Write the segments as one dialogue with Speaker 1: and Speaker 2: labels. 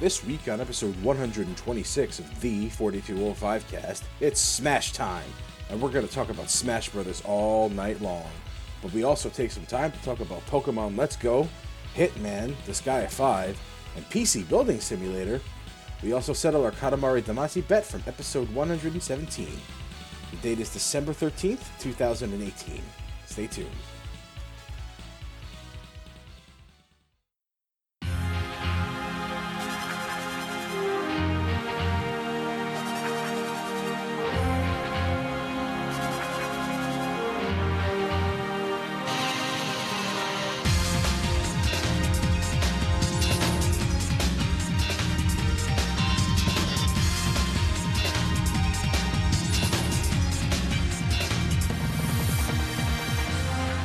Speaker 1: This week on episode 126 of the 4205 cast, it's Smash Time, and we're going to talk about Smash Brothers all night long. But we also take some time to talk about Pokemon Let's Go, Hitman, The Sky 5, and PC Building Simulator. We also settle our Katamari Damacy bet from episode 117. The date is December 13th, 2018. Stay tuned.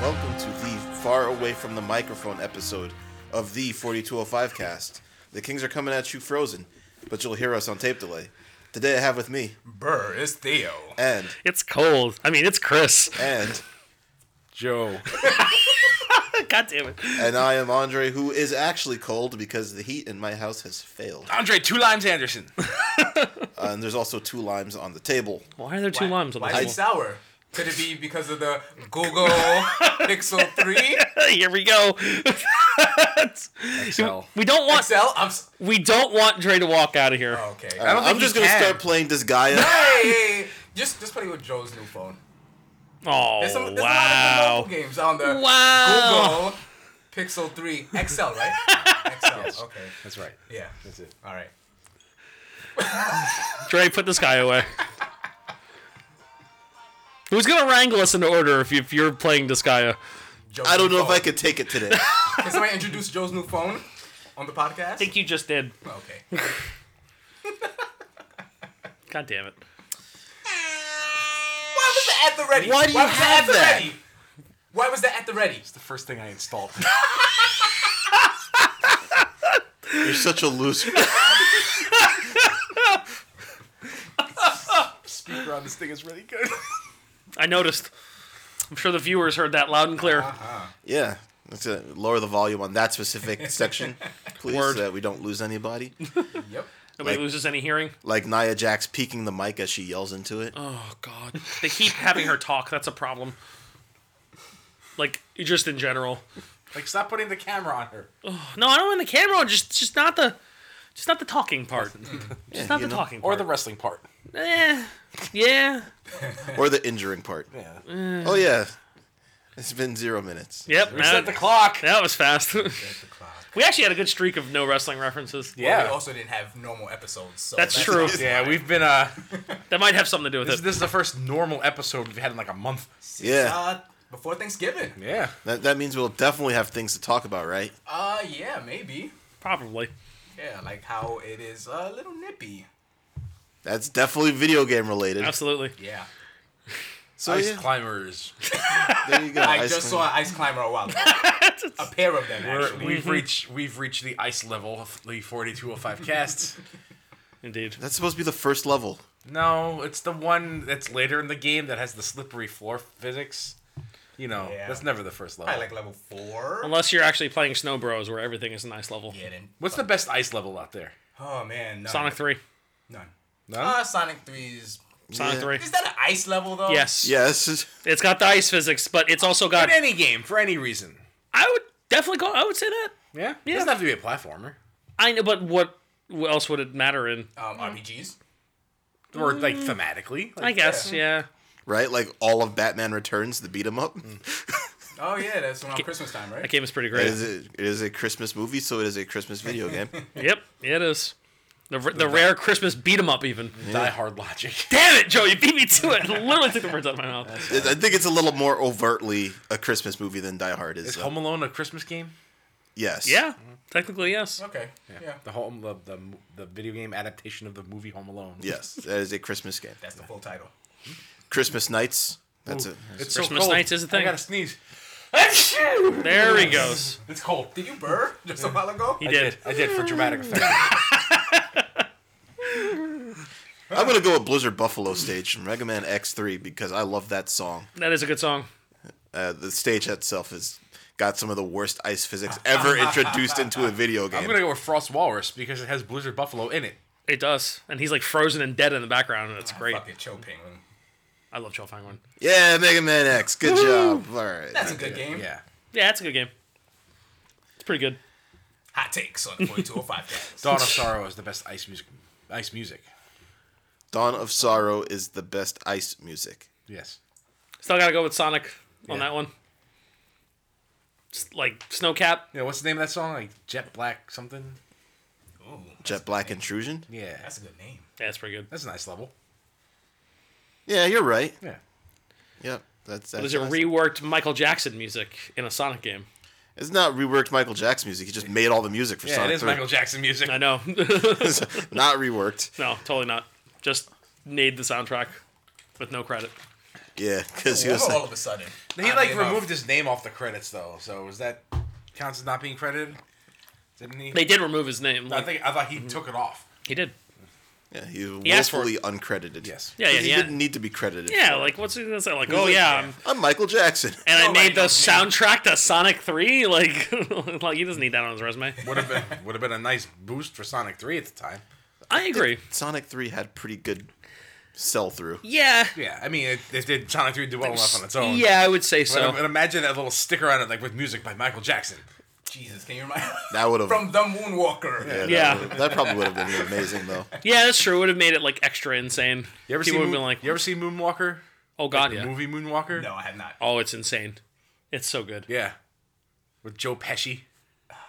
Speaker 2: Welcome to the Far Away from the Microphone episode of the 4205 cast. The Kings are coming at you frozen, but you'll hear us on tape delay. Today I have with me
Speaker 3: Burr, it's Theo.
Speaker 2: and
Speaker 4: It's cold. I mean, it's Chris.
Speaker 2: and
Speaker 1: Joe.
Speaker 4: God damn it.
Speaker 2: and I am Andre who is actually cold because the heat in my house has failed.
Speaker 3: Andre Two Limes Anderson.
Speaker 2: Uh, and there's also two limes on the table.
Speaker 4: Why are there two limes on the
Speaker 3: Why
Speaker 4: table?
Speaker 3: is it sour? Could it be because of the Google Pixel 3?
Speaker 4: Here we go. We don't want
Speaker 3: Excel? I'm s-
Speaker 4: we don't want Dre to walk out of here.
Speaker 3: okay. I don't think
Speaker 2: I'm just
Speaker 3: he
Speaker 2: gonna
Speaker 3: can.
Speaker 2: start playing this Gaia.
Speaker 3: Hey, hey, hey. just just play with Joe's new phone.
Speaker 4: Oh,
Speaker 3: There's some there's a lot of
Speaker 4: wow.
Speaker 3: mobile games on the
Speaker 4: Wow.
Speaker 3: Google Pixel 3 Excel, right? Excel. Okay.
Speaker 1: That's right.
Speaker 3: Yeah.
Speaker 1: That's it.
Speaker 3: All right.
Speaker 4: Dre, put this guy away. Who's gonna wrangle us into order if, you, if you're playing Disgaea?
Speaker 3: Joe's
Speaker 2: I don't
Speaker 3: new
Speaker 2: know if I
Speaker 3: phone.
Speaker 2: could take it today.
Speaker 3: Can somebody introduce Joe's new phone on the podcast?
Speaker 4: I think you just did.
Speaker 3: okay.
Speaker 4: God damn it.
Speaker 3: Why was that at the ready?
Speaker 2: Why do you
Speaker 3: was
Speaker 2: have
Speaker 3: at the
Speaker 2: that?
Speaker 3: ready? Why was that at the ready?
Speaker 5: the first thing I installed.
Speaker 2: You're such a loser.
Speaker 5: Speaker on this thing is really good.
Speaker 4: I noticed. I'm sure the viewers heard that loud and clear.
Speaker 2: Yeah. Let's uh, lower the volume on that specific section, please,
Speaker 4: Word.
Speaker 2: so that we don't lose anybody.
Speaker 3: Yep.
Speaker 4: Nobody
Speaker 2: like-
Speaker 4: loses any hearing.
Speaker 2: Like Nia Jax peeking the mic as she yells into it.
Speaker 4: Oh God, they keep having her talk. That's a problem. Like just in general.
Speaker 5: Like, stop putting the camera on her.
Speaker 4: No, I don't want the camera. on, Just just not the, just not the talking part. Just not
Speaker 2: you
Speaker 4: the
Speaker 2: know.
Speaker 4: talking
Speaker 5: Or
Speaker 4: part.
Speaker 5: the wrestling part.
Speaker 4: eh, yeah.
Speaker 2: or the injuring part.
Speaker 5: Yeah.
Speaker 2: Oh yeah, it's been zero minutes.
Speaker 4: Yep.
Speaker 5: Set
Speaker 4: That,
Speaker 5: the clock.
Speaker 4: that was fast.
Speaker 3: The clock.
Speaker 4: we actually had a good streak of no wrestling references.
Speaker 3: Yeah. We
Speaker 5: Yeah.
Speaker 3: also didn't have normal episodes. So
Speaker 4: That's true.
Speaker 5: Yeah, we've been, uh,
Speaker 4: That might have something to do with
Speaker 5: this,
Speaker 4: it.
Speaker 5: this is the first normal episode we've had in like a month.
Speaker 2: Yeah.
Speaker 3: Uh, before Thanksgiving.
Speaker 5: Yeah.
Speaker 2: That, that means we'll definitely have things to talk about, right?
Speaker 3: Uh, yeah, maybe.
Speaker 4: Probably.
Speaker 3: Yeah, like how it is a little nippy.
Speaker 2: That's definitely video game related.
Speaker 4: Absolutely.
Speaker 3: Yeah.
Speaker 2: So
Speaker 5: Ice
Speaker 2: Oh, yeah,
Speaker 5: climbers.
Speaker 2: there you go.
Speaker 3: I
Speaker 2: Ice
Speaker 3: just
Speaker 2: cream.
Speaker 3: saw an ice climber a while ago. a pair of them,
Speaker 5: We're,
Speaker 3: actually.
Speaker 5: we've reached we've reached the ice level of the 4205 cast.
Speaker 4: Indeed.
Speaker 2: That's supposed to be the first level.
Speaker 5: No, it's the one that's later in the game that has the slippery floor physics. You know,
Speaker 3: Yeah.
Speaker 5: that's never the first level.
Speaker 3: Probably like level four.
Speaker 4: Unless you're actually playing Snow Bros, where everything is a nice level.
Speaker 3: Yeah, then.
Speaker 5: What's the best ice level out there?
Speaker 3: Oh, man. None.
Speaker 4: Sonic Three.
Speaker 3: None.
Speaker 5: No?
Speaker 3: Uh, Sonic 3's.
Speaker 4: Sonic
Speaker 2: Yeah.
Speaker 4: Three.
Speaker 3: Is that an ice level, though?
Speaker 4: Yes.
Speaker 2: Yeah, this is
Speaker 4: It's got the ice physics, but it's also got.
Speaker 5: In any game, for any reason.
Speaker 4: I would definitely go. I would say that.
Speaker 5: Yeah?
Speaker 4: Yeah.
Speaker 5: It doesn't have to be a platformer.
Speaker 4: I know, but what, what else would it matter in?
Speaker 3: Um, RPGs.
Speaker 5: Or like thematically. Like,
Speaker 4: I guess, yeah.
Speaker 2: right. Like all of Batman Returns, the beat 'em up.
Speaker 3: Oh, yeah, that's around Christmas time, right?
Speaker 4: That game is pretty
Speaker 2: It
Speaker 4: great.
Speaker 2: is a, it is a Christmas movie, so it is a Christmas video game.
Speaker 4: Yep, it is. The, r- the rare Christmas beat 'em up, even.
Speaker 5: Die hard logic.
Speaker 4: Damn it, Joe, you beat me to it. Literally took the words out of my mouth.
Speaker 2: It- I think it's a little more overtly a Christmas movie than Die Hard is.
Speaker 5: Is
Speaker 2: though.
Speaker 5: Home Alone a Christmas game?
Speaker 2: yes.
Speaker 4: Yeah, technically, yes.
Speaker 3: Okay. yeah.
Speaker 5: The home the, the the video game adaptation of the movie Home Alone.
Speaker 2: Yes, that is a Christmas game.
Speaker 3: That's the full title.
Speaker 2: Christmas nights. That's it.
Speaker 5: It's
Speaker 4: Christmas nights is a thing.
Speaker 5: I gotta sneeze.
Speaker 4: There he goes.
Speaker 5: It's cold.
Speaker 3: Did you burr just a while ago?
Speaker 4: He
Speaker 5: I
Speaker 4: did.
Speaker 5: did. I did for dramatic effect.
Speaker 2: I'm gonna go with Blizzard Buffalo stage, Mega Man X3, because I love that song.
Speaker 4: That is a good song.
Speaker 2: Uh, the stage itself is got some of the worst ice physics ever introduced into a video game.
Speaker 5: I'm gonna go with Frost Walrus because it has Blizzard Buffalo in it.
Speaker 4: It does, and he's like frozen and dead in the background, and it's great.
Speaker 3: Fucking Cho Penguin.
Speaker 4: I love Chell Penguin.
Speaker 2: Yeah, Mega Man X. Good job. All right.
Speaker 3: That's a good game.
Speaker 5: Yeah.
Speaker 4: Yeah, it's a good game. It's pretty good.
Speaker 3: Hot takes on oh the 4205 cast.
Speaker 5: Dawn of Sorrow is the best ice music. Ice music.
Speaker 2: Dawn of Sorrow is the best ice music.
Speaker 5: Yes.
Speaker 4: Still gotta go with Sonic on
Speaker 5: Yeah.
Speaker 4: that one. Just like Snowcap.
Speaker 5: You know what's the name of that song? Like Jet Black something.
Speaker 3: Ooh,
Speaker 2: Jet Black Intrusion?
Speaker 5: Yeah.
Speaker 3: that's a good name.
Speaker 4: Yeah, it's pretty good.
Speaker 5: That's a nice level.
Speaker 2: Yeah, you're right.
Speaker 5: Yeah.
Speaker 2: Yep. That's,
Speaker 4: It
Speaker 2: that's
Speaker 4: was a reworked Michael Jackson music in a Sonic game.
Speaker 2: It's not reworked Michael Jackson music. He just made all the music for
Speaker 5: Yeah,
Speaker 2: Sonic
Speaker 5: it is
Speaker 2: 3.
Speaker 5: Michael Jackson music.
Speaker 4: I know.
Speaker 2: not reworked.
Speaker 4: no, totally not. Just made the soundtrack with no credit.
Speaker 2: Yeah, because he
Speaker 3: Whoa,
Speaker 2: was
Speaker 3: all
Speaker 2: like,
Speaker 3: of a sudden.
Speaker 5: He
Speaker 3: Oddly
Speaker 5: like
Speaker 3: enough.
Speaker 5: removed his name off the credits though, so is that counts as not being credited? Didn't he?
Speaker 4: They did remove his name.
Speaker 5: I
Speaker 4: Like,
Speaker 5: think I thought
Speaker 4: Mm-hmm.
Speaker 5: he took it off.
Speaker 4: he did.
Speaker 2: yeah, he was
Speaker 4: He asked for
Speaker 2: woefully uncredited.
Speaker 5: Yes.
Speaker 4: Yeah, yeah,
Speaker 2: he
Speaker 4: yeah.
Speaker 2: didn't need to be credited.
Speaker 4: Yeah,
Speaker 2: for it.
Speaker 4: like what's he gonna say? Like, oh
Speaker 5: like,
Speaker 4: yeah,
Speaker 5: yeah.
Speaker 4: I'm-
Speaker 2: I'm Michael Jackson.
Speaker 4: and I
Speaker 3: Oh,
Speaker 4: made
Speaker 3: right,
Speaker 4: the
Speaker 3: no, yeah.
Speaker 4: soundtrack to Sonic Three. Like, like he doesn't need that on his resume.
Speaker 5: Would have been would have been a nice boost for Sonic Three at the time.
Speaker 4: I agree.
Speaker 2: Sonic 3 had pretty good sell through.
Speaker 4: Yeah,
Speaker 5: Yeah, I mean, it, it did Sonic Three do well enough on its own?
Speaker 4: yeah, I would say
Speaker 5: But,
Speaker 4: so.
Speaker 5: but imagine that little sticker on it, like with music by Michael Jackson.
Speaker 3: Jesus, can you remind me?
Speaker 2: That would have.
Speaker 3: From the Moonwalker.
Speaker 2: that
Speaker 4: Yeah.
Speaker 2: would've- That, probably would have been amazing, though.
Speaker 4: Yeah, that's true. It would have made it like extra insane.
Speaker 5: You ever
Speaker 4: People
Speaker 5: see?
Speaker 4: would have
Speaker 5: Moon,
Speaker 4: been like,
Speaker 5: you ever see Moonwalker?
Speaker 4: oh god,
Speaker 5: The
Speaker 4: yeah.
Speaker 5: movie Moonwalker.
Speaker 3: No, I have not.
Speaker 4: Oh, it's insane. It's so good.
Speaker 5: Yeah. With Joe Pesci.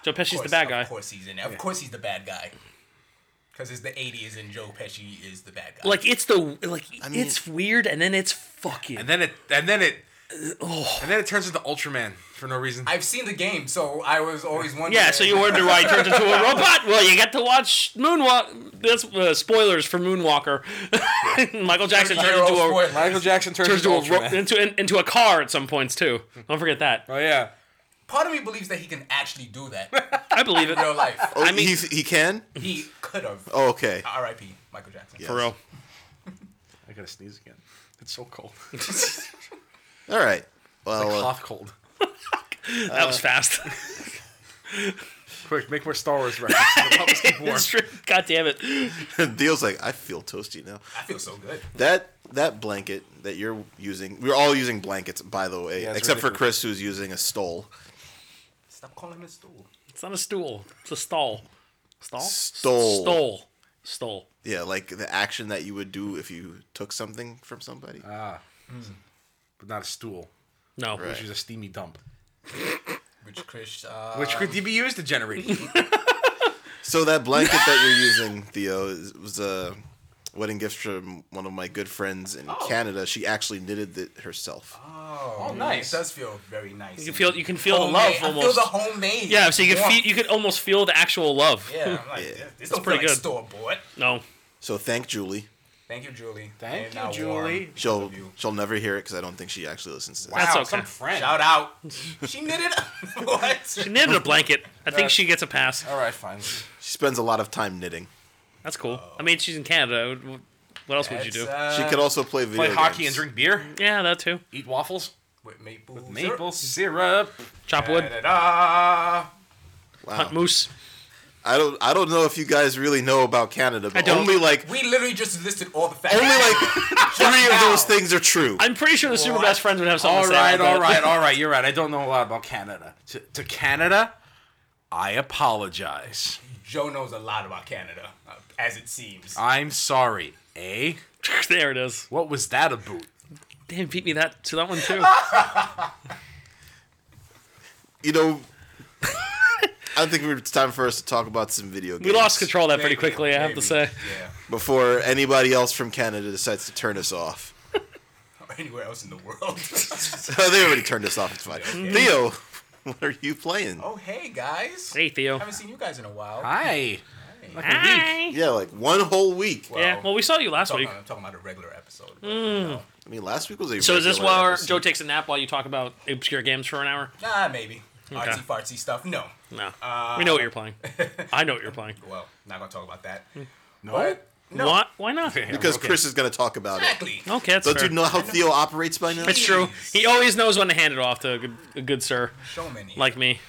Speaker 4: Joe Pesci's
Speaker 3: Of
Speaker 4: the
Speaker 3: course-
Speaker 4: bad guy.
Speaker 3: Of course he's in. Of course he's the bad guy. Because it's the 80s and Joe Pesci is the bad guy.
Speaker 4: Like it's the like
Speaker 2: mean-
Speaker 4: it's weird and then it's fucking.
Speaker 5: And then it and then it and then it turns into Ultraman for no reason.
Speaker 3: I've seen the game, so I was always wondering.
Speaker 4: yeah, so you wonder why he turns into a robot. Well, you get to watch Moonwalk. That's uh, spoilers for Moonwalker. Michael Jackson
Speaker 3: Turns
Speaker 4: turns into a
Speaker 3: spoilers.
Speaker 5: Michael Jackson turns,
Speaker 4: turns into a ro-
Speaker 5: Ultraman.
Speaker 4: into in, into a car at some points too. Don't forget that.
Speaker 5: oh yeah.
Speaker 3: Part of me believes that he can actually do that
Speaker 4: I believe it.
Speaker 3: in real life.
Speaker 2: Oh, he, he can?
Speaker 3: He could have. Uh,
Speaker 2: Oh, okay.
Speaker 3: R.I.P. Michael Jackson.
Speaker 2: Yeah.
Speaker 4: For real.
Speaker 5: I gotta sneeze again. It's so cold.
Speaker 2: All right. Well, uh,
Speaker 5: Cloth cold.
Speaker 4: That was fast.
Speaker 5: Quick, make more Star Wars references.
Speaker 4: It's true. God damn it.
Speaker 2: Deal's like, I feel toasty now.
Speaker 3: I feel so good.
Speaker 2: That that blanket that you're using, we're all using blankets, by the way,
Speaker 5: Yeah, it's
Speaker 2: except for
Speaker 5: ridiculous.
Speaker 2: Chris, who's using a stole.
Speaker 3: Stop calling him a stool.
Speaker 4: It's not a stool. It's a stall. Stall.
Speaker 2: Stole.
Speaker 4: Stole. Stole.
Speaker 2: Yeah, like the action that you would do if you took something from somebody.
Speaker 5: but not a stool.
Speaker 4: No.
Speaker 5: Which is a steamy dump.
Speaker 3: Which Chris. Uh,
Speaker 5: Which could be used to generate heat.
Speaker 2: so that blanket that you're using, Theo, is, was a wedding gift from one of my good friends in Canada. She actually knitted it herself.
Speaker 3: oh, nice. It does feel very nice.
Speaker 4: You feel you can feel the
Speaker 3: Homemade.
Speaker 4: love
Speaker 3: Oh, I
Speaker 4: almost.
Speaker 3: feel the homemade.
Speaker 4: yeah, so you could
Speaker 3: warmth.
Speaker 4: feel, you could almost feel the actual love.
Speaker 3: Yeah, I'm like, this- this don't feel
Speaker 4: pretty
Speaker 3: like
Speaker 4: good.
Speaker 3: store bought.
Speaker 4: No.
Speaker 2: So thank Julie.
Speaker 3: Thank you, Julie.
Speaker 5: Thank
Speaker 3: And now
Speaker 5: you,
Speaker 3: Warren.
Speaker 5: Julie.
Speaker 2: She'll
Speaker 3: Love you.
Speaker 2: she'll never hear it because I don't think she actually listens to this.
Speaker 4: That's
Speaker 5: Wow,
Speaker 4: okay.
Speaker 5: Some friend.
Speaker 3: Shout out. she knitted. what?
Speaker 4: She knitted a blanket. I think she gets a pass.
Speaker 3: Oh.
Speaker 5: All right, fine.
Speaker 2: She spends a lot of time knitting.
Speaker 4: That's cool. I mean, she's in Canada. What- What else would you do?
Speaker 3: That's, uh,
Speaker 2: She could also play video
Speaker 5: Play hockey
Speaker 2: games.
Speaker 5: and drink beer.
Speaker 4: yeah, that too.
Speaker 5: Eat waffles.
Speaker 3: with maple.
Speaker 5: Maple syrup.
Speaker 4: Chop wood,
Speaker 3: Da-da-da.
Speaker 4: hunt moose.
Speaker 2: I don't I don't know if you guys really know about Canada, but
Speaker 4: don't.
Speaker 2: only like
Speaker 3: We literally just listed all the facts.
Speaker 2: only like three of
Speaker 3: now.
Speaker 2: those things are true.
Speaker 4: I'm pretty sure the super
Speaker 3: What?
Speaker 4: best friends would have something
Speaker 5: All
Speaker 4: to say.
Speaker 5: right,
Speaker 4: about
Speaker 5: all right,
Speaker 4: that.
Speaker 5: all right. You're right. I don't know a lot about Canada. To, to Canada, I apologize.
Speaker 3: Joe knows a lot about Canada, uh, as it seems.
Speaker 5: I'm sorry. Eh?
Speaker 4: there it is.
Speaker 5: What was that about?
Speaker 4: Damn, beat me that to that one too.
Speaker 2: you know, I think it's time for us to talk about some video games.
Speaker 4: we lost control of that pretty
Speaker 3: Maybe,
Speaker 4: quickly. I have to
Speaker 3: maybe.
Speaker 4: say.
Speaker 3: Yeah.
Speaker 2: before anybody else from Canada decides to turn us off.
Speaker 3: Or anywhere else in the world.
Speaker 2: they already turned us off. It's fine. Theo, what are you playing?
Speaker 3: oh hey guys.
Speaker 4: Hey Theo.
Speaker 3: Haven't seen you guys in a while.
Speaker 5: Hi. Like a week.
Speaker 4: Hi.
Speaker 2: Yeah, like one whole week.
Speaker 4: Yeah. Well, we saw you last
Speaker 3: talking,
Speaker 4: week.
Speaker 3: I'm talking about a regular episode. but,
Speaker 4: Mm.
Speaker 3: no.
Speaker 2: I mean, last week was a.
Speaker 4: So is this
Speaker 2: regular
Speaker 4: where
Speaker 2: episode.
Speaker 4: Joe takes a nap while you talk about obscure games for an hour?
Speaker 3: Nah, maybe. Artsy fartsy stuff. No.
Speaker 4: No. we know what you're playing. I know what you're playing. Mm.
Speaker 3: Well, not gonna talk about that.
Speaker 5: No.
Speaker 3: But
Speaker 4: Why, why not?
Speaker 2: Because Chris is going to talk about it.
Speaker 3: Exactly.
Speaker 4: Okay, that's
Speaker 2: Don't
Speaker 4: fair.
Speaker 2: you know how Theo operates by now?
Speaker 4: It's true. He always knows when to hand it off to a good, a good sir
Speaker 3: Showman. here.
Speaker 4: like me.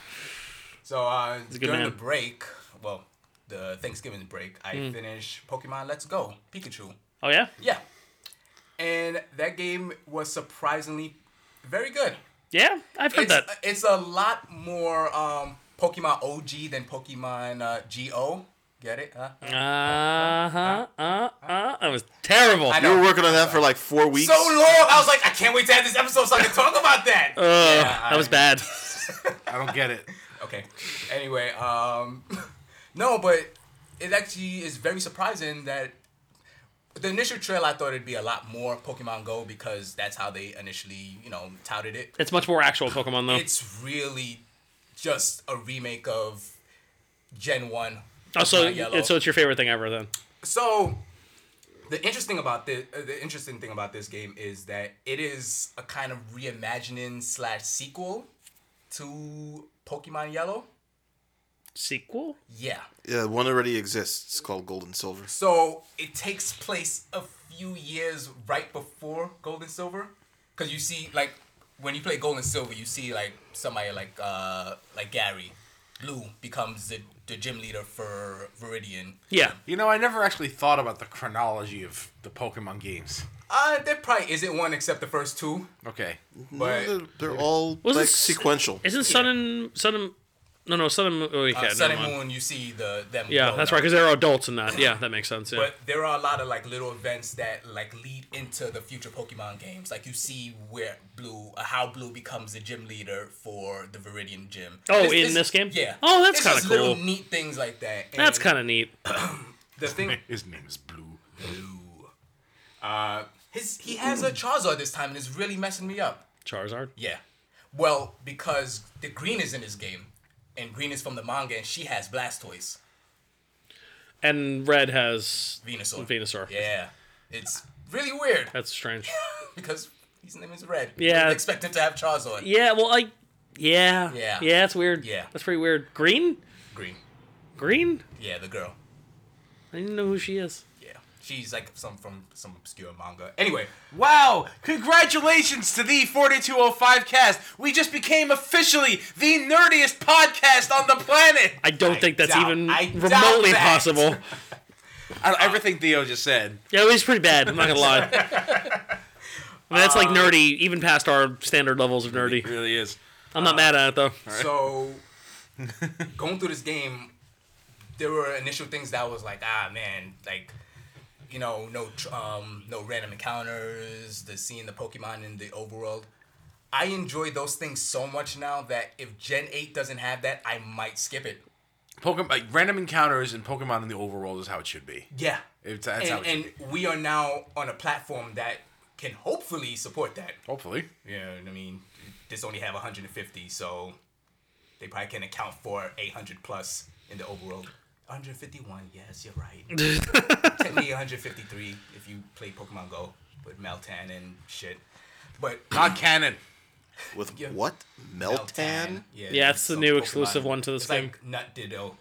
Speaker 3: so uh,
Speaker 4: a good
Speaker 3: during
Speaker 4: man. Mm.
Speaker 3: the break, well, the Thanksgiving break, I finished Pokemon Let's Go Pikachu.
Speaker 4: Oh yeah,
Speaker 3: Yeah, and that game was surprisingly very good.
Speaker 4: yeah. I've heard
Speaker 3: It's,
Speaker 4: that.
Speaker 3: it's a lot more um, Pokemon OG than Pokemon uh, Go. Get it? Huh?
Speaker 4: Uh huh. Uh uh. That was terrible.
Speaker 3: I
Speaker 2: You
Speaker 3: know.
Speaker 2: were working on that for like four weeks.
Speaker 3: so long. I was like, I can't wait to have this episode so I can talk about that.
Speaker 4: Ugh,
Speaker 2: Uh.
Speaker 3: Yeah,
Speaker 4: that was
Speaker 3: I-
Speaker 4: bad.
Speaker 5: I don't get it.
Speaker 3: Okay. Anyway, um, no, but it actually is very surprising that the initial trail I thought it'd be a lot more Pokemon Go because that's how they initially, you know, touted it.
Speaker 4: It's much more actual Pokemon though.
Speaker 3: It's really just a remake of Gen One.
Speaker 4: oh, so
Speaker 3: Pokemon Yellow.
Speaker 4: it's, so it's your favorite thing ever then?
Speaker 3: So, the interesting about this, uh, the interesting thing about this game is that it is a kind of reimagining slash sequel to Pokemon Yellow.
Speaker 4: Sequel?
Speaker 3: Yeah.
Speaker 2: Yeah, one already exists. It's called Gold and Silver.
Speaker 3: So it takes place a few years right before Gold and Silver, because you see, like, when you play Gold and Silver, you see like somebody like uh like Gary, Blue becomes the, the gym leader for Viridian.
Speaker 4: Yeah.
Speaker 5: You know, I never actually thought about the chronology of the Pokemon games.
Speaker 3: Uh, there probably isn't one except the first two,
Speaker 5: Okay.
Speaker 3: but
Speaker 2: They're, they're all
Speaker 4: Wasn't
Speaker 2: like
Speaker 4: s-
Speaker 2: sequential.
Speaker 4: Isn't Sun and Sun and no no Sun and Moon? Oh, yeah,
Speaker 3: uh, Sun and
Speaker 4: never mind.
Speaker 3: Moon, you see the them.
Speaker 4: Yeah,
Speaker 3: grow
Speaker 4: that's
Speaker 3: up.
Speaker 4: right. Because they're adults in that. Yeah, that makes sense. Yeah.
Speaker 3: But there are a lot of like little events that like lead into the future Pokemon games. Like you see where Blue, uh, how Blue becomes the gym leader for the Viridian Gym.
Speaker 4: Oh,
Speaker 3: It's-
Speaker 4: in
Speaker 3: it's-
Speaker 4: this game?
Speaker 3: Yeah.
Speaker 4: Oh, that's
Speaker 3: It's just
Speaker 4: kinda
Speaker 3: Little
Speaker 4: cool.
Speaker 3: neat things like that. And
Speaker 4: That's kind of neat.
Speaker 3: the thing.
Speaker 5: His name is Blue.
Speaker 3: Blue. Uh, his he has a Charizard this time, and it's really messing me up.
Speaker 4: Charizard.
Speaker 3: Yeah. Well, because the green is in this game, and green is from the manga, and she has Blastoise,
Speaker 4: And Red has
Speaker 3: Venusaur.
Speaker 4: Venusaur.
Speaker 3: Yeah. It's really weird.
Speaker 4: That's strange.
Speaker 3: because his name is Red.
Speaker 4: Yeah.
Speaker 3: You'd expect him to have Charizard.
Speaker 4: Yeah. Well, I. Yeah.
Speaker 3: Yeah.
Speaker 4: Yeah. That's weird.
Speaker 3: Yeah.
Speaker 4: That's pretty weird. Green.
Speaker 3: Green.
Speaker 4: Green.
Speaker 3: Yeah, the girl.
Speaker 4: I didn't know who she is.
Speaker 3: Yeah. She's like some from some obscure manga. Anyway,
Speaker 5: Wow! Congratulations to the 4205 cast. We just became officially the nerdiest podcast on the planet.
Speaker 4: I don't think that's
Speaker 3: doubt-
Speaker 4: even
Speaker 3: I doubt
Speaker 4: remotely
Speaker 3: that.
Speaker 4: possible.
Speaker 5: I, everything Theo just said.
Speaker 4: Yeah, it was pretty bad. I'm not gonna lie. I mean, that's
Speaker 3: Um,
Speaker 4: like nerdy, even past our standard levels of nerdy.
Speaker 5: really is.
Speaker 4: I'm not mad at it though.
Speaker 3: so going through this game, there were initial things that I was like, ah man, like you know, no tr- um, no random encounters, the seeing the Pokemon in the overworld. I enjoy those things so much now that if Gen 8 doesn't have that, I might skip it.
Speaker 5: Pokemon, like, random encounters in Pokemon in the overworld is how it should be.
Speaker 3: Yeah.
Speaker 5: It's, that's how
Speaker 3: and
Speaker 5: it should
Speaker 3: and
Speaker 5: be.
Speaker 3: we are now on a platform that can hopefully support that.
Speaker 5: Hopefully.
Speaker 3: Yeah, I mean, this only have 150, so they probably can account for 800 plus in the overworld. 151, yes, you're right. Technically 153 if you play Pokemon Go with Meltan and shit. But
Speaker 5: Not canon.
Speaker 2: With
Speaker 3: Yeah.
Speaker 2: what? Meltan?
Speaker 4: Yeah, it's the
Speaker 3: so
Speaker 4: new exclusive one to this
Speaker 3: it's
Speaker 4: game.
Speaker 3: Like Nut Ditto,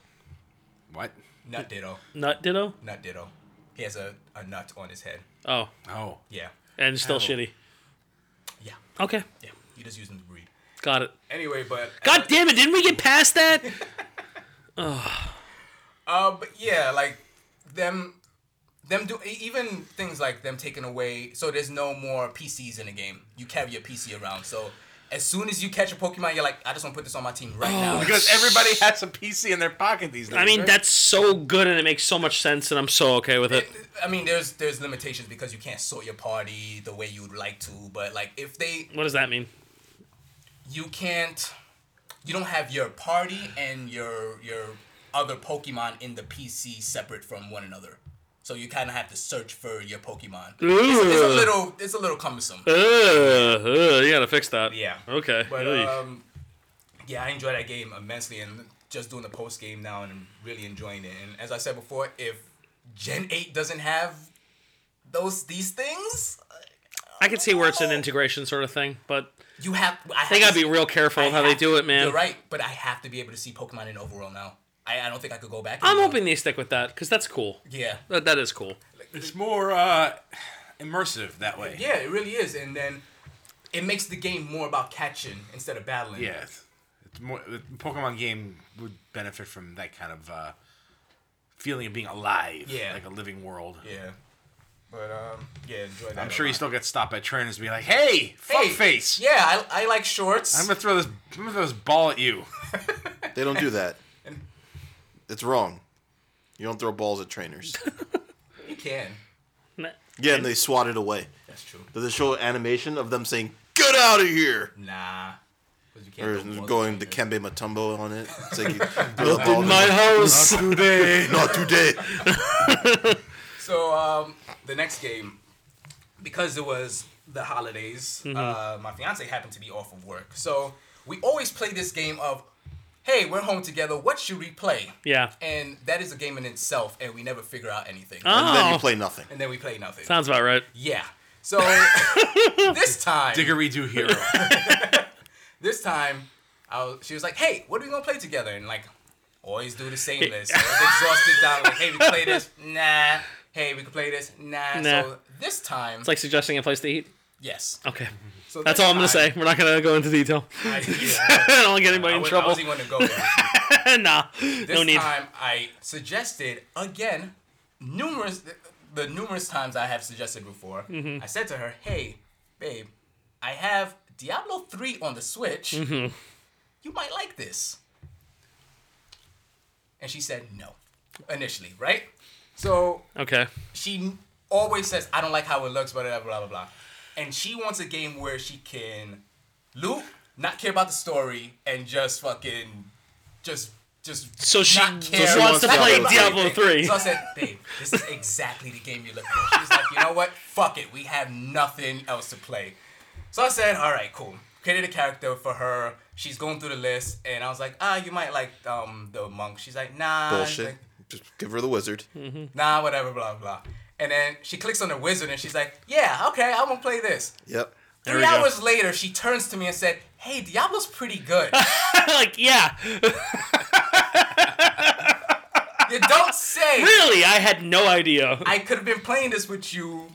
Speaker 5: What?
Speaker 3: Nut Ditto,
Speaker 4: Nut Ditto.
Speaker 3: Nut Ditto. He has a, a nut on his head.
Speaker 4: Oh,
Speaker 5: Oh.
Speaker 3: Yeah,
Speaker 4: and still shitty.
Speaker 3: yeah,
Speaker 4: Okay,
Speaker 3: yeah. You just use them to breed.
Speaker 4: got it.
Speaker 3: Anyway, but
Speaker 4: God damn it! Didn't we get past that?
Speaker 3: Uh, but yeah, like them, them do e- even things like them taking away. So there's no more PCs in the game. You carry your PC around. So as soon as you catch a Pokemon, you're like, I just want to put this on my team right
Speaker 4: Oh.
Speaker 3: now.
Speaker 5: Because everybody has a PC in their pocket these days.
Speaker 4: I mean,
Speaker 5: right?
Speaker 4: that's so good and it makes so much sense, and I'm so okay with it.
Speaker 3: I mean, there's there's limitations because you can't sort your party the way you'd like to. But like if they,
Speaker 4: What does that mean?
Speaker 3: you can't, you don't have your party and your your other Pokemon in the PC separate from one another. So you kind of have to search for your Pokemon. It's, it's a little it's a little cumbersome.
Speaker 4: Ugh, ugh, you gotta fix that.
Speaker 3: Yeah.
Speaker 4: Okay.
Speaker 3: But
Speaker 4: Eek.
Speaker 3: um, yeah, I enjoy that game immensely, and just doing the post game now, and I'm really enjoying it. And as I said before, if Gen Eight doesn't have those these things,
Speaker 4: I can see where it's an integration sort of thing, but
Speaker 3: you have. I have
Speaker 4: they gotta
Speaker 3: to-
Speaker 4: be real careful
Speaker 3: I
Speaker 4: with how they
Speaker 3: have-
Speaker 4: do it, man.
Speaker 3: You're right, but I have to be able to see Pokemon in overall now. I, I don't think I could go back.
Speaker 4: I'm
Speaker 3: anymore.
Speaker 4: hoping they stick with that because that's cool.
Speaker 3: Yeah,
Speaker 4: That, that is cool.
Speaker 5: It's more uh, immersive that way.
Speaker 3: Yeah, it really is. And then it makes the game more about catching instead of battling.
Speaker 5: Yeah, it's, it's more the Pokemon game would benefit from that kind of uh, feeling of being alive.
Speaker 3: Yeah.
Speaker 5: like a living world.
Speaker 3: Yeah. But um, yeah, enjoy that.
Speaker 5: I'm
Speaker 3: a
Speaker 5: sure you
Speaker 3: lot.
Speaker 5: still get stopped by trainers and be like, "Hey, fuckface! face!
Speaker 3: Yeah, I, I like shorts.
Speaker 5: I'm gonna throw this, I'm gonna throw this ball at you."
Speaker 2: They don't do that. It's wrong. You don't throw balls at trainers.
Speaker 3: you can.
Speaker 2: Yeah, and they swat it away.
Speaker 3: That's true.
Speaker 2: Does it show animation of them saying "Get out of here"?
Speaker 3: Nah. 'Cause you can't
Speaker 2: Or
Speaker 3: throw balls
Speaker 2: going
Speaker 3: at
Speaker 2: to
Speaker 3: trainers.
Speaker 2: Kembe Matumbo on it? It's like you throw the ball
Speaker 4: In my
Speaker 2: to-
Speaker 4: house.
Speaker 5: Today,
Speaker 2: not today.
Speaker 3: So um, the next game, because it was the holidays, uh, my fiance happened to be off of work. So we always play this game of, hey, we're home together. What should we play?
Speaker 4: Yeah.
Speaker 3: And that is a game in itself, and we never figure out anything.
Speaker 4: Oh,
Speaker 2: And then you play nothing.
Speaker 3: And then we play nothing.
Speaker 4: sounds about right.
Speaker 3: yeah. So this time,
Speaker 5: Diggory Do Hero.
Speaker 3: this time, I was, she was like, "Hey, what are we gonna play together?" And like, always do the same list. So I was exhausted down. Like, hey, we can play this. Nah. Hey, we can play this. Nah.
Speaker 4: Nah.
Speaker 3: So this time,
Speaker 4: It's like suggesting a place to eat.
Speaker 3: yes.
Speaker 4: Okay.
Speaker 3: So
Speaker 4: That's
Speaker 3: this
Speaker 4: all I'm gonna
Speaker 3: time-
Speaker 4: say. We're not gonna go into detail.
Speaker 3: I,
Speaker 4: I
Speaker 3: yeah,
Speaker 4: don't want to get
Speaker 3: I,
Speaker 4: anybody in
Speaker 3: was, I
Speaker 4: trouble.
Speaker 3: wasn't going to go there.
Speaker 4: nah,
Speaker 3: This
Speaker 4: no need.
Speaker 3: time, I suggested again, numerous the numerous times I have suggested before.
Speaker 4: Mm-hmm.
Speaker 3: I said to her, "Hey, babe, I have Diablo three on the Switch.
Speaker 4: Mm-hmm.
Speaker 3: You might like this." And she said no, initially, right? So
Speaker 4: Okay.
Speaker 3: she always says, "I don't like how it looks," blah blah blah blah blah. And she wants a game where she can loot, not care about the story, and just fucking, just just.
Speaker 4: So she,
Speaker 3: not
Speaker 4: so
Speaker 3: care.
Speaker 4: she wants to
Speaker 3: not
Speaker 4: play
Speaker 3: care about
Speaker 4: Diablo
Speaker 3: anything.
Speaker 4: three.
Speaker 3: So I said, "Babe, this is exactly the game you're looking for." She's like, "You know what? Fuck it. We have nothing else to play." So I said, "All right, cool." Created a character for her. She's going through the list, and I was like, "Ah, you might like um the monk." She's like, "Nah." She's
Speaker 2: Bullshit.
Speaker 3: like,
Speaker 2: Just give her the wizard.
Speaker 3: nah, whatever, blah, blah. And then she clicks on the wizard and she's like, yeah, okay, I'm gonna play this.
Speaker 2: Yep.
Speaker 4: we
Speaker 3: Three
Speaker 4: go.
Speaker 3: hours later, she turns to me and said, hey, Diablo's pretty good.
Speaker 4: like, yeah,
Speaker 3: you don't say.
Speaker 4: really, I had no idea.
Speaker 3: I could have been playing this with you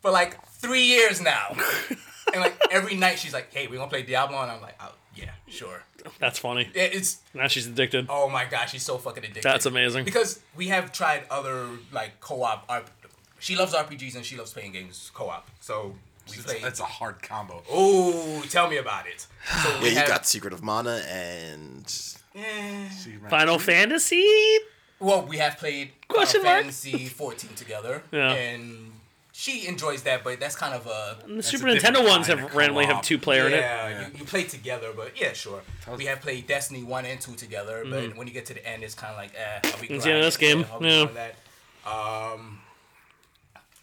Speaker 3: for like three years now. and like every night she's like, hey, we're gonna play Diablo. And I'm like, oh, yeah, sure.
Speaker 4: That's funny.
Speaker 3: It- It's,
Speaker 4: Now she's addicted.
Speaker 3: oh my gosh, she's so fucking addicted.
Speaker 4: That's amazing.
Speaker 3: Because we have tried other like co-op, RP- she loves RPGs and she loves playing games co-op. So we play.
Speaker 5: That's a hard combo.
Speaker 3: Oh, tell me about it. So
Speaker 2: Yeah, you
Speaker 3: have-
Speaker 2: got Secret of Mana and
Speaker 3: Eh.
Speaker 4: Final Fantasy.
Speaker 3: Well, we have played
Speaker 4: Question
Speaker 3: Final
Speaker 4: mark?
Speaker 3: Fantasy 14 together,
Speaker 4: Yeah.
Speaker 3: and she enjoys that, but that's kind of a
Speaker 4: The Super
Speaker 5: a different
Speaker 4: Nintendo ones
Speaker 5: kind
Speaker 4: have
Speaker 5: of
Speaker 4: randomly have
Speaker 5: co-op.
Speaker 4: two player
Speaker 3: yeah, You, you play together, but yeah, sure. We have played Destiny one and two together, but when you get to the end, it's kind of like, eh, are we
Speaker 4: Mm.
Speaker 3: grinding?
Speaker 4: It's the end of this game,
Speaker 3: Are we
Speaker 4: yeah.
Speaker 3: doing that? Um,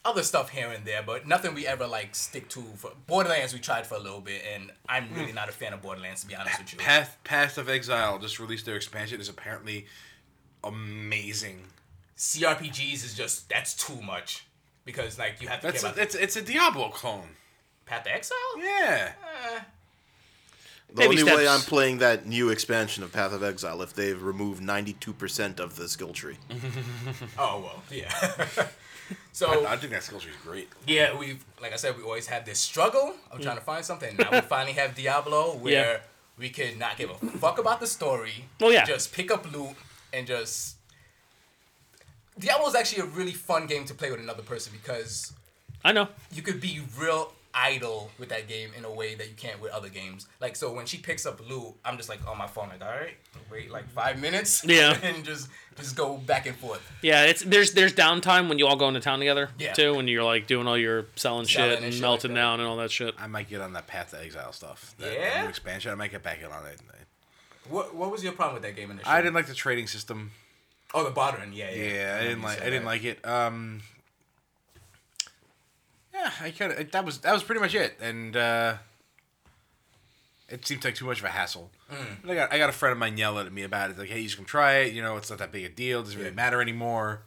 Speaker 3: other stuff here and there, but nothing we ever like stick to. For Borderlands, we tried for a little bit, and I'm
Speaker 4: Hmm.
Speaker 3: really not a fan of Borderlands to be honest with you.
Speaker 5: Path Path of Exile just released their expansion. It's apparently amazing.
Speaker 3: CRPGs is just that's too much because like you have to
Speaker 5: That's
Speaker 3: care
Speaker 5: a,
Speaker 3: about
Speaker 5: it's it's a Diablo clone.
Speaker 3: Path to Exile.
Speaker 5: Yeah.
Speaker 2: the
Speaker 4: Baby
Speaker 2: only way
Speaker 4: steps.
Speaker 2: I'm playing that new expansion of Path of Exile if they've removed 92% of the skill tree.
Speaker 3: Oh well, yeah.
Speaker 5: I
Speaker 3: so
Speaker 5: think that skill tree is great.
Speaker 3: yeah, we've like I said, we always had this struggle of trying to find something. Now we finally have Diablo, where
Speaker 4: Yeah.
Speaker 3: we could not give a fuck about the story.
Speaker 4: Well, yeah.
Speaker 3: Just pick up loot and just. Diablo is actually a really fun game to play with another person because
Speaker 4: I know.
Speaker 3: you could be real idle with that game in a way that you can't with other games. Like so when she picks up loot, I'm just like on my phone, like, all right, wait like five minutes.
Speaker 4: Yeah.
Speaker 3: And just just go back and forth.
Speaker 4: Yeah, it's there's there's downtime when you all go into town together
Speaker 3: Yeah.
Speaker 4: too, when you're like doing all your selling,
Speaker 3: Selling
Speaker 4: shit
Speaker 3: and
Speaker 4: and
Speaker 3: shit
Speaker 4: melting
Speaker 3: like that.
Speaker 4: down and all that shit.
Speaker 5: I might get on that Path to Exile stuff. That, that
Speaker 3: Yeah?
Speaker 5: new expansion. I might get back in on it.
Speaker 3: What what was your problem with that game initially?
Speaker 5: I didn't like the trading system.
Speaker 3: Oh the bartering, yeah, yeah.
Speaker 5: Yeah, I didn't
Speaker 3: you
Speaker 5: like. I
Speaker 3: said
Speaker 5: didn't
Speaker 3: that.
Speaker 5: like it. Um, yeah, I kind of that was that was pretty much it, and uh, it seemed like too much of a hassle. And I got I got a friend of mine yelling at me about it, like, "Hey, you should come try it. You know, it's not that big a deal. It doesn't really
Speaker 3: Yeah.
Speaker 5: matter anymore."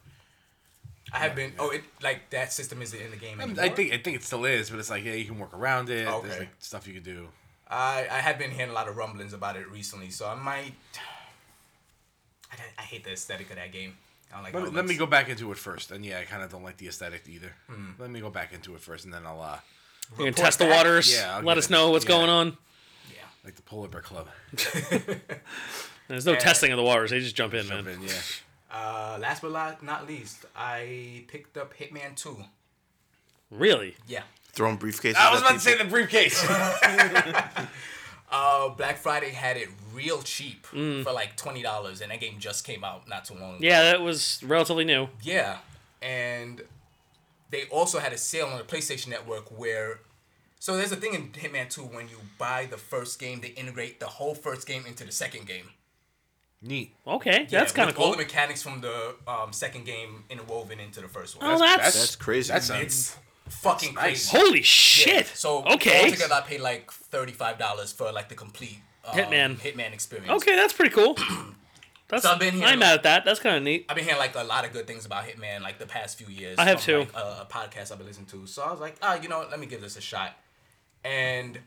Speaker 3: I have been. Oh, it like that system isn't in the game anymore.
Speaker 5: I think I think it still is, but it's like, yeah, you can work around it. There's
Speaker 3: Okay.
Speaker 5: like stuff you can do.
Speaker 3: I I have been hearing a lot of rumblings about it recently, so I might. I, don't- I hate the aesthetic of that game. I don't like.
Speaker 5: Let,
Speaker 3: how
Speaker 5: me-
Speaker 3: it
Speaker 5: let me
Speaker 3: looks.
Speaker 5: go back into it first, and yeah, I kind of don't like the aesthetic either. Let me go back into it first, and then I'll uh,
Speaker 4: You can test the waters.
Speaker 5: Yeah, I'll
Speaker 4: let
Speaker 5: get
Speaker 4: us
Speaker 5: it.
Speaker 4: know what's
Speaker 5: Yeah.
Speaker 4: going on.
Speaker 3: Yeah.
Speaker 5: like the polar bear club.
Speaker 4: There's no testing of the waters. They just jump in, man.
Speaker 5: Jump in, yeah.
Speaker 3: Uh, last but la- not least, I picked up Hitman Two.
Speaker 4: Really?
Speaker 3: Yeah.
Speaker 2: Throwing briefcases.
Speaker 5: I was
Speaker 2: at
Speaker 5: about to say
Speaker 2: people.
Speaker 5: the briefcase.
Speaker 3: Uh, Black Friday had it real cheap
Speaker 5: Mm.
Speaker 3: for like twenty dollars, and that game just came out not too long. ago.
Speaker 4: Yeah, that was relatively new.
Speaker 3: Yeah, and they also had a sale on the PlayStation Network where. So there's a thing in Hitman 2 when you buy the first game, they integrate the whole first game into the second game.
Speaker 5: Neat.
Speaker 4: Okay,
Speaker 3: Yeah,
Speaker 4: that's kind of
Speaker 3: with All
Speaker 4: cool.
Speaker 3: the mechanics from the um, second game interwoven into the first one.
Speaker 4: Oh, that's,
Speaker 2: That's crazy.
Speaker 5: That's a-
Speaker 3: it's fucking
Speaker 5: nice.
Speaker 3: crazy.
Speaker 4: holy
Speaker 3: Yeah,
Speaker 4: shit.
Speaker 3: So
Speaker 4: okay,
Speaker 3: altogether, I paid like thirty-five dollars for like the complete um,
Speaker 4: Hitman.
Speaker 3: Hitman experience.
Speaker 4: okay, that's pretty cool. That's
Speaker 3: So I've been here-
Speaker 4: I'm mad at that. That's kind of neat.
Speaker 3: I've been hearing like a lot of good things about Hitman like the past few years.
Speaker 4: I have
Speaker 3: from,
Speaker 4: too.
Speaker 3: Like, a, a podcast I've been listening to, so I was like, ah, you know, what? let me give this a shot. And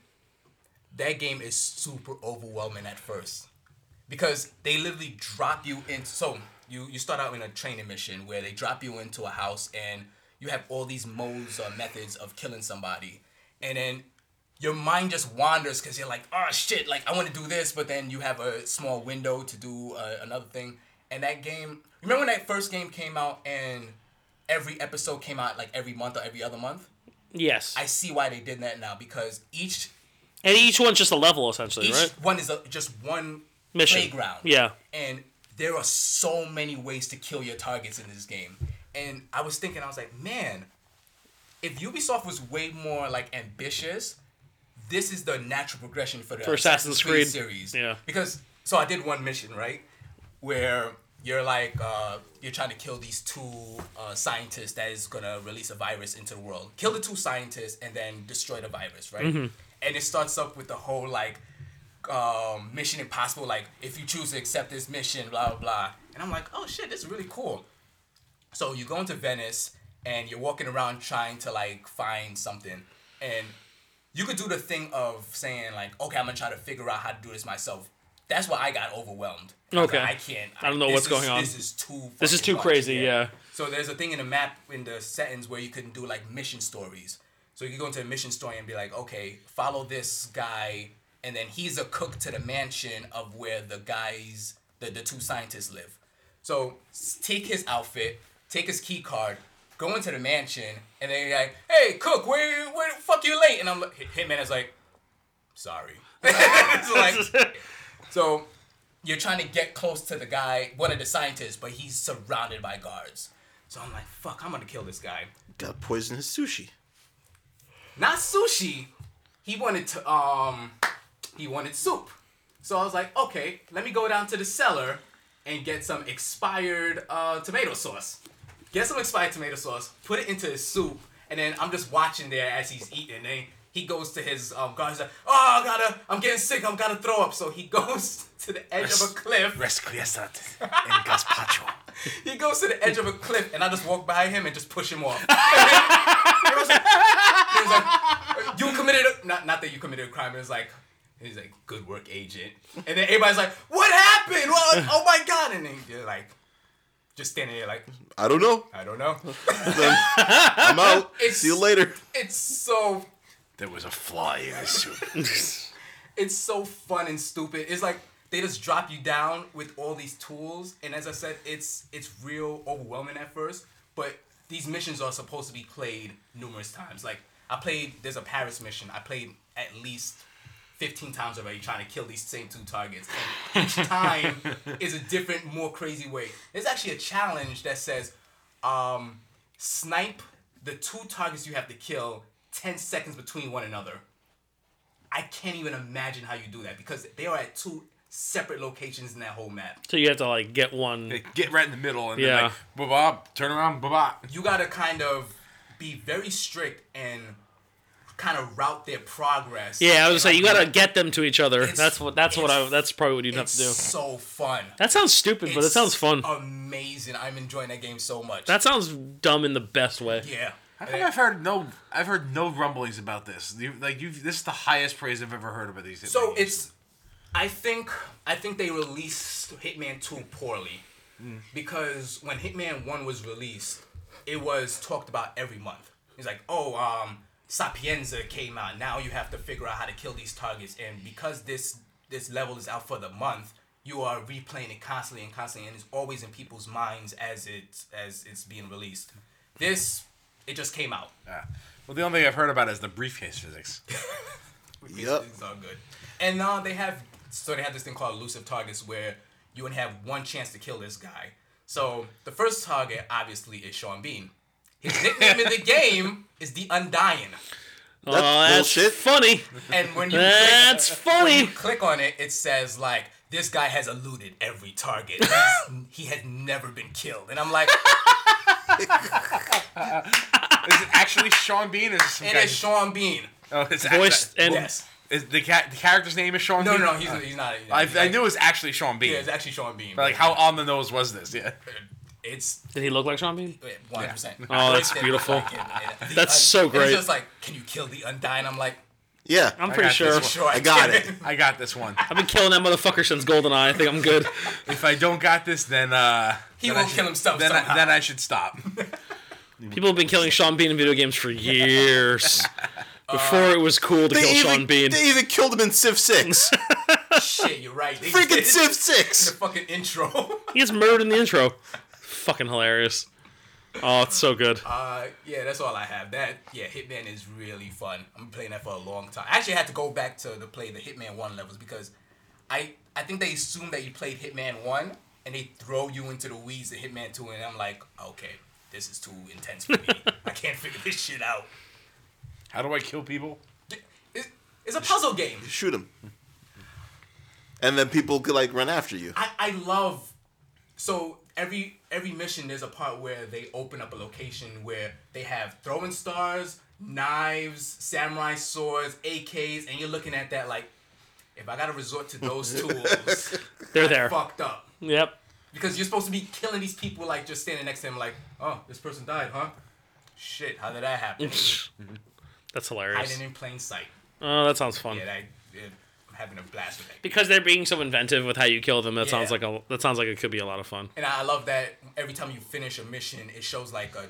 Speaker 3: that game is super overwhelming at first because they literally drop you in. So you you start out in a training mission where they drop you into a house and you have all these modes or methods of killing somebody, and then your mind just wanders because you're like, oh shit, like I want to do this, but then you have a small window to do uh, another thing. And that game, remember when that first game came out and every episode came out like every month or every other month?
Speaker 4: Yes,
Speaker 3: I see why they did that now because each
Speaker 4: and each one's just a level essentially,
Speaker 3: each
Speaker 4: right?
Speaker 3: one is a, just one
Speaker 4: Mission.
Speaker 3: playground.
Speaker 4: Yeah.
Speaker 3: And there are so many ways to kill your targets in this game. And I was thinking, I was like, man, if Ubisoft was way more like ambitious, this is the natural progression for the
Speaker 4: For Assassin's Creed.
Speaker 3: series.
Speaker 4: Yeah.
Speaker 3: Because so I did one mission right, where you're like uh, you're trying to kill these two uh, scientists that is gonna release a virus into the world. Kill the two scientists and then destroy the virus, right? And it starts up with the whole like um, Mission Impossible, like if you choose to accept this mission, blah blah blah. And I'm like, oh shit, this is really cool. So you go into Venice and you're walking around trying to like find something, and you could do the thing of saying like, okay, I'm gonna try to figure out how to do this myself. That's why I got overwhelmed. I was
Speaker 4: Okay.
Speaker 3: like, I can't.
Speaker 4: I don't know
Speaker 3: this
Speaker 4: what's
Speaker 3: is-
Speaker 4: going on.
Speaker 3: This is too.
Speaker 4: This is
Speaker 3: fucking
Speaker 4: too
Speaker 3: much,
Speaker 4: crazy, yeah.
Speaker 3: So there's a thing in the map in the settings where you can do like mission stories. So you can go into a mission story and be like, okay, follow this guy, and then he's a cook to the mansion of where the guys, the the two scientists live. So s- take his outfit, take his key card, go into the mansion, and then you're like, hey, cook, where, where the fuck you late? And I'm like, Hitman is like, sorry. It's like- so you're trying to get close to the guy, one of the scientists, but he's surrounded by guards. So I'm like, fuck, I'm gonna kill this guy.
Speaker 2: got poisonous sushi.
Speaker 3: Not sushi. He wanted to um he wanted soup. So I was like, okay, let me go down to the cellar and get some expired uh, tomato sauce. Get some expired tomato sauce, put it into his soup, and then I'm just watching there as he's eating. And he goes to his um, guard. He's like, "Oh, I gotta, I'm getting sick. I'm gonna throw up." So he goes to the edge of a cliff.
Speaker 5: Resquiescat in gazpacho.
Speaker 3: He goes to the edge of a cliff, and I just walk by him and just push him off. He was like- he was like, "You committed a, not not that you committed a crime." It was like he's like, "Good work, agent." And then everybody's like, "What happened? Well, oh my god!" And then you're like, just standing there like,
Speaker 2: I don't know.
Speaker 3: "I don't know."
Speaker 2: Then I'm out.
Speaker 3: It's-
Speaker 2: See you later.
Speaker 3: It's so
Speaker 5: There was a fly in his soup.
Speaker 3: it's so fun and stupid. It's like they just drop you down with all these tools, and as I said, it's it's real overwhelming at first. But these missions are supposed to be played numerous times. Like I played, there's a Paris mission. I played at least fifteen times already trying to kill these same two targets. And each time is a different, more crazy way. There's actually a challenge that says, um, snipe the two targets you have to kill ten seconds between one another. I can't even imagine how you do that because they are at two separate locations in that whole map.
Speaker 4: So you have to like get one.
Speaker 5: Get right in the middle and
Speaker 4: Yeah.
Speaker 5: then like, bob, turn around, bob.
Speaker 3: You gotta kind of be very strict and kind of route their progress.
Speaker 4: Yeah, I was gonna say you
Speaker 3: Like,
Speaker 4: gotta get them to each other. That's what. That's what I.
Speaker 3: it's-
Speaker 4: That's probably what you'd have
Speaker 3: It's
Speaker 4: to do.
Speaker 3: so fun.
Speaker 4: That sounds stupid, but it
Speaker 3: It's
Speaker 4: sounds fun.
Speaker 3: Amazing. I'm enjoying that game so much.
Speaker 4: That sounds dumb in the best way.
Speaker 3: yeah.
Speaker 5: I think I've heard no, I've heard no rumblings about this. You, like you, this is the highest praise I've ever heard about these. Hitman
Speaker 3: So
Speaker 5: games.
Speaker 3: it's, I think, I think they released Hitman Two poorly because when Hitman One was released, it was talked about every month. It's like, oh, um, Sapienza came out. Now you have to figure out how to kill these targets, and because this this level is out for the month, you are replaying it constantly and constantly, and it's always in people's minds as it's as it's being released. This, it just came out.
Speaker 5: Ah. Well, the only thing I've heard about is the briefcase physics.
Speaker 2: Yep.
Speaker 3: It's all good. And now they have so they have this thing called elusive targets where you would have one chance to kill this guy. So the first target obviously is Sean Bean. His nickname in the game is the Undying.
Speaker 4: That's, that's
Speaker 2: bullshit.
Speaker 4: funny.
Speaker 3: And when you click,
Speaker 4: That's
Speaker 3: when
Speaker 4: funny.
Speaker 3: you click on it, it says like this guy has eluded every target. he has never been killed. And I'm like,
Speaker 5: is it actually Sean Bean? Or is it some
Speaker 3: it
Speaker 5: guy?
Speaker 3: is Sean Bean.
Speaker 5: oh, it's
Speaker 4: Voiced
Speaker 5: actually-
Speaker 4: and
Speaker 3: Yes.
Speaker 5: Is the cat the character's name is Sean
Speaker 3: No,
Speaker 5: Bean?
Speaker 3: no, no. He's, he's not.
Speaker 5: I, I knew it was actually Sean Bean.
Speaker 3: Yeah, it's actually Sean Bean.
Speaker 5: But, like how on the nose was this? Yeah.
Speaker 3: It's
Speaker 4: did he look like Sean Bean?
Speaker 3: one hundred percent.
Speaker 4: Oh, that's beautiful. That's so great.
Speaker 3: It's just like, can you kill the undying? I'm like,
Speaker 2: Yeah.
Speaker 4: I'm
Speaker 5: got
Speaker 4: pretty
Speaker 5: this
Speaker 4: sure.
Speaker 5: one.
Speaker 3: sure,
Speaker 2: I got
Speaker 3: can.
Speaker 2: it.
Speaker 5: I got this one.
Speaker 4: I've been killing that motherfucker since GoldenEye. I think I'm good.
Speaker 5: If I don't got this, then uh,
Speaker 3: He
Speaker 5: then
Speaker 3: will
Speaker 5: I should-
Speaker 3: kill himself
Speaker 5: Then
Speaker 3: somehow.
Speaker 5: I, then I should stop.
Speaker 4: People have been killing Sean Bean in video games for years. Before it was cool to kill
Speaker 2: even,
Speaker 4: Sean Bean.
Speaker 2: They even killed him in Civ 6.
Speaker 3: Shit, you're right. They
Speaker 2: Freaking
Speaker 3: did.
Speaker 2: Civ
Speaker 3: The
Speaker 2: 6.
Speaker 3: fucking intro.
Speaker 4: He gets murdered in the intro. Fucking hilarious. Oh, it's so good.
Speaker 3: uh, yeah, that's all I have. That yeah, Hitman is really fun. I'm playing that for a long time. I actually had to go back to the play the Hitman One levels because I I think they assume that you played Hitman One and they throw you into the weeds of Hitman Two, and I'm like, okay, this is too intense for me. I can't figure this shit out.
Speaker 5: How do I kill people?
Speaker 3: It's, it's a puzzle game.
Speaker 2: Shoot him. And then people could, like, run after you.
Speaker 3: I, I love so every every mission there's a part where they open up a location where they have throwing stars, knives, samurai swords, AKs, and you're looking at that like if I gotta resort to those tools,
Speaker 4: They're there.
Speaker 3: fucked up.
Speaker 4: Yep.
Speaker 3: Because you're supposed to be killing these people like just standing next to them like, oh, this person died, huh? Shit, how did that happen?
Speaker 4: That's
Speaker 3: Hiding
Speaker 4: hilarious.
Speaker 3: in plain sight.
Speaker 4: Oh, that sounds fun.
Speaker 3: Yeah, that, yeah, I'm having a blast with that.
Speaker 4: Because they're being so inventive with how you kill them, that sounds
Speaker 3: Yeah.
Speaker 4: like a that sounds like it could be a lot of fun.
Speaker 3: And I I love that every time you finish a mission, it shows like a,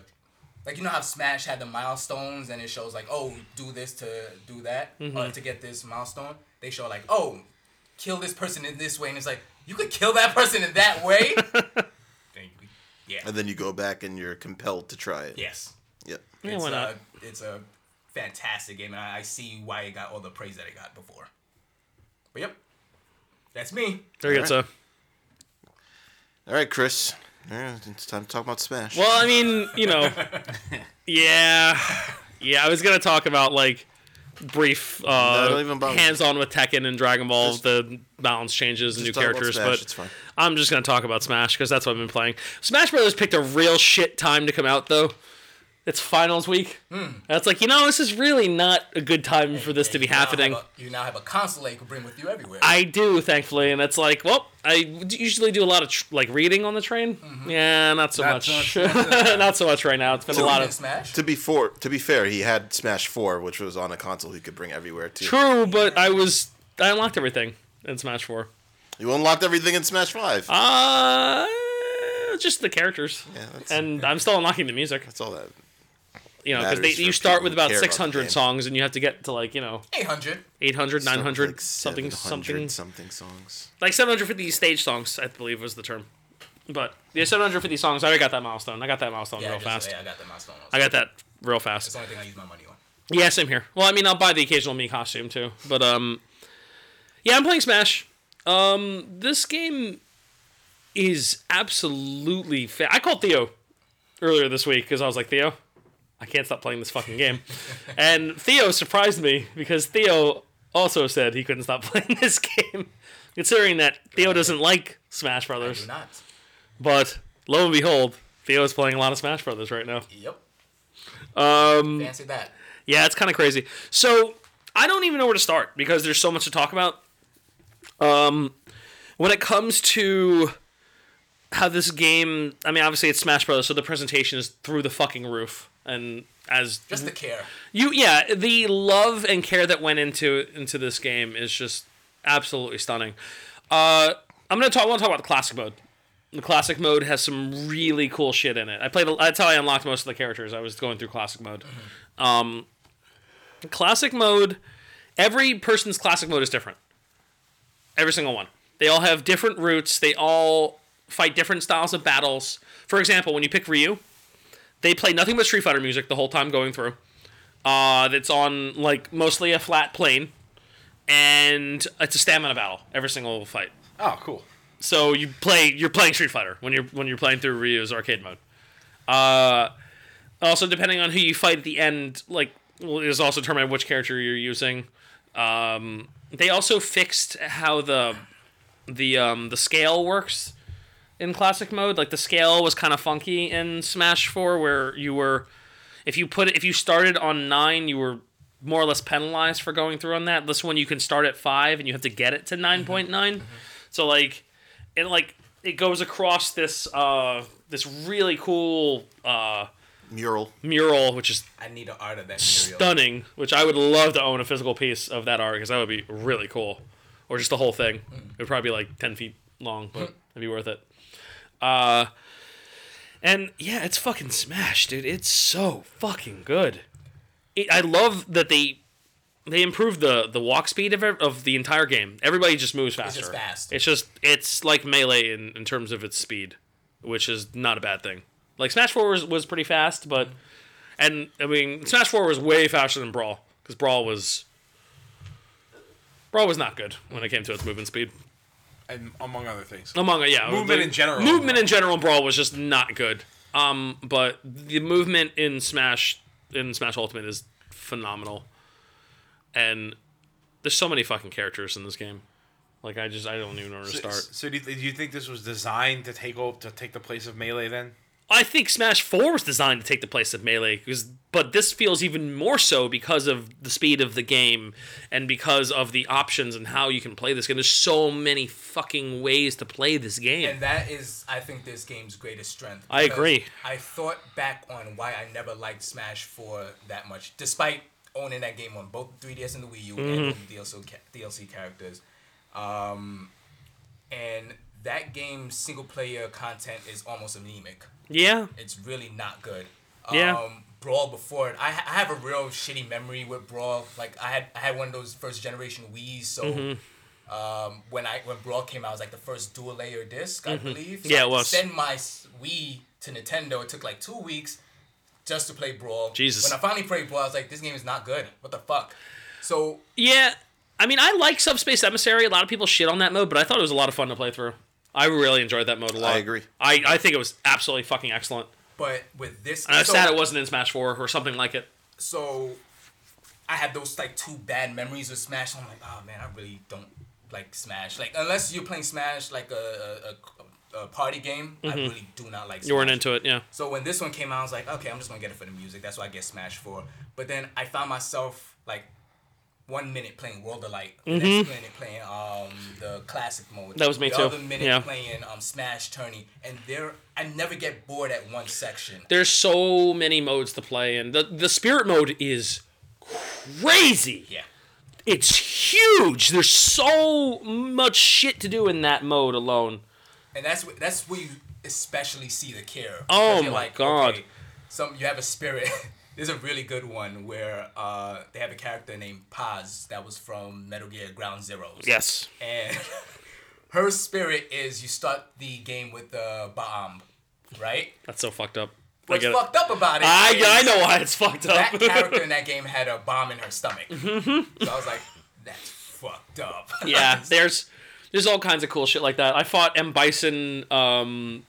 Speaker 3: like you know how Smash had the milestones and it shows like oh do this to do that
Speaker 4: Mm-hmm.
Speaker 3: uh, to get this milestone. They show like oh, kill this person in this way, and it's like you could kill that person in that way. Thank you. yeah.
Speaker 2: And then you go back and you're compelled to try it.
Speaker 3: Yes.
Speaker 2: Yep.
Speaker 4: Yeah,
Speaker 3: it's,
Speaker 4: why not?
Speaker 3: A, it's a fantastic game, and I, I see why it got all the praise that it got before. But yep, that's me.
Speaker 4: There you go. So,
Speaker 2: All right, Chris. All right, it's time to talk about Smash.
Speaker 4: well, I mean, you know, yeah, yeah. I was gonna talk about like brief uh,
Speaker 2: don't even bother.
Speaker 4: hands-on with Tekken and Dragon Ball,
Speaker 2: Just-
Speaker 4: the balance changes and new
Speaker 2: Just talk about
Speaker 4: characters,
Speaker 2: Smash,
Speaker 4: but
Speaker 2: it's fine.
Speaker 4: I'm just gonna talk about Smash because that's what I've been playing. Smash Brothers picked a real shit time to come out though. It's finals week.
Speaker 2: Hmm.
Speaker 4: That's like you know this is really not a good time for this to be
Speaker 3: You now have
Speaker 4: happening.
Speaker 3: a- you now have a console that you can bring with you everywhere.
Speaker 4: I do thankfully, and it's like well I d- usually do a lot of tr- like reading on the train. Yeah, not so
Speaker 5: Not
Speaker 4: much.
Speaker 5: so
Speaker 4: not so much right now. It's been a lot
Speaker 3: Even
Speaker 4: of
Speaker 3: Smash.
Speaker 2: To be for, to be fair, he had Smash 4, which was on a console he could bring everywhere too.
Speaker 4: true, but I was I unlocked everything in Smash Four.
Speaker 2: You unlocked everything in Smash 5.
Speaker 4: Uh, just the characters.
Speaker 2: yeah, that's,
Speaker 4: And I'm still unlocking the music,
Speaker 2: that's all that.
Speaker 4: you know, because
Speaker 2: Matters
Speaker 4: you
Speaker 2: for
Speaker 4: start
Speaker 2: people
Speaker 4: with
Speaker 2: who
Speaker 4: about
Speaker 2: care about the
Speaker 4: 600
Speaker 2: game.
Speaker 4: songs, and you have to get to like you know
Speaker 3: 800.
Speaker 4: 800, 900, something,
Speaker 2: Like
Speaker 4: something,
Speaker 2: 700 something songs.
Speaker 4: like 750 stage songs, I believe was the term. But yeah, 750 songs. I already got that milestone. I got that milestone
Speaker 3: Yeah,
Speaker 4: real
Speaker 3: just-
Speaker 4: fast.
Speaker 3: yeah, I got the milestone.
Speaker 4: I got that real
Speaker 3: It's
Speaker 4: fast.
Speaker 3: the only thing I use my money on.
Speaker 4: Yeah, same here. Well, I mean, I'll buy the occasional me costume too, but um, yeah, I'm playing Smash. Um, this game is absolutely. Fa- I called Theo earlier this week because I was like, Theo, I can't stop playing this fucking game, and Theo surprised me because Theo also said he couldn't stop playing this game, considering that Theo doesn't like Smash
Speaker 3: Do
Speaker 4: Brothers,
Speaker 3: not.
Speaker 4: but lo and behold, Theo is playing a lot of Smash Brothers right now.
Speaker 3: Yep. Um. Fancy that.
Speaker 4: Yeah, it's kind of crazy. So I don't even know where to start because there's so much to talk about. Um, when it comes to how this game, I mean, obviously it's Smash Brothers, so the presentation is through the fucking roof, and as
Speaker 3: Just the care.
Speaker 4: you, yeah, the love and care that went into into this game is just absolutely stunning. Uh, I'm gonna talk. I want to talk about the classic mode The classic mode has some really cool shit in it. I played. That's how I unlocked most of the characters. I was going through classic mode. Um, classic mode. Every person's classic mode is different. Every single one. They all have different routes. They all fight different styles of battles. For example, when you pick Ryu, they play nothing but Street Fighter music the whole time going through. Uh, that's on like mostly a flat plane, and it's a stamina battle every single fight.
Speaker 5: Oh, cool.
Speaker 4: So you play you're playing Street Fighter when you're when you're playing through Ryu's arcade mode. Uh, also, depending on who you fight at the end, like will- is also determined which character you're using. Um, they also fixed how the the um, the scale works in classic mode. Like the scale was kind of funky in Smash Four, where you were if you put it, if you started on nine, you were more or less penalized for going through on that. This one you can start at five and you have to get it to nine point nine. So like it like it goes across this uh this really cool uh
Speaker 2: Mural.
Speaker 4: mural which is
Speaker 3: I need an art of that material.
Speaker 4: stunning, which I would love to own a physical piece of that art because that would be really cool, or just the whole thing. It would probably be like ten feet long, but it'd be worth it. Uh, and yeah, it's fucking smash, dude. It's so fucking good. It, I love that they they improved the the walk speed of ev- of the entire game. Everybody just moves faster.
Speaker 3: just fast.
Speaker 4: It's just it's like melee in, in terms of its speed, which is not a bad thing. Like Smash Four was, was pretty fast, but and I mean, Smash Four was way faster than Brawl because Brawl was Brawl was not good when it came to its movement speed.
Speaker 5: And among other things.
Speaker 4: Among yeah,
Speaker 5: Movement
Speaker 4: the-
Speaker 5: in general.
Speaker 4: Movement in general, in Brawl was just not good. Um, but the movement in Smash in Smash Ultimate is phenomenal, and there's so many fucking characters in this game. Like I just I don't even know where to
Speaker 5: So,
Speaker 4: start.
Speaker 5: so do, you, do you think this was designed to take over to take the place of melee? Then
Speaker 4: I think Smash Four was designed to take the place of Melee, 'cause- but this feels even more so because of the speed of the game and because of the options and how you can play this game. There's so many fucking ways to play this game.
Speaker 3: And that is, I think, this game's greatest strength.
Speaker 4: I
Speaker 3: because
Speaker 4: agree.
Speaker 3: I thought back on why I never liked Smash 4 that much, despite owning that game on both 3DS and the Wii U and
Speaker 4: Mm-hmm.
Speaker 3: the DLC, ca- DLC characters. Um, and that game's single player content is almost anemic.
Speaker 4: yeah,
Speaker 3: It's really not good.
Speaker 4: Yeah.
Speaker 3: Um, Brawl before it, I, ha- I have a real shitty memory with Brawl. Like I had I had one of those first generation Wii's, so
Speaker 4: Mm-hmm.
Speaker 3: um, when I when Brawl came out, it was like the first dual layer disk I believe. So
Speaker 4: Mm-hmm. Yeah,
Speaker 3: I had
Speaker 4: it
Speaker 3: to
Speaker 4: was.
Speaker 3: Send my s- Wii to Nintendo. It took like two weeks just to play Brawl.
Speaker 4: Jesus.
Speaker 3: When I finally played Brawl, I was like, this game is not good. What the fuck? So
Speaker 4: yeah. I mean, I like Subspace Emissary. A lot of people shit on that mode, but I thought it was a lot of fun to play through. I really enjoyed that mode a lot.
Speaker 2: I agree.
Speaker 4: I, I think it was absolutely fucking excellent.
Speaker 3: but with this,
Speaker 4: And I'm
Speaker 3: so,
Speaker 4: sad it wasn't in Smash Four or something like it.
Speaker 3: so I had those like two bad memories of Smash. and I'm like, oh man, I really don't like Smash. Like unless you're playing Smash like a a, a, a party game, I really do not like. Smash.
Speaker 4: Mm-hmm. You weren't into it, yeah.
Speaker 3: So when this one came out, I was like, okay, I'm just gonna get it for the music. That's what I get Smash for. But then I found myself like one minute playing World of Light, the next minute playing um the classic mode.
Speaker 4: Mm-hmm. That was me
Speaker 3: the
Speaker 4: too.
Speaker 3: other minute
Speaker 4: Yeah.
Speaker 3: playing um Smash Tourney, and there I never get bored at one section.
Speaker 4: There's so many modes to play, and the the Spirit mode is crazy.
Speaker 3: Yeah.
Speaker 4: It's huge. There's so much shit to do in that mode alone.
Speaker 3: and that's wh- that's where you especially see the care.
Speaker 4: Oh
Speaker 3: Because you're
Speaker 4: my God.
Speaker 3: some you have a spirit. There's a really good one where uh, they have a character named Paz that was from Metal Gear Ground Zeroes.
Speaker 4: Yes.
Speaker 3: And her spirit is you start the game with the bomb, right?
Speaker 4: That's so fucked up. I
Speaker 3: What's
Speaker 4: get it.
Speaker 3: fucked up about it?
Speaker 4: I, I
Speaker 3: is
Speaker 4: know why it's fucked up.
Speaker 3: That character in that game had a bomb in her stomach. so I was like, that's fucked up.
Speaker 4: Mm-hmm. yeah, there's there's all kinds of cool shit like that. I fought M Bison um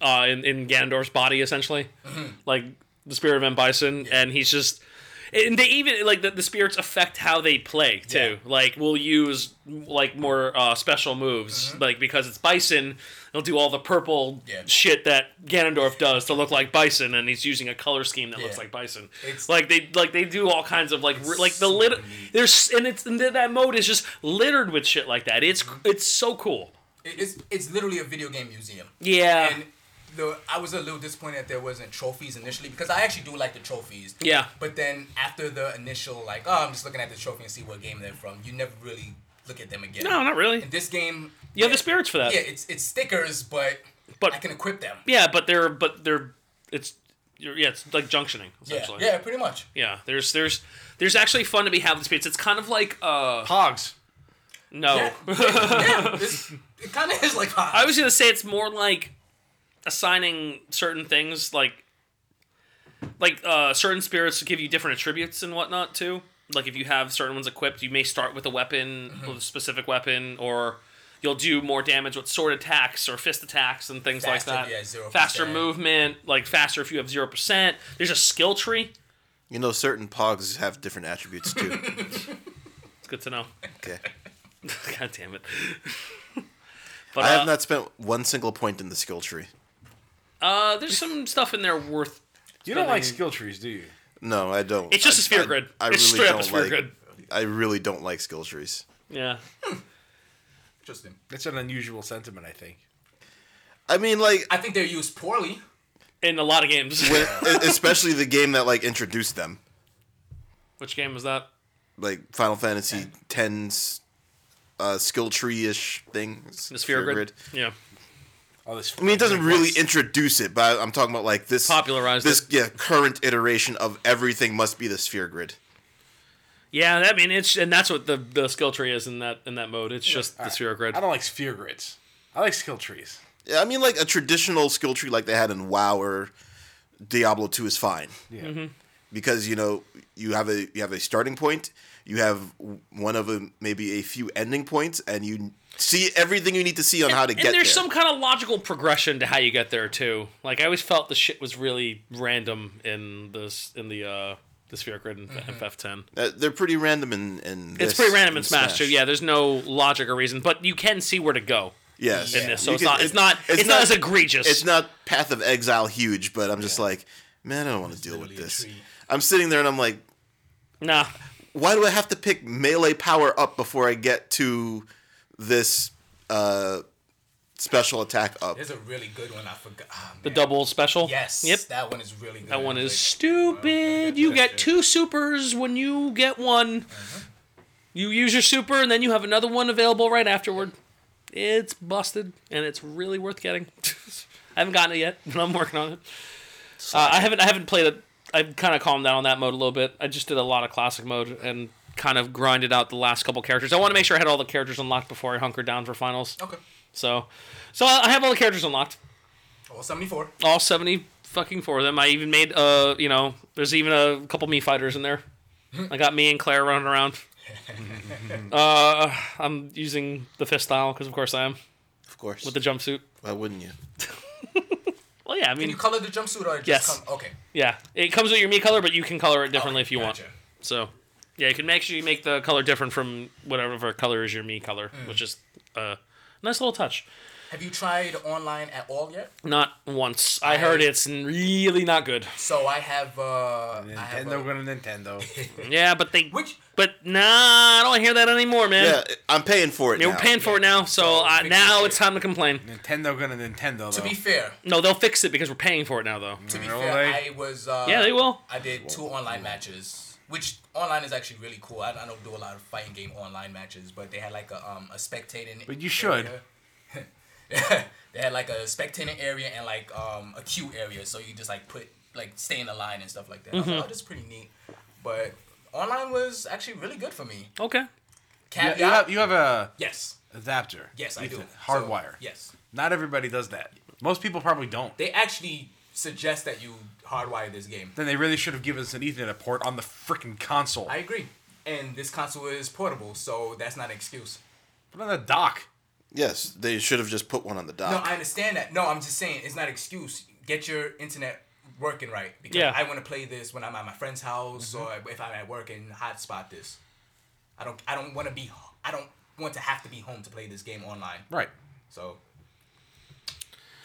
Speaker 4: uh in, in Ganondorf's body essentially.
Speaker 3: Mm-hmm.
Speaker 4: Like the spirit of M Bison and he's just and they even like the, the spirits affect how they play too. Like we'll use like more uh, special moves like because it's Bison, it'll do all the purple
Speaker 3: Mm-hmm. Yeah.
Speaker 4: shit that Ganondorf does to look like Bison and he's using a color scheme that looks
Speaker 3: Yeah.
Speaker 4: like Bison.
Speaker 3: It's-
Speaker 4: like they like they do all kinds of like like the
Speaker 3: so
Speaker 4: lit
Speaker 3: neat.
Speaker 4: there's and it's and th- that mode is just littered with shit like that. It's
Speaker 3: Mm-hmm.
Speaker 4: it's so cool.
Speaker 3: It- it's, it's literally a video game museum.
Speaker 4: Yeah.
Speaker 3: and the I was a little disappointed that there wasn't trophies initially because I actually do like the trophies.
Speaker 4: Yeah.
Speaker 3: But then after the initial like, oh, I'm just looking at the trophy and see what game they're from. You never really look at them again.
Speaker 4: No, not really.
Speaker 3: In this game,
Speaker 4: You have the spirits for that.
Speaker 3: Yeah, it's it's stickers, but,
Speaker 4: But-
Speaker 3: I can equip them.
Speaker 4: Yeah, but they're but they're it's you're, yeah it's like junctioning
Speaker 3: Yeah,
Speaker 4: essentially.
Speaker 3: yeah, pretty much.
Speaker 4: Yeah, There's there's there's actually fun to be having spirits. It's kind of like uh
Speaker 5: Pogs.
Speaker 4: no.
Speaker 3: Yeah, yeah, yeah, it's- it kind of is like ah. hot.
Speaker 4: I was gonna say it's more like assigning certain things like like uh certain spirits give you different attributes and whatnot too. Like if you have certain ones equipped, you may start with a weapon,
Speaker 3: Mm-hmm.
Speaker 4: with a specific weapon, or you'll do more damage with sword attacks or fist attacks and things
Speaker 3: Faster,
Speaker 4: like that.
Speaker 3: yeah, 0%.
Speaker 4: Faster movement, like faster if you have zero percent. There's a skill tree.
Speaker 2: You know, certain pogs have different attributes too.
Speaker 4: It's good to know.
Speaker 2: okay.
Speaker 4: God damn it. but
Speaker 2: I
Speaker 4: uh,
Speaker 2: have not spent one single point in the skill tree.
Speaker 4: uh, there's some stuff in there worth.
Speaker 5: You don't like skill trees, do you?
Speaker 2: No, I don't.
Speaker 4: It's just
Speaker 2: I-
Speaker 4: a sphere
Speaker 2: I-
Speaker 4: grid.
Speaker 2: I
Speaker 4: it's
Speaker 2: really
Speaker 4: straight up a
Speaker 2: don't
Speaker 4: sphere
Speaker 2: like.
Speaker 4: grid.
Speaker 2: I really don't like skill trees.
Speaker 4: Yeah.
Speaker 3: Interesting.
Speaker 5: That's an unusual sentiment, I think.
Speaker 2: I mean, like,
Speaker 3: I think they're used poorly.
Speaker 4: in a lot of games.
Speaker 2: when, e- especially the game that like introduced them,
Speaker 4: Which game was that?
Speaker 2: like Final Fantasy X's uh, skill tree ish thing.
Speaker 4: The Sphere Grid. Yeah.
Speaker 5: All Oh, this.
Speaker 2: I mean, it doesn't really introduce it, but I- I'm talking about like this
Speaker 4: Popularized
Speaker 2: this
Speaker 4: it.
Speaker 2: yeah current iteration of everything must be the sphere grid.
Speaker 4: Yeah, that, I mean it's and that's what the the skill tree is in that in that mode. It's just the sphere grid.
Speaker 5: I don't like sphere grids. I like skill trees.
Speaker 2: Yeah, I mean, like a traditional skill tree like they had in WoW or Diablo Two is fine.
Speaker 5: Yeah.
Speaker 4: Mm-hmm.
Speaker 2: because you know you have a you have a starting point you have w- one of a, maybe a few ending points and you see everything you need to see on how to
Speaker 4: and
Speaker 2: get
Speaker 4: there's
Speaker 2: there
Speaker 4: some kind of logical progression to how you get there too. Like I always felt the shit was really random in this in the uh the sphere grid in FF10.
Speaker 2: Uh, they're pretty random in, in
Speaker 4: It's
Speaker 2: this
Speaker 4: pretty random in
Speaker 2: and
Speaker 4: Smash, too. Yeah, there's no logic or reason, but you can see where to go
Speaker 2: yes
Speaker 4: in this. So
Speaker 2: You
Speaker 4: it's
Speaker 2: can-
Speaker 4: not it's not it's, not, as egregious.
Speaker 2: it's not path of exile huge but i'm just like man i don't want to deal with
Speaker 3: literally a
Speaker 2: this
Speaker 3: tree.
Speaker 2: i'm sitting there and i'm like
Speaker 4: nah.
Speaker 2: why do i have to pick melee power up before i get to this uh special attack up
Speaker 3: There's a really good one I forgot. Ah,
Speaker 4: The
Speaker 3: man.
Speaker 4: double special.
Speaker 3: Yes.
Speaker 4: Yep.
Speaker 3: That one is really good.
Speaker 4: That one
Speaker 3: Like,
Speaker 4: is stupid. You get two supers when you get one.
Speaker 3: Uh-huh.
Speaker 4: You use your super and then you have another one available right afterward. It's busted and it's really worth getting. I haven't gotten it yet, but I'm working on it. Uh, I haven't I haven't played it. I've kind of calmed down on that mode a little bit. I just did a lot of classic mode and kind of grinded out the last couple characters. I want to make sure I had all the characters unlocked before I hunkered down for finals.
Speaker 3: okay.
Speaker 4: So, so I I have all the characters unlocked
Speaker 3: All 74.
Speaker 4: all 70 fucking four of them. I even made, uh, you know, there's even a couple me fighters in there. I got me and Claire running around. uh, I'm using the fist style because, of course, I am
Speaker 2: of course
Speaker 4: with the jumpsuit.
Speaker 2: why wouldn't you
Speaker 4: Well, yeah, I
Speaker 3: Can you
Speaker 4: mean,
Speaker 3: color the jumpsuit or it just
Speaker 4: Um, Yes.
Speaker 3: come? Okay.
Speaker 4: yeah, it comes with your me color, but you can color it differently
Speaker 3: Okay,
Speaker 4: if you want.
Speaker 3: gotcha.
Speaker 4: So, yeah, you can make sure you make the color different from whatever color is your me color,
Speaker 3: Hmm.
Speaker 4: which is uh, nice little touch.
Speaker 3: Have you tried online at all yet?
Speaker 4: Not once. I heard it's really not good.
Speaker 3: So I have. uh I have
Speaker 5: Nintendo
Speaker 3: uh,
Speaker 5: going to Nintendo.
Speaker 4: Yeah, but they.
Speaker 3: Which-
Speaker 4: But nah, I don't hear that anymore, man.
Speaker 2: yeah i'm paying for it
Speaker 4: They
Speaker 2: now.
Speaker 4: were paying for it now, so
Speaker 3: So,
Speaker 4: uh,
Speaker 3: fix
Speaker 4: now
Speaker 3: it.
Speaker 4: it's time to complain.
Speaker 5: Nintendo going to Nintendo.
Speaker 3: To
Speaker 5: though.
Speaker 3: be fair,
Speaker 4: No, they'll fix it because we're paying for it now, though.
Speaker 3: to be
Speaker 5: Really?
Speaker 3: fair, I was. Uh,
Speaker 4: Yeah, they will.
Speaker 3: I did two online matches, which online is actually really cool. I, I don't do a lot of fighting game online matches, but they had like a um a spectating.
Speaker 5: But you should.
Speaker 3: area. they had like a spectating area and like um a queue area, so you just like put like stay in the line and stuff like that. I was
Speaker 4: Mm-hmm.
Speaker 3: like, oh, that's pretty neat. But online was actually really good for me.
Speaker 4: Okay.
Speaker 5: You,
Speaker 3: Caveat,
Speaker 5: you have, you have a
Speaker 3: yes,
Speaker 5: adapter.
Speaker 3: yes, I
Speaker 5: You
Speaker 3: do.
Speaker 5: can Hardwire.
Speaker 3: So, yes,
Speaker 5: Not everybody does that. Most people probably don't.
Speaker 3: they actually suggest that you hardwire this game.
Speaker 5: Then they really should have given us an Ethernet port on the freaking console.
Speaker 3: I agree. And this console is portable, so that's not an excuse.
Speaker 5: Put on the dock.
Speaker 2: Yes, they should have just put one on the dock.
Speaker 3: No, I understand that. No, I'm just saying it's not an excuse. Get your internet working right because
Speaker 4: Yeah. Mm-hmm.
Speaker 3: I want to play this when I'm at my friend's house or if I'm at work and hotspot this. I don't. I don't want to be. I don't want to have to be home to play this game online.
Speaker 5: Right.
Speaker 3: So.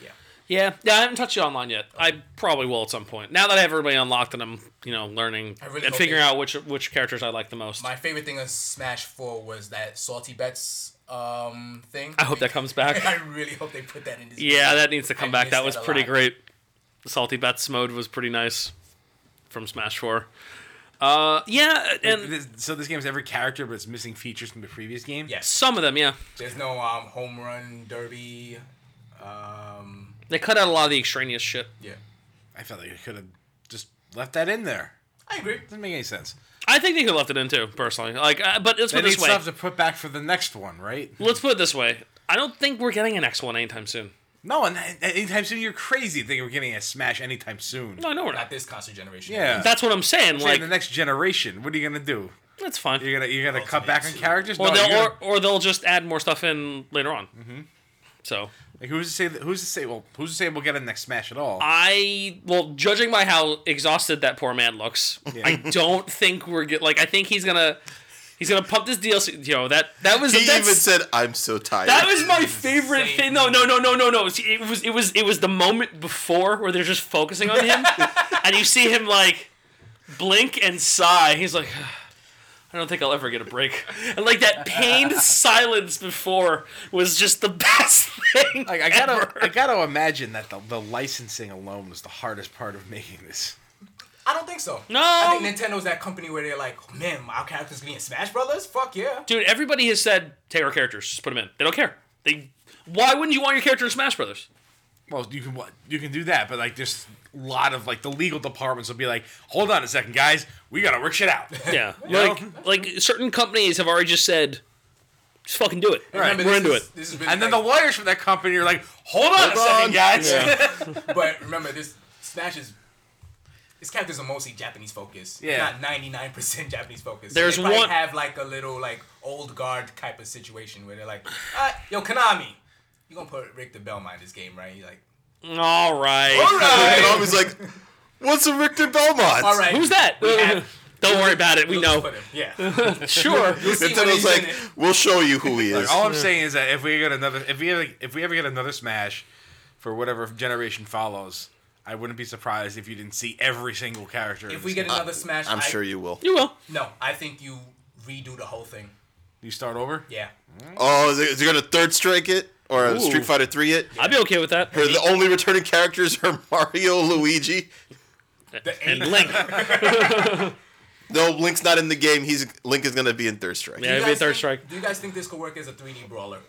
Speaker 3: Yeah.
Speaker 4: Yeah, yeah. I haven't touched it online yet. I probably will at some point. Now that I have everybody unlocked and I'm, you know, learning
Speaker 3: I really
Speaker 4: and
Speaker 3: hope
Speaker 4: figuring
Speaker 3: they-
Speaker 4: out which which characters I like the most.
Speaker 3: My favorite thing of Smash Four was that salty bets um thing.
Speaker 4: I hope that comes back.
Speaker 3: I really hope they put that in this.
Speaker 4: yeah, that needs to come
Speaker 3: I
Speaker 4: back.
Speaker 3: miss
Speaker 4: That was
Speaker 3: that a
Speaker 4: pretty
Speaker 3: lot.
Speaker 4: great. Salty Bets mode was pretty nice from Smash Four. Uh, yeah, and
Speaker 5: This- so this game has every character, but it's missing features from the previous game.
Speaker 3: Yes.
Speaker 4: some of them, yeah,
Speaker 3: There's no um, home run derby. Um,
Speaker 4: they cut out a lot of the extraneous shit.
Speaker 3: yeah.
Speaker 5: I felt like I could have just left that in there.
Speaker 3: I agree.
Speaker 5: Doesn't make any sense.
Speaker 4: I think they could have left it in too, personally. Like, uh, but let's
Speaker 5: They
Speaker 4: put it
Speaker 5: need
Speaker 4: this way.
Speaker 5: stuff to put back for the next one, right?
Speaker 4: Let's put it this way. I don't think we're getting an X one anytime soon.
Speaker 5: No, and and anytime soon you're crazy. to Think we're getting a smash anytime soon?
Speaker 4: No, I know we're
Speaker 3: Not
Speaker 4: not.
Speaker 3: this constant generation.
Speaker 5: Yeah,
Speaker 4: That's what I'm saying.
Speaker 5: Saying
Speaker 4: Like,
Speaker 5: the next generation. What are you gonna do?
Speaker 4: that's fine.
Speaker 5: You're gonna you're gonna cut back on
Speaker 3: Ultimate.
Speaker 5: characters?
Speaker 4: or
Speaker 5: no,
Speaker 4: they'll
Speaker 5: you're gonna-
Speaker 4: or, or they'll just add more stuff in later on. Mm-hmm. So
Speaker 5: like, who's to say? That, who's to say? Well, who's to say we'll get a next smash at
Speaker 4: Uh,
Speaker 5: all?
Speaker 4: I well, judging by how exhausted that poor man looks, I don't think we're get, like I think he's gonna he's gonna pump this DLC. You know that that was
Speaker 2: He
Speaker 4: that's,
Speaker 2: even said, "I'm so tired."
Speaker 4: that was my favorite
Speaker 3: Insane.
Speaker 4: thing. No, no, no, no, no, no. See, It was it was it was the moment before where they're just focusing on him, and you see him like blink and sigh. He's like. I don't think I'll ever get a break. And like that pained silence before was just the best thing.
Speaker 5: Like I gotta,
Speaker 4: ever.
Speaker 5: I gotta imagine that the, the licensing alone was the hardest part of making this.
Speaker 3: I don't think so.
Speaker 4: No.
Speaker 3: I think Nintendo's that company where they're like, man, our character's gonna be in Smash Brothers. Fuck yeah.
Speaker 4: Dude, everybody has said take our characters, just put them in. They don't care. They. Why wouldn't you want your character in Smash Brothers?
Speaker 5: Well, you can what you can do that, but like there's a lot of like the legal departments will be like, hold on a second, guys, we gotta work shit out.
Speaker 4: Yeah,
Speaker 5: Yeah.
Speaker 4: like like certain companies have already just said, just fucking do it.
Speaker 5: Right,
Speaker 4: we're
Speaker 3: this
Speaker 4: into
Speaker 3: is-
Speaker 4: it.
Speaker 3: This is really
Speaker 5: and then the
Speaker 3: like-
Speaker 5: lawyers from that company are like, hold on a
Speaker 2: Hold
Speaker 5: second,
Speaker 2: on.
Speaker 5: guys.
Speaker 4: Yeah.
Speaker 3: But remember, this Smash is. Its characters are mostly Japanese focused.
Speaker 5: Yeah.
Speaker 3: Not ninety nine percent Japanese focused.
Speaker 4: There's
Speaker 3: they probably
Speaker 4: one-
Speaker 3: have like a little like old guard type of situation where they're like, uh, yo, Konami, you gonna put Rick the Belmont in this game, right? You're like,
Speaker 4: All right.
Speaker 2: And I
Speaker 3: Alright.
Speaker 2: was like, "What's a Richter Belmont?"
Speaker 3: All right.
Speaker 4: Who's that?
Speaker 3: have-
Speaker 4: don't worry about it. We
Speaker 3: We'll
Speaker 4: know.
Speaker 3: put him. Yeah.
Speaker 4: Sure.
Speaker 3: See when
Speaker 2: Nintendo's
Speaker 3: he's
Speaker 2: like,
Speaker 3: in it.
Speaker 2: "We'll show you who he is."
Speaker 5: Like, all I'm saying is that if we get another, if we ever, if we ever get another Smash, for whatever generation follows, I wouldn't be surprised if you didn't see every single character. in
Speaker 3: If
Speaker 5: this
Speaker 3: we get
Speaker 5: game.
Speaker 3: another Smash,
Speaker 2: I'm
Speaker 3: I-
Speaker 2: sure you will.
Speaker 4: You will.
Speaker 3: No, I think you redo the whole thing.
Speaker 5: you start over.
Speaker 3: Yeah.
Speaker 2: Oh, is it, is it gonna third strike it or
Speaker 4: Ooh.
Speaker 2: Street Fighter Three it?
Speaker 4: I'd be okay with that.
Speaker 2: Where the only returning characters are Mario, Luigi.
Speaker 3: The
Speaker 4: And
Speaker 3: eight-
Speaker 4: Link.
Speaker 2: No, Link's not in the game. He's Link is gonna be in third strike.
Speaker 4: Yeah.
Speaker 3: Do you
Speaker 4: Maybe
Speaker 3: guys
Speaker 4: Third
Speaker 3: think-
Speaker 4: Strike.
Speaker 3: Do you guys think this could work as a 3D brawler?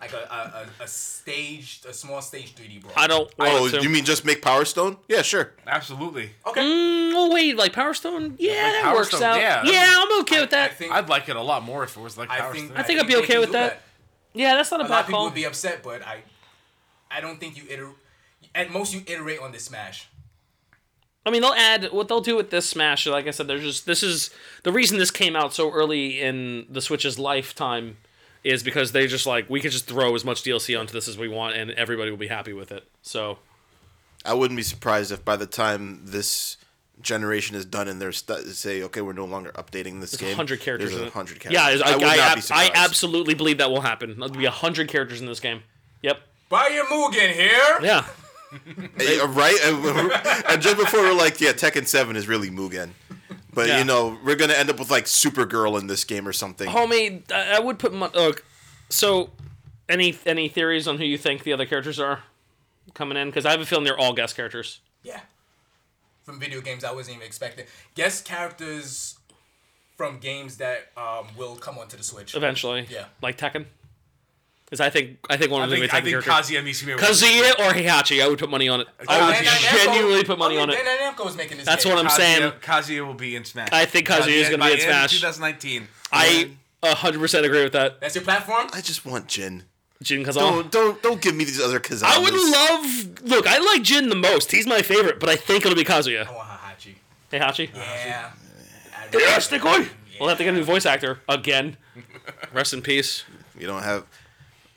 Speaker 3: Like a, a, a, a staged, a small stage 3D brawler?
Speaker 4: I don't
Speaker 2: Oh,
Speaker 4: want to.
Speaker 2: you mean just make Power Stone? Yeah, sure.
Speaker 5: Absolutely,
Speaker 3: Okay.
Speaker 4: Oh wait, like Power Stone? Yeah, that
Speaker 5: Power
Speaker 4: works
Speaker 5: Stone,
Speaker 4: out.
Speaker 5: yeah.
Speaker 4: I'm okay with that.
Speaker 3: I think,
Speaker 5: I'd like it a lot more if it was like
Speaker 3: I
Speaker 5: Power
Speaker 3: think,
Speaker 5: Stone.
Speaker 4: think I'd be
Speaker 3: they
Speaker 4: okay
Speaker 3: can
Speaker 4: with
Speaker 3: do
Speaker 4: that. yeah, that's not
Speaker 3: A
Speaker 4: a
Speaker 3: lot of
Speaker 4: bad
Speaker 3: people
Speaker 4: call.
Speaker 3: would be upset, but I, I don't think you iterate. At most, you iterate on this Smash.
Speaker 4: I mean, they'll add what they'll do with this Smash. Like I said, there's just this is the reason this came out so early in the Switch's lifetime is because they just like we could just throw as much DLC onto this as we want, and everybody will be happy with it. So
Speaker 2: I wouldn't be surprised if by the time this generation is done and they're st- say, okay, we're no longer updating this game.
Speaker 4: hundred characters.
Speaker 2: There's
Speaker 4: in
Speaker 2: a
Speaker 4: it.
Speaker 2: hundred
Speaker 4: Yeah,
Speaker 2: characters.
Speaker 4: I, I,
Speaker 2: would
Speaker 4: I,
Speaker 2: not
Speaker 4: ab-
Speaker 2: be
Speaker 4: I
Speaker 2: surprised.
Speaker 4: absolutely believe that will happen. There'll be a hundred characters in this game. Yep.
Speaker 3: Buy your Mugen here.
Speaker 4: Yeah.
Speaker 2: Eh, eh, right. And- and just before we're like, yeah, Tekken Seven is really Mugen, but
Speaker 4: Yeah.
Speaker 2: you know we're gonna end up with like Supergirl in this game or something.
Speaker 4: Homie, I, I would put. Mon- uh, so, any any theories on who you think the other characters are coming in? Because I have a feeling they're all guest characters.
Speaker 3: Yeah. From video games I wasn't even expecting. Guess characters from games that um, will come onto the Switch.
Speaker 4: eventually.
Speaker 3: Yeah.
Speaker 4: Like Tekken. Because I think I think one
Speaker 5: I
Speaker 4: of them would
Speaker 5: think, I
Speaker 4: take the
Speaker 5: think
Speaker 4: character.
Speaker 5: Kazuya Misume. would-
Speaker 4: Kazuya or Heihachi, I would put money on it. I would
Speaker 5: Bandai
Speaker 3: Namco-
Speaker 4: genuinely put money
Speaker 3: I
Speaker 4: on
Speaker 3: mean,
Speaker 4: it.
Speaker 3: Bandai Namco's making this
Speaker 4: That's
Speaker 3: game.
Speaker 4: what I'm
Speaker 5: Kazuya-
Speaker 4: saying.
Speaker 5: Kazuya will be in Smash.
Speaker 4: I think Kazuya is gonna
Speaker 5: by
Speaker 4: be in
Speaker 5: the end of
Speaker 4: Smash.
Speaker 5: 2019.
Speaker 4: I 100% agree with that.
Speaker 3: That's your platform?
Speaker 2: I just want Jin.
Speaker 4: Jin Kazama.
Speaker 2: Don't don't don't give me these other Kazamas.
Speaker 4: Oh. I would love. Look, I like Jin the most. He's my favorite, but I think it'll be Kazuya.
Speaker 3: I want Hahachi.
Speaker 4: Heihachi.
Speaker 3: Yeah.
Speaker 4: Yes, they could. We'll have to get a new voice actor again. Rest in peace.
Speaker 2: We don't have.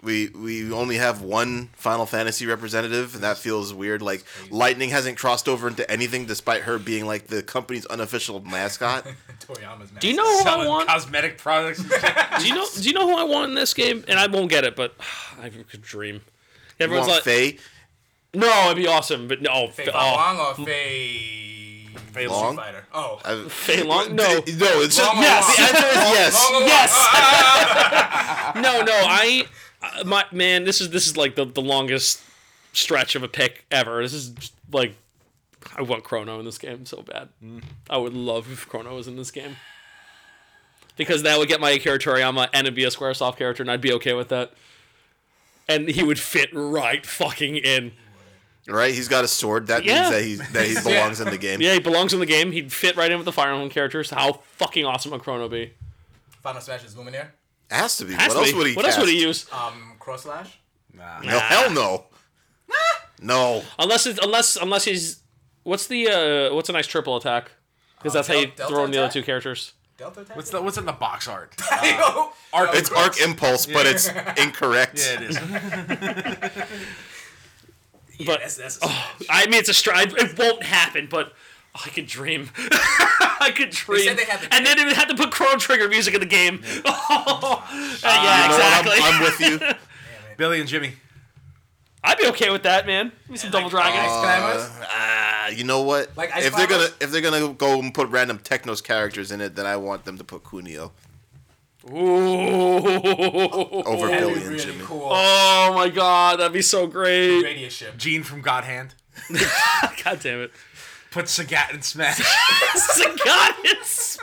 Speaker 2: We we only have one Final Fantasy representative, and that feels weird. Like Lightning hasn't crossed over into anything, despite her being like the company's unofficial mascot.
Speaker 3: Toriyama's
Speaker 4: Do you know who I
Speaker 5: Selling
Speaker 4: want?
Speaker 5: cosmetic products. and shit.
Speaker 4: Do you know? Do you know who I want in this game? And I won't get it, but I could dream.
Speaker 2: You
Speaker 4: Everyone's
Speaker 2: want
Speaker 4: like,
Speaker 2: Faye?
Speaker 4: no, it'd be awesome, but no,
Speaker 3: Fei
Speaker 4: oh,
Speaker 3: Long or Fei... Fei
Speaker 2: Long?
Speaker 3: Fighter. Oh.
Speaker 2: I-
Speaker 4: Fei Long? No.
Speaker 2: no, it's just
Speaker 3: Long
Speaker 4: Yes.
Speaker 2: the answer is yes.
Speaker 3: Long or
Speaker 4: Yes.
Speaker 3: Long? Ah, ah,
Speaker 4: no, no, I, uh, my man, this is this is like the the longest stretch of a pick ever. This is like I want Chrono in this game so bad.
Speaker 2: Mm.
Speaker 4: I would love if Chrono was in this game. Because that would get my Akira Toriyama and it'd be a Squaresoft character, and I'd be okay with that. And he would fit right fucking in.
Speaker 2: Right? He's got a sword. That
Speaker 4: Yeah.
Speaker 2: means that he that he belongs in the game.
Speaker 4: Yeah, he belongs in the game. He'd fit right in with the Fire Emblem characters. How fucking awesome would Chrono be?
Speaker 3: Final Smash is Luminaire.
Speaker 2: Has to be.
Speaker 4: Has
Speaker 2: what
Speaker 4: to
Speaker 2: else
Speaker 4: be.
Speaker 2: would he
Speaker 4: What else would he
Speaker 2: cast?
Speaker 4: use?
Speaker 3: Um, Cross Slash.
Speaker 5: Nah.
Speaker 2: No, hell no. no.
Speaker 4: Unless it's, unless unless he's what's the uh what's a nice triple attack? Because that's how you
Speaker 3: Oh, Del- Delta
Speaker 4: throw in the other
Speaker 3: attack?
Speaker 4: two characters.
Speaker 3: Delta attack.
Speaker 5: What's the, what's in the box art? Uh,
Speaker 3: Yo,
Speaker 5: Arc-
Speaker 2: It's Arc Impulse, but it's incorrect.
Speaker 5: yeah, it is.
Speaker 4: But
Speaker 3: that's, that's a
Speaker 2: Oh.
Speaker 3: Smash.
Speaker 4: I mean, it's a stride. It won't happen, but I could dream. I could dream.
Speaker 3: said they had the-
Speaker 4: and then they would have to put Chrono Trigger music in the game. Uh, yeah,
Speaker 2: You know what?
Speaker 4: exactly.
Speaker 2: I'm, I'm with you.
Speaker 5: Billy and Jimmy.
Speaker 4: i would be okay with that, man. Give me some Double Dragon.
Speaker 2: Uh,
Speaker 3: Ice Climbers.
Speaker 2: Ah, you know what?
Speaker 3: Like Ice
Speaker 2: if they're
Speaker 3: Climbers?
Speaker 2: gonna if they're gonna go and put random Technos characters in it, then I want them to put Kunio
Speaker 4: Ooh.
Speaker 2: over
Speaker 3: That'd
Speaker 2: Billy
Speaker 3: be
Speaker 2: and
Speaker 3: really
Speaker 2: Jimmy.
Speaker 3: cool.
Speaker 4: Oh my god, that'd be so great.
Speaker 3: Radius ship.
Speaker 5: Gene from God Hand.
Speaker 4: God damn it.
Speaker 5: Put Sagat in Smash.
Speaker 4: God, it's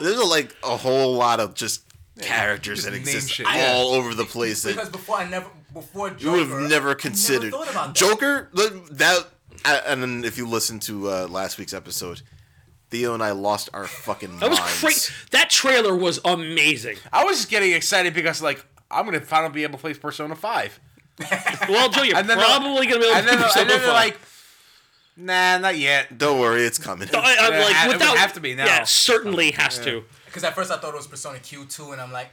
Speaker 2: There's like a whole lot of just characters that
Speaker 5: name
Speaker 2: exist
Speaker 5: shit. Yeah.
Speaker 2: all over the place
Speaker 3: Because
Speaker 2: that
Speaker 3: before I never before Joker,
Speaker 2: you would have
Speaker 3: I
Speaker 2: never considered.
Speaker 3: thought about that.
Speaker 2: Joker the- that, I- and then if you listen to uh, last week's episode, Theo and I lost our fucking
Speaker 4: that was
Speaker 2: minds.
Speaker 4: crazy. That trailer was amazing.
Speaker 5: I was just getting excited because like I'm gonna finally be able to play Persona Five.
Speaker 4: Well, Joe, you're
Speaker 5: And then
Speaker 4: probably gonna be able to
Speaker 5: And then,
Speaker 4: do
Speaker 5: and
Speaker 4: something
Speaker 5: then
Speaker 4: fun.
Speaker 5: they're like, Nah, not yet.
Speaker 2: Don't worry, it's coming.
Speaker 4: I, I'm
Speaker 5: Yeah, it
Speaker 4: like,
Speaker 5: would
Speaker 4: without
Speaker 5: have to be now.
Speaker 4: Yeah, certainly has to.
Speaker 3: Because at first I thought it was Persona Q2, and I'm like,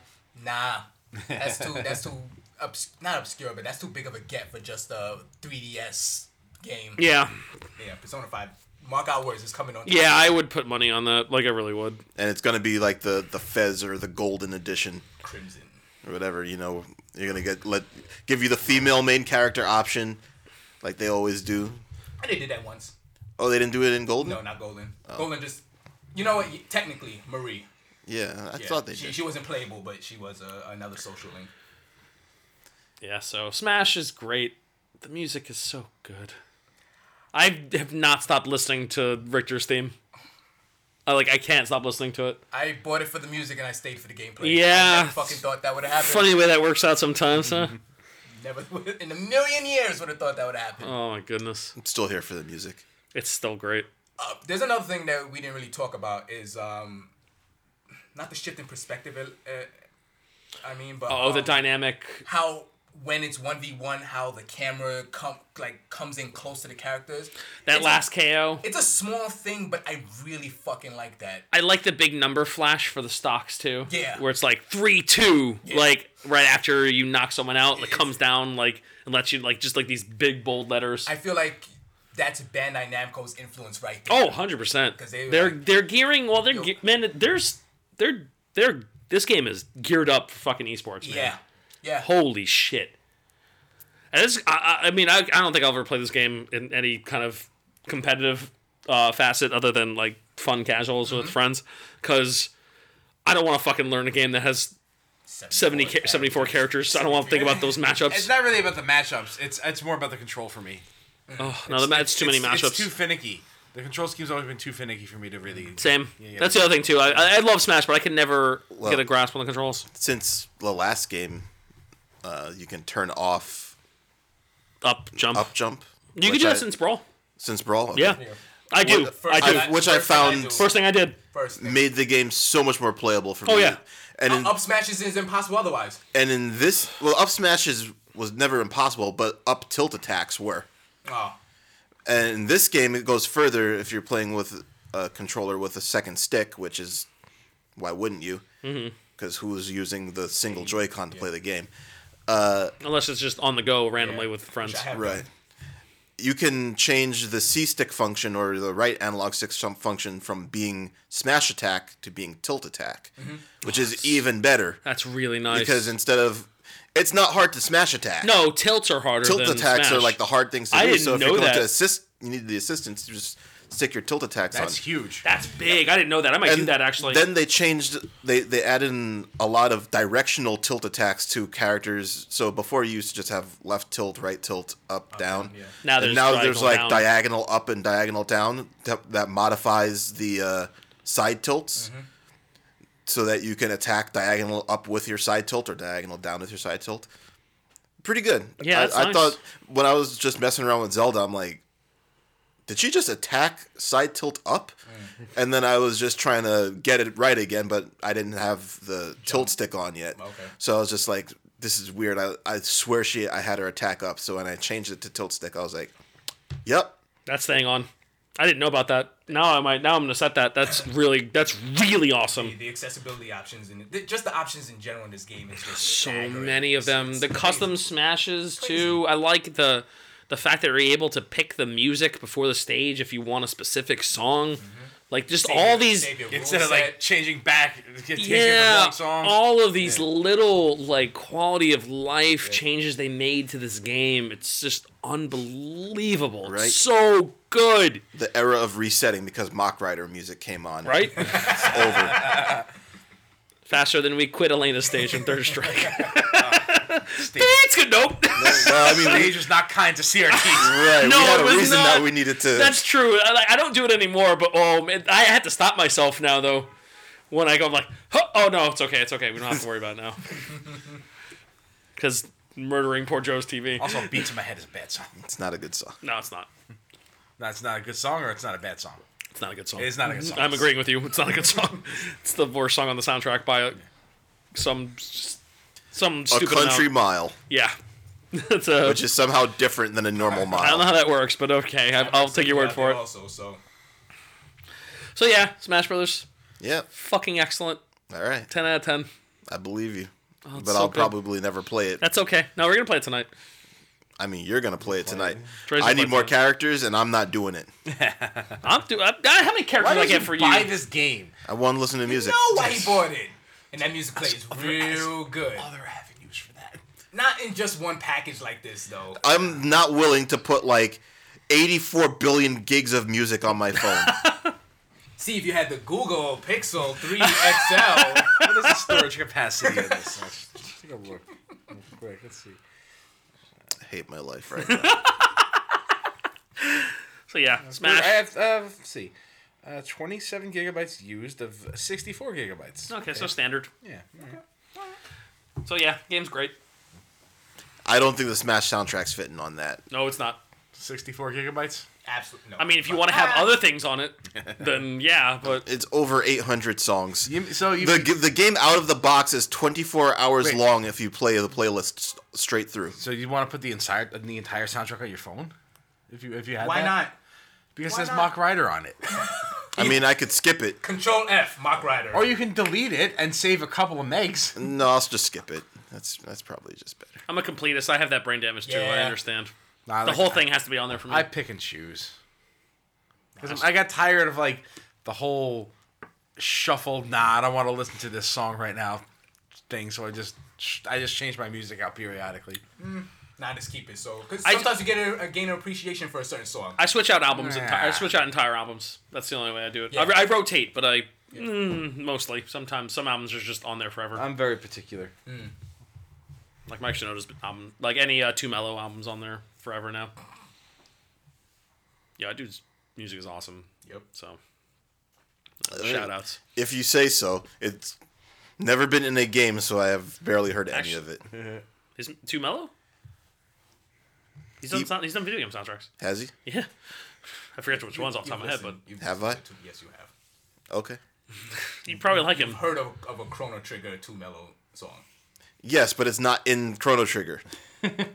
Speaker 3: nah, that's too that's too obs- not obscure, but that's too big of a get for just a 3DS game.
Speaker 4: Yeah,
Speaker 3: Yeah, Persona 5. Mark out words, it's coming on.
Speaker 4: yeah, I would put money on that. Like, I really would.
Speaker 2: and it's gonna be like the the Fez or the Golden Edition
Speaker 3: Crimson.
Speaker 2: or whatever. You know, you're gonna get let give you the female main character option, like they always do.
Speaker 3: And they did that once.
Speaker 2: Oh, they didn't do it in Golden.
Speaker 3: No, not Golden.
Speaker 2: Oh.
Speaker 3: Golden just, you know what? Technically, Marie.
Speaker 2: Yeah, I
Speaker 3: Yeah,
Speaker 2: thought they
Speaker 3: she,
Speaker 2: did.
Speaker 3: she wasn't playable, but she was uh, another social link.
Speaker 4: Yeah, so Smash is great. The music is so good. I have not stopped listening to Richter's theme. I like, I can't stop listening to it.
Speaker 3: I bought it for the music and I stayed for the gameplay.
Speaker 4: Yeah.
Speaker 3: I never fucking thought that would have happened.
Speaker 4: Funny the way that works out sometimes, huh?
Speaker 3: Never in a million years would have thought that would happen.
Speaker 4: Oh my goodness,
Speaker 2: I'm still here for the music.
Speaker 4: it's still great.
Speaker 3: Uh, there's another thing that we didn't really talk about is um, not the shift in perspective. Uh, I mean, but
Speaker 4: Oh, the
Speaker 3: um,
Speaker 4: dynamic.
Speaker 3: how when it's one v one, how the camera come like comes in close to the characters.
Speaker 4: That
Speaker 3: it's
Speaker 4: last KO.
Speaker 3: A, it's a small thing, but I really fucking like that.
Speaker 4: I like the big number flash for the stocks too.
Speaker 3: Yeah.
Speaker 4: Where it's like three two, like right after you knock someone out, it comes down like and lets you like just like these big bold letters.
Speaker 3: I feel like that's Bandai Namco's influence right there.
Speaker 4: oh, 100 percent.
Speaker 3: 'Cause they-
Speaker 4: They're they're gearing. Well, they're ge- man. There's they're they're this game is geared up for fucking esports. Oh, Man.
Speaker 3: yeah, yeah.
Speaker 4: Holy shit. And this, I, I I mean, I, I don't think I'll ever play this game in any kind of competitive uh, facet other than like fun casuals with friends because I don't want to fucking learn a game that has 70 ca- 74 characters. I don't want to think about those
Speaker 5: It's
Speaker 4: matchups.
Speaker 5: not really about the matchups. It's it's more about the control for me.
Speaker 4: Oh, no, the ma- it's too many
Speaker 5: It's-
Speaker 4: matchups.
Speaker 5: It's too finicky. The control scheme's always been too finicky for me to really.
Speaker 4: Same.
Speaker 5: yeah.
Speaker 4: That's the other thing too. I- I, I love Smash, but I can never get a grasp on the controls.
Speaker 2: Since the last game, uh, you can turn off
Speaker 4: Up, jump.
Speaker 2: up jump.
Speaker 4: you
Speaker 2: which
Speaker 4: can do that
Speaker 2: I-
Speaker 4: since Brawl.
Speaker 2: since Brawl. okay.
Speaker 4: Yeah, I do.
Speaker 3: First
Speaker 4: I do.
Speaker 3: thing
Speaker 2: Which I
Speaker 3: first thing
Speaker 2: found-
Speaker 3: do.
Speaker 4: First thing I did.
Speaker 3: first thing.
Speaker 2: Made the game so much more playable for me.
Speaker 4: Oh, yeah.
Speaker 2: And in,
Speaker 3: up smashes is impossible otherwise.
Speaker 2: and in this, well, up smashes was never impossible, but up tilt attacks were.
Speaker 3: Oh,
Speaker 2: And in this game, it goes further if you're playing with a controller with a second stick, which is why wouldn't you? Because mm-hmm. who's using the single Joy-Con to play the game?
Speaker 4: Unless it's just on the go randomly with friends.
Speaker 3: which I have
Speaker 2: Right. You can change the C stick function or the right analog stick sum- function from being smash attack to being tilt attack, which is even better
Speaker 4: That's really Mm-hmm. nice.
Speaker 2: because instead of it's not hard to smash attack.
Speaker 4: no, tilts are harder
Speaker 2: tilt
Speaker 4: than
Speaker 2: attacks
Speaker 4: Smash.
Speaker 2: are like the hard things to
Speaker 4: I
Speaker 2: do.
Speaker 4: didn't
Speaker 2: so if
Speaker 4: know
Speaker 2: you're going
Speaker 4: that.
Speaker 2: to assist, you need the assistance. You just stick your tilt attacks
Speaker 5: That's
Speaker 2: on.
Speaker 5: huge.
Speaker 4: That's big. I didn't know that. I might do that actually.
Speaker 2: Then they changed. They they added in a lot of directional tilt attacks to characters. So before you used to just have left tilt, right tilt, up, down.
Speaker 3: yeah.
Speaker 4: Now
Speaker 2: And
Speaker 4: there's
Speaker 2: now there's
Speaker 4: diagonal
Speaker 2: like
Speaker 4: down.
Speaker 2: diagonal up and diagonal down that, that modifies the uh, side tilts. So that you can attack diagonal up with your side tilt or diagonal down with your side tilt. Pretty good. I,
Speaker 4: Yeah, that's
Speaker 2: I
Speaker 4: nice.
Speaker 2: thought when I was just messing around with Zelda, I'm like, did she just attack side tilt up? And then I was just trying to get it right again, but I didn't have the tilt stick on yet.
Speaker 3: Okay.
Speaker 2: So I was just like, this is weird. I, I swear she I had her attack up. So when I changed it to tilt stick, I was like, yep.
Speaker 4: That's staying on. I didn't know about that. Now I might. Now I'm gonna set that. That's really. That's really
Speaker 3: The,
Speaker 4: awesome.
Speaker 3: the accessibility options and the, just the options in general in this game is just
Speaker 4: So
Speaker 3: staggering.
Speaker 4: many of
Speaker 3: It's-
Speaker 4: them.
Speaker 3: it's
Speaker 4: The
Speaker 3: amazing.
Speaker 4: custom smashes too. I like the the fact that you're able to pick the music before the stage if you want a specific song. Like just
Speaker 3: Mm-hmm. Save
Speaker 4: all
Speaker 3: your-
Speaker 4: these.
Speaker 3: save your rule
Speaker 5: Instead of like
Speaker 3: set.
Speaker 5: changing back, get changing the
Speaker 4: yeah, Oh.
Speaker 5: wrong song.
Speaker 4: all of these little like quality of life changes they made to this game. It's just unbelievable. It's
Speaker 2: Right.
Speaker 4: so good.
Speaker 2: The era of resetting because Mock Rider music came on.
Speaker 4: Right?
Speaker 2: It's over.
Speaker 4: Faster than we quit Elena's stage in Third Strike.
Speaker 5: Stage,
Speaker 4: That's good. Nope.
Speaker 2: well, I mean, we,
Speaker 5: stage was not kind to CRT.
Speaker 2: right,
Speaker 4: No,
Speaker 2: we had
Speaker 4: it
Speaker 2: a
Speaker 4: was
Speaker 2: reason
Speaker 4: not.
Speaker 2: that we needed to.
Speaker 4: That's true. I, like, I don't do it anymore, but oh man, I had to stop myself now though. When I go, I'm like, "Huh, oh no, it's okay, it's okay. We don't have to worry about it now. Because murdering poor Joe's TV.
Speaker 5: also, Beats in My Head is a bad song.
Speaker 2: it's not a good song.
Speaker 4: No, it's not.
Speaker 5: That's not a good song, or it's not a bad song.
Speaker 4: It's not a good song.
Speaker 5: It's not a good song.
Speaker 4: Mm-hmm. I'm agreeing with you. It's not a good song. it's the worst song on the soundtrack by uh, some some
Speaker 2: A
Speaker 4: stupid
Speaker 2: country
Speaker 4: amount.
Speaker 2: mile,
Speaker 4: Yeah, it's a.
Speaker 2: which is somehow different than a normal
Speaker 4: I don't know
Speaker 2: mile.
Speaker 4: how that works, but okay, I, I'll take your word
Speaker 3: Out
Speaker 4: for
Speaker 3: there
Speaker 4: it.
Speaker 3: Also, so
Speaker 4: So yeah, Smash Brothers,
Speaker 2: Yeah.
Speaker 4: fucking excellent.
Speaker 2: All right.
Speaker 4: Ten out of ten.
Speaker 2: I believe you.
Speaker 4: Oh, it's
Speaker 2: but
Speaker 4: so
Speaker 2: I'll
Speaker 4: good.
Speaker 2: probably never play it.
Speaker 4: That's okay. No, we're gonna play it tonight.
Speaker 2: I mean, you're going to play it tonight.
Speaker 4: Trace
Speaker 2: I
Speaker 4: will
Speaker 2: need
Speaker 4: play
Speaker 2: more
Speaker 4: tonight.
Speaker 2: characters, and I'm not doing it.
Speaker 4: I'm do. I, God, how many characters
Speaker 5: Why
Speaker 4: do I
Speaker 5: don't
Speaker 4: get
Speaker 5: you
Speaker 4: for you?
Speaker 5: buy this game?
Speaker 2: I want to listen to music.
Speaker 3: know why he bought it. And that music plays real good.
Speaker 5: Other avenues for that.
Speaker 3: Not in just one package like this though.
Speaker 2: I'm not willing to put like 84 billion gigs of music on my phone.
Speaker 3: See if you had the Google Pixel 3 XL.
Speaker 5: What is the storage capacity of this? Let's take a look. real Quick, let's see.
Speaker 2: I hate my life right now.
Speaker 4: So yeah,
Speaker 5: I
Speaker 4: Smash.
Speaker 5: have, uh, let's see. Uh, 27 gigabytes used of 64 gigabytes.
Speaker 4: Okay, so standard.
Speaker 5: Yeah. alright.
Speaker 4: So yeah, game's great.
Speaker 2: I don't think the Smash soundtrack's fitting on that.
Speaker 4: No, it's not.
Speaker 5: 64 gigabytes?
Speaker 3: Absolutely. No.
Speaker 4: I mean, if you want to have other things on it, then yeah. But
Speaker 2: It's over 800 songs.
Speaker 5: You- so you
Speaker 2: The, g- the game out of the box is 24 hours
Speaker 5: Wait.
Speaker 2: long if you play the playlist s- straight through.
Speaker 5: so you want to put the entire the entire soundtrack on your phone? If you if you had
Speaker 3: why
Speaker 5: that?
Speaker 3: not?
Speaker 5: Because
Speaker 3: Why
Speaker 5: it says
Speaker 3: not?
Speaker 5: Mock Rider on it.
Speaker 2: I mean, I could skip it.
Speaker 3: Control F, Mock Rider.
Speaker 5: or you can delete it and save a couple of megs.
Speaker 2: No, I'll just skip it. That's that's probably just better.
Speaker 4: I'm a completist. I have that brain damage too. I
Speaker 3: Yeah.
Speaker 4: understand.
Speaker 5: Nah,
Speaker 4: The
Speaker 5: like-
Speaker 4: whole thing has to be on there for me.
Speaker 5: I pick and choose. 'Cause I'm- I got tired of like the whole shuffle. Nah, I don't want to listen to this song right now. Thing, so I just I just change my music out periodically.
Speaker 3: Nah, just keep it. So, because
Speaker 4: I-
Speaker 3: sometimes you get a, a gain of appreciation for a certain song.
Speaker 4: I switch out albums. enti- I
Speaker 5: Nah.
Speaker 4: switch out entire albums. That's the only way I do it.
Speaker 3: Yeah.
Speaker 4: I, I rotate, but I mm, mostly sometimes some albums are just on there forever.
Speaker 5: I'm very particular.
Speaker 4: like Mike Shinoda's album, like any uh, Two Mellow albums on there forever now. Yeah, that dude's music is awesome.
Speaker 3: Yep.
Speaker 4: So shout outs.
Speaker 2: If you say so, it's never been in a game, so I have barely heard any of it.
Speaker 4: Is Two Mellow? He's done.
Speaker 2: He-
Speaker 4: sound, he's done video game soundtracks.
Speaker 2: Has he?
Speaker 4: Yeah, I forget which one's off the top of my head, but
Speaker 3: You've
Speaker 2: Have
Speaker 3: listened
Speaker 2: I?
Speaker 3: to- yes, you have.
Speaker 2: Okay.
Speaker 4: you probably like him.
Speaker 3: Heard of, of a Chrono Trigger 2 Mellow song.
Speaker 2: Yes, but it's not in Chrono Trigger.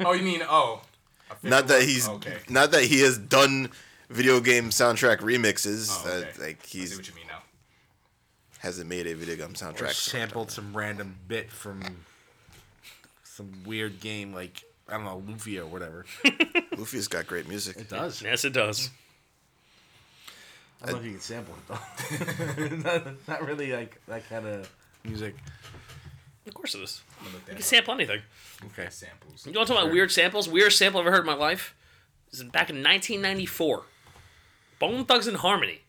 Speaker 3: Oh, you mean, oh. I figured
Speaker 2: Not that
Speaker 3: one-
Speaker 2: he's
Speaker 3: Okay.
Speaker 2: not that he has done video game soundtrack remixes.
Speaker 3: Oh, okay.
Speaker 2: Uh, like
Speaker 3: I see
Speaker 2: he's
Speaker 3: what you mean now.
Speaker 2: hasn't made a video game
Speaker 5: Or
Speaker 4: Oh,
Speaker 2: soundtrack.
Speaker 5: sampled some random bit from some weird game like I don't know Lufia or whatever.
Speaker 2: Luffy's got great music.
Speaker 5: does.
Speaker 4: Yes, it does.
Speaker 5: I don't know if you can sample it though. not, not really like that kind of music.
Speaker 4: Of course it is.
Speaker 3: I'm gonna look
Speaker 4: You
Speaker 3: that
Speaker 4: can
Speaker 3: up.
Speaker 4: sample anything.
Speaker 5: Okay.
Speaker 3: Samples.
Speaker 4: You want to talk about weird samples? Weirdest sample I've ever heard in my life is in- back in 1994. Bone Thugs and Harmony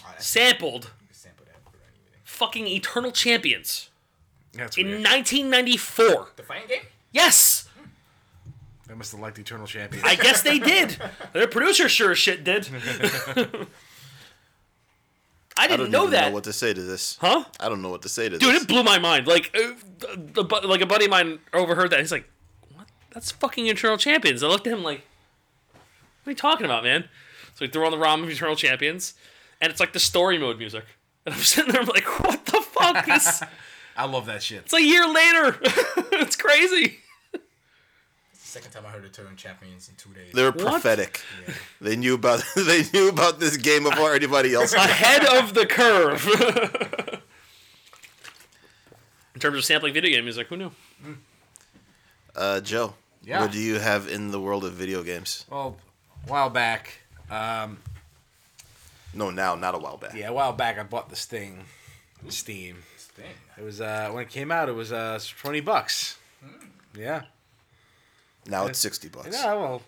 Speaker 3: Oh, that's-
Speaker 4: sampled
Speaker 3: you can sample that for anything.
Speaker 4: fucking Eternal Champions
Speaker 5: That's
Speaker 4: in
Speaker 5: weird.
Speaker 4: 1994.
Speaker 3: The fighting game?
Speaker 4: Yes,
Speaker 5: they must have liked Eternal Champion.
Speaker 4: I guess they did. Their producer sure as shit did. I
Speaker 2: I don't
Speaker 4: didn't know
Speaker 2: even
Speaker 4: that.
Speaker 2: know what to say to this.
Speaker 4: Huh?
Speaker 2: I don't know what to say to
Speaker 4: Dude,
Speaker 2: this.
Speaker 4: it blew my mind. Like, uh, the, the, like a buddy of mine overheard that. He's like, "What? That's fucking Eternal Champions." I looked at him like, "What are you talking about, man?" So we threw on the ROM of Eternal Champions, and it's like the story mode music. And I'm sitting there, I'm like, "What the fuck?" This
Speaker 5: I love that shit.
Speaker 4: it's a year later. it's crazy.
Speaker 3: It's the second time I heard the term champions in two days.
Speaker 2: They were
Speaker 4: What?
Speaker 2: prophetic. They knew about they knew about this game before anybody else.
Speaker 4: Ahead of the curve. In terms of sampling video game music, who knew?
Speaker 2: Uh, Joe,
Speaker 5: Yeah.
Speaker 2: what do you have in the world of video games?
Speaker 5: Well, a while back, um,
Speaker 2: No, now, not a while back.
Speaker 5: yeah, a while back, I bought this thing, on Steam.
Speaker 3: This thing.
Speaker 5: It was uh, when it came out, it was uh, twenty bucks. Yeah.
Speaker 2: Now it's sixty bucks.
Speaker 5: Yeah, well,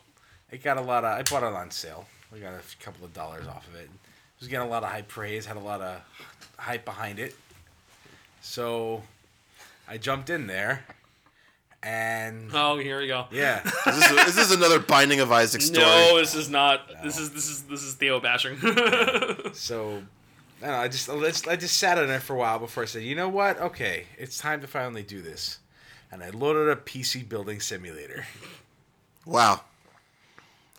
Speaker 5: it got a lot of. I bought it on sale. We got a f- couple of dollars off of it. It was getting a lot of high praise. Had a lot of hype behind it. So, I jumped in there, and
Speaker 4: Oh, here we go.
Speaker 5: yeah,
Speaker 2: Is, this, is this another Binding of Isaac story?
Speaker 4: No, this is not. This is this is this is Theo bashing.
Speaker 5: so I, don't know, I just I just I just sat on it for a while before I said, you know what? Okay, it's time to finally do this. And I loaded up PC Building Simulator.
Speaker 2: Wow.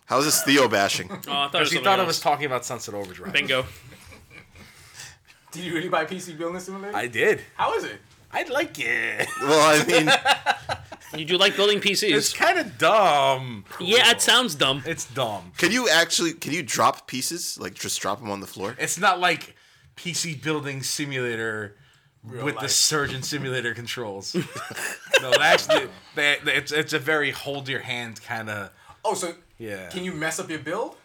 Speaker 2: How is this Theo bashing?
Speaker 4: Oh, I thought it was
Speaker 5: Because he
Speaker 4: something
Speaker 5: thought I
Speaker 4: else.
Speaker 5: was talking about Sunset Overdrive.
Speaker 4: bingo.
Speaker 3: Did you really buy PC Building Simulator?
Speaker 5: I did.
Speaker 3: How is it?
Speaker 5: I like it.
Speaker 2: well, I mean,
Speaker 4: You do like building
Speaker 5: It's
Speaker 4: PCs?
Speaker 5: kind of dumb.
Speaker 4: Yeah, it sounds dumb.
Speaker 5: It's dumb.
Speaker 2: can you actually can you drop pieces like just drop them on the floor?
Speaker 5: It's not like PC Building Simulator with the
Speaker 3: life.
Speaker 5: Surgeon Simulator controls. no, actually, they, they- it's it's a very hold your hand kind of.
Speaker 3: Oh, so
Speaker 5: Yeah.
Speaker 3: Can you mess up your build?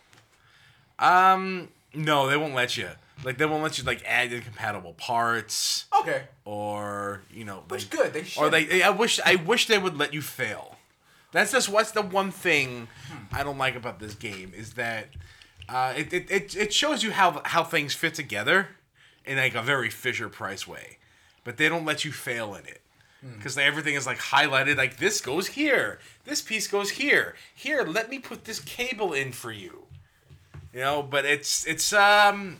Speaker 5: Um, no, they won't let you. Like they won't let you like add incompatible parts
Speaker 3: Okay.
Speaker 5: or you know.
Speaker 3: Which
Speaker 5: like-
Speaker 3: good. They should.
Speaker 5: Or they, I wish, I wish they would let you fail. That's just what's the one thing I don't like about this game is that uh, it, it, it, it shows you how how things fit together in like a very Fisher Price way, but they don't let you fail in it because everything is like highlighted. Like this goes here, this piece goes here, here. Let me put this cable in for you, you know. But it's it's um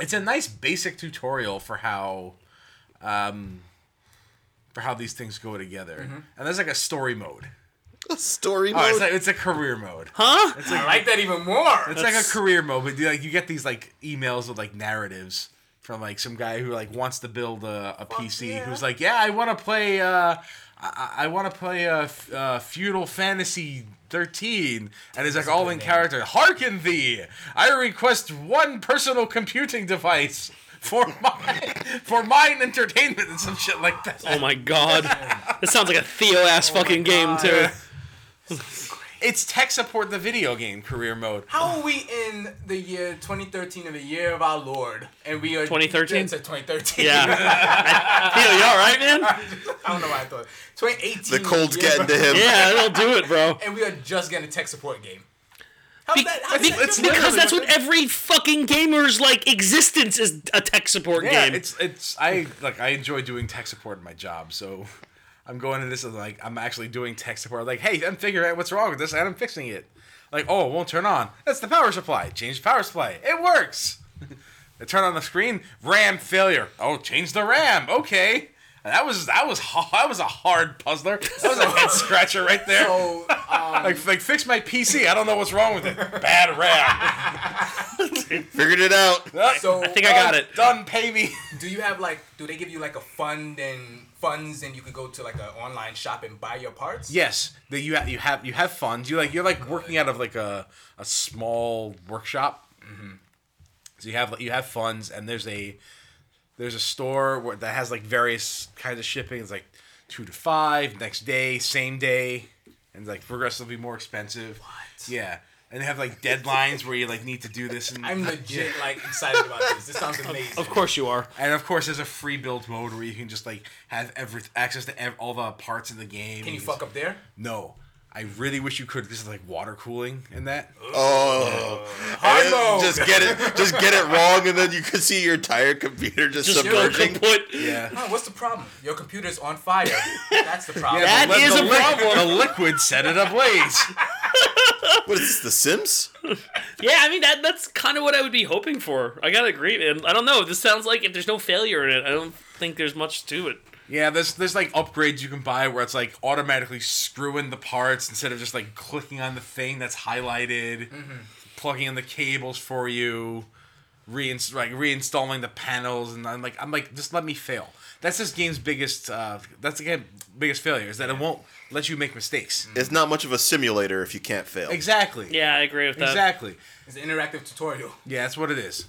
Speaker 5: it's a nice basic tutorial for how for how these things go together. And there's like a story mode.
Speaker 2: Story
Speaker 5: Oh,
Speaker 2: mode.
Speaker 5: it's, like, it's a career mode.
Speaker 4: Huh?
Speaker 3: I like that even more.
Speaker 5: It's like a career mode, but you, like you get these like emails with like narratives from like some guy who like wants to build a, a PC
Speaker 3: yeah.
Speaker 5: who's like, yeah, I want to play. Uh, I, I want to play uh, f- uh, feudal fantasy. 13 and is like all in character hearken thee i request one personal computing device for my for mine entertainment and some shit like that
Speaker 4: Oh my god. This sounds like a Theo ass fucking game too.
Speaker 5: it's tech support the video game career mode
Speaker 3: How are we in the year 2013 of the year of our Lord? And we are
Speaker 4: 2013?
Speaker 3: It's a 2013.
Speaker 4: Yeah. Theo, you all right, man?
Speaker 3: I don't know why I thought. 2018.
Speaker 2: the cold's
Speaker 3: year-
Speaker 2: getting to him.
Speaker 4: Yeah, that'll do it, bro.
Speaker 3: And we are just getting a tech support game. How's
Speaker 4: Be-
Speaker 3: that? How's
Speaker 4: be-
Speaker 3: that
Speaker 4: because that's what every fucking gamer's like existence is a tech support
Speaker 5: yeah
Speaker 4: game.
Speaker 5: it's it's i like i enjoy doing tech support in my job so i'm going into this and like i'm actually doing tech support like hey i'm figuring out what's wrong with this and i'm fixing it like oh it won't turn on that's the power supply change the power supply it works I turn on the screen ram failure oh change the ram okay that was that was ha- that was a hard puzzler. That was a head scratcher right there.
Speaker 3: So, um,
Speaker 5: Like, like fix my PC. I don't know what's wrong with it. Bad RAM.
Speaker 2: Figured it out.
Speaker 3: so
Speaker 4: I think I got it.
Speaker 5: Done. Pay me.
Speaker 3: Do you have like? Do they give you like a fund and funds, and you can go to like an online shop and buy your parts?
Speaker 5: Yes, that you have you have you have funds. You like you're like working out of like a a small workshop. So you have you have funds, and there's a there's a store where that has like various kinds of shipping. It's like two to five, next day, same day, and like progressively more expensive. What? Yeah, and they have like deadlines where you like need to do this. And
Speaker 3: I'm legit like excited about this. This sounds amazing.
Speaker 4: Of course you are.
Speaker 5: and of course, there's a free build mode where you can just like have every access to ev- all the parts in the game.
Speaker 3: Can you
Speaker 5: and
Speaker 3: fuck up there?
Speaker 5: No. I really wish you could. This is like water cooling in that.
Speaker 2: Oh,
Speaker 3: High
Speaker 2: And
Speaker 3: mode.
Speaker 2: just get it, just get it wrong, and then you can see your entire computer just,
Speaker 4: Just go
Speaker 2: submerging.
Speaker 4: kaput.
Speaker 5: Yeah.
Speaker 4: Oh.
Speaker 3: Huh, what's the problem? Your computer's on fire. That's the problem.
Speaker 4: That
Speaker 5: The li-
Speaker 4: is
Speaker 5: the
Speaker 4: a
Speaker 5: liquid-
Speaker 4: problem.
Speaker 5: The liquid set it ablaze.
Speaker 2: What is this, The Sims?
Speaker 4: Yeah, I mean that that's kind of what I would be hoping for. I gotta agree, and I don't know. This sounds like if there's no failure in it, I don't think there's much to it.
Speaker 5: Yeah, there's there's like upgrades you can buy where it's like automatically screwing the parts instead of just like clicking on the thing that's highlighted,
Speaker 4: Mm-hmm.
Speaker 5: plugging in the cables for you, reinst- like reinstalling the panels, and I'm like I'm like just let me fail. That's this game's biggest uh, that's the game biggest failure is that it won't let you make mistakes.
Speaker 4: Mm.
Speaker 2: It's not much of a simulator if you can't fail.
Speaker 5: Exactly.
Speaker 4: Yeah, I agree with that.
Speaker 5: Exactly.
Speaker 3: It's an interactive tutorial.
Speaker 5: Yeah, that's what it is.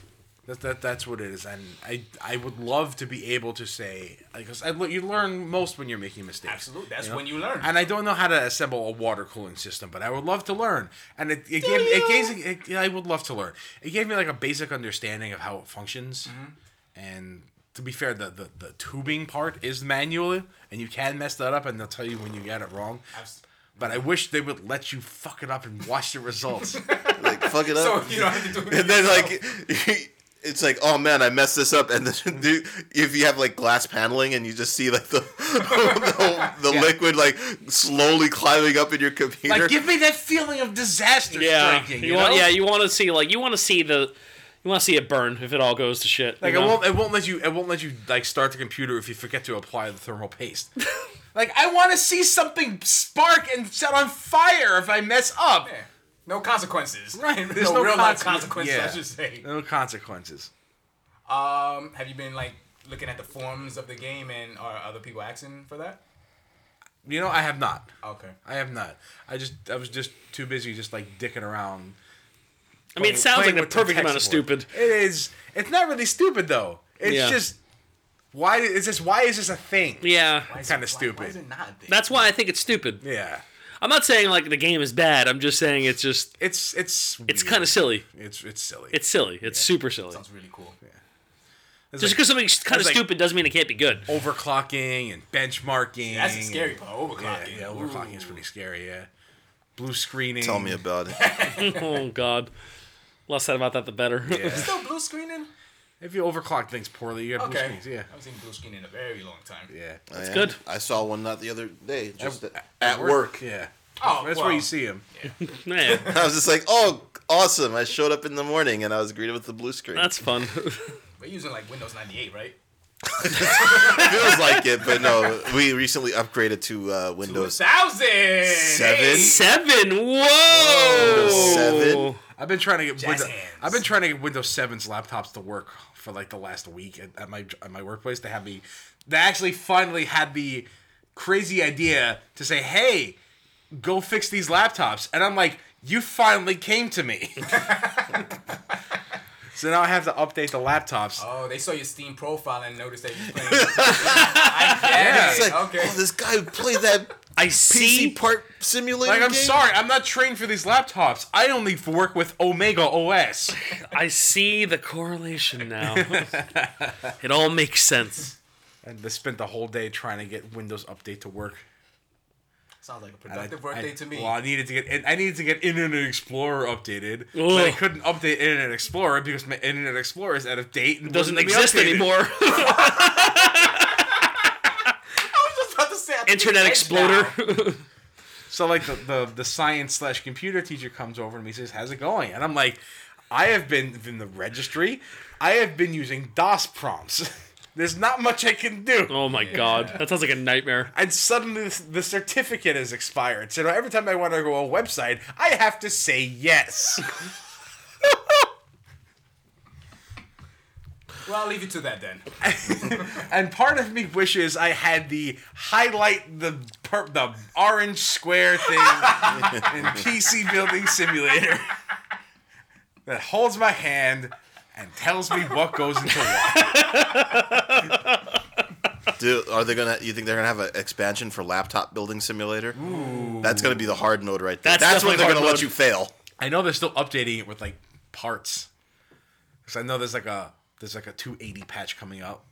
Speaker 5: That, that that's what it is, and I I would love to be able to say because I, you learn most when you're making mistakes.
Speaker 3: Absolutely. That's
Speaker 5: know?
Speaker 3: when you learn.
Speaker 5: And I don't know how to assemble a water cooling system, but I would love to learn. And it, it gave it gave it, yeah, I would love to learn. It gave me like a basic understanding of how it functions.
Speaker 3: Mm-hmm.
Speaker 5: And to be fair, the, the the tubing part is manual, and you can mess that up, and they'll tell you when you got it wrong.
Speaker 3: Abs-
Speaker 5: But I wish they would let you fuck it up and watch the results.
Speaker 2: Like fuck it
Speaker 3: So
Speaker 2: up.
Speaker 3: you don't have to do it.
Speaker 2: and then like it's like oh man i messed this up and then dude, if you have like glass paneling and you just see like the the, the liquid like slowly climbing up in your computer
Speaker 5: like, give me that feeling of disaster
Speaker 4: Yeah,
Speaker 5: striking.
Speaker 4: you,
Speaker 5: You,
Speaker 4: want
Speaker 5: know?
Speaker 4: yeah you want to see like you want to see the you want to see it burn if it all goes to shit.
Speaker 5: Like
Speaker 4: you
Speaker 5: it
Speaker 4: know?
Speaker 5: won't it won't let you it won't let you like start the computer if you forget to apply the thermal paste. like I want to see something spark and set on fire if I mess up.
Speaker 3: Yeah. No consequences.
Speaker 5: Right,
Speaker 3: There's
Speaker 5: there's
Speaker 3: no,
Speaker 5: no
Speaker 3: real life
Speaker 5: consequ-
Speaker 3: consequences, I
Speaker 5: yeah.
Speaker 3: should say.
Speaker 5: No consequences.
Speaker 3: Um, have you been like looking at the forums of the game and are other people asking for that?
Speaker 5: You know I have not.
Speaker 3: Okay.
Speaker 5: I have not. I just I was just too busy just like dicking around.
Speaker 4: I mean, it sounds like the perfect amount of stupid.
Speaker 5: It is. It's not really stupid though. It's
Speaker 4: Yeah.
Speaker 5: just why is this? Why is this a thing?
Speaker 4: Yeah,
Speaker 3: Why is
Speaker 5: Kinda
Speaker 3: it- why- Why
Speaker 5: stupid.
Speaker 3: is it not a thing?
Speaker 4: that's why I think it's stupid.
Speaker 5: Yeah.
Speaker 4: I'm not saying like the game is bad. I'm just saying it's just
Speaker 5: It's it's.
Speaker 4: it's
Speaker 5: weird.
Speaker 4: kind of silly.
Speaker 5: It's it's silly.
Speaker 4: It's silly. It's super silly.
Speaker 3: Sounds really cool.
Speaker 5: It's
Speaker 4: Just
Speaker 5: like
Speaker 4: because something's kind of
Speaker 5: like-
Speaker 4: stupid doesn't mean it can't be good.
Speaker 5: overclocking and benchmarking.
Speaker 3: That's the scary
Speaker 5: and-
Speaker 3: part.
Speaker 5: Yeah,
Speaker 3: Overclocking.
Speaker 5: yeah, overclocking is
Speaker 3: Ooh.
Speaker 5: pretty scary. Yeah, blue screening.
Speaker 2: tell me about it
Speaker 4: Oh God, less said about that the better.
Speaker 5: Yeah.
Speaker 3: Still blue screening?
Speaker 5: if you overclock things poorly, you have blue
Speaker 3: Okay.
Speaker 5: screens. Yeah,
Speaker 3: I haven't seen blue screen in a very long time.
Speaker 5: yeah.
Speaker 2: that's
Speaker 4: good.
Speaker 2: i saw one not the other day just at,
Speaker 5: At
Speaker 2: work,
Speaker 5: Yeah.
Speaker 3: Oh,
Speaker 5: That's
Speaker 3: well,
Speaker 5: where you see them.
Speaker 4: Yeah,
Speaker 2: i was just like oh awesome i showed up in the morning and i was greeted with the blue screen
Speaker 4: that's fun.
Speaker 3: We're using like Windows 98, right?
Speaker 2: feels like it but no we recently upgraded to uh, windows
Speaker 3: 2000!
Speaker 2: Seven?
Speaker 3: Hey!
Speaker 4: Seven. Whoa.
Speaker 2: Seven?
Speaker 5: I've been trying to get
Speaker 3: Jazz
Speaker 5: Windows,
Speaker 3: hands.
Speaker 5: I've been trying to get Windows 7's laptops to work for like the last week at, at my at my workplace. They had me. They actually finally had the crazy idea to say, "Hey, go fix these laptops," and I'm like, "You finally came to me." so now I have to update the laptops.
Speaker 3: Oh, they saw your Steam profile and noticed that you're playing. I get
Speaker 2: it's
Speaker 3: it.
Speaker 2: like
Speaker 3: okay.
Speaker 2: oh this guy who played that
Speaker 4: I
Speaker 2: pc
Speaker 4: see.
Speaker 2: part simulator
Speaker 5: Like I'm
Speaker 2: game?
Speaker 5: sorry, I'm not trained for these laptops. I only work with Omega OS.
Speaker 4: I see the correlation now. it all makes sense.
Speaker 5: and they spent the whole day trying to get Windows Update to work.
Speaker 3: Sounds like a
Speaker 5: And I-
Speaker 3: productive birthday
Speaker 5: I-
Speaker 3: to me.
Speaker 5: Well, I needed to get in- I needed to get Internet Explorer updated, but I
Speaker 4: Ugh.
Speaker 5: couldn't update Internet Explorer because my Internet Explorer is out of date and
Speaker 4: Doesn't
Speaker 5: wouldn't let me
Speaker 4: exist
Speaker 5: update it.
Speaker 4: anymore.
Speaker 3: I was just about to say. I think
Speaker 4: Internet
Speaker 3: it's edge now.
Speaker 4: exploder.
Speaker 5: So like the the, the science slash computer teacher comes over to me and says, "How's it going?" And I'm like, "I have been in the registry. I have been using DOS prompts. There's not much I can do."
Speaker 4: oh my god, that sounds like a nightmare.
Speaker 5: and suddenly the, the certificate is expired. So now every time I want to go on a website, I have to say yes.
Speaker 3: Well, I'll leave you to that then.
Speaker 5: and part of me wishes I had the highlight the per- the orange square thing in PC Building Simulator that holds my hand and tells me what goes into what.
Speaker 2: Do, are they gonna? You think they're gonna have an expansion for laptop building simulator? That's gonna be the hard mode right there.
Speaker 4: That's
Speaker 2: That's, when
Speaker 4: definitely
Speaker 2: they're
Speaker 4: hard
Speaker 2: gonna
Speaker 4: mode.
Speaker 2: let you fail.
Speaker 5: I know they're still updating it with like parts because I know there's like a there's like a 280 patch coming out.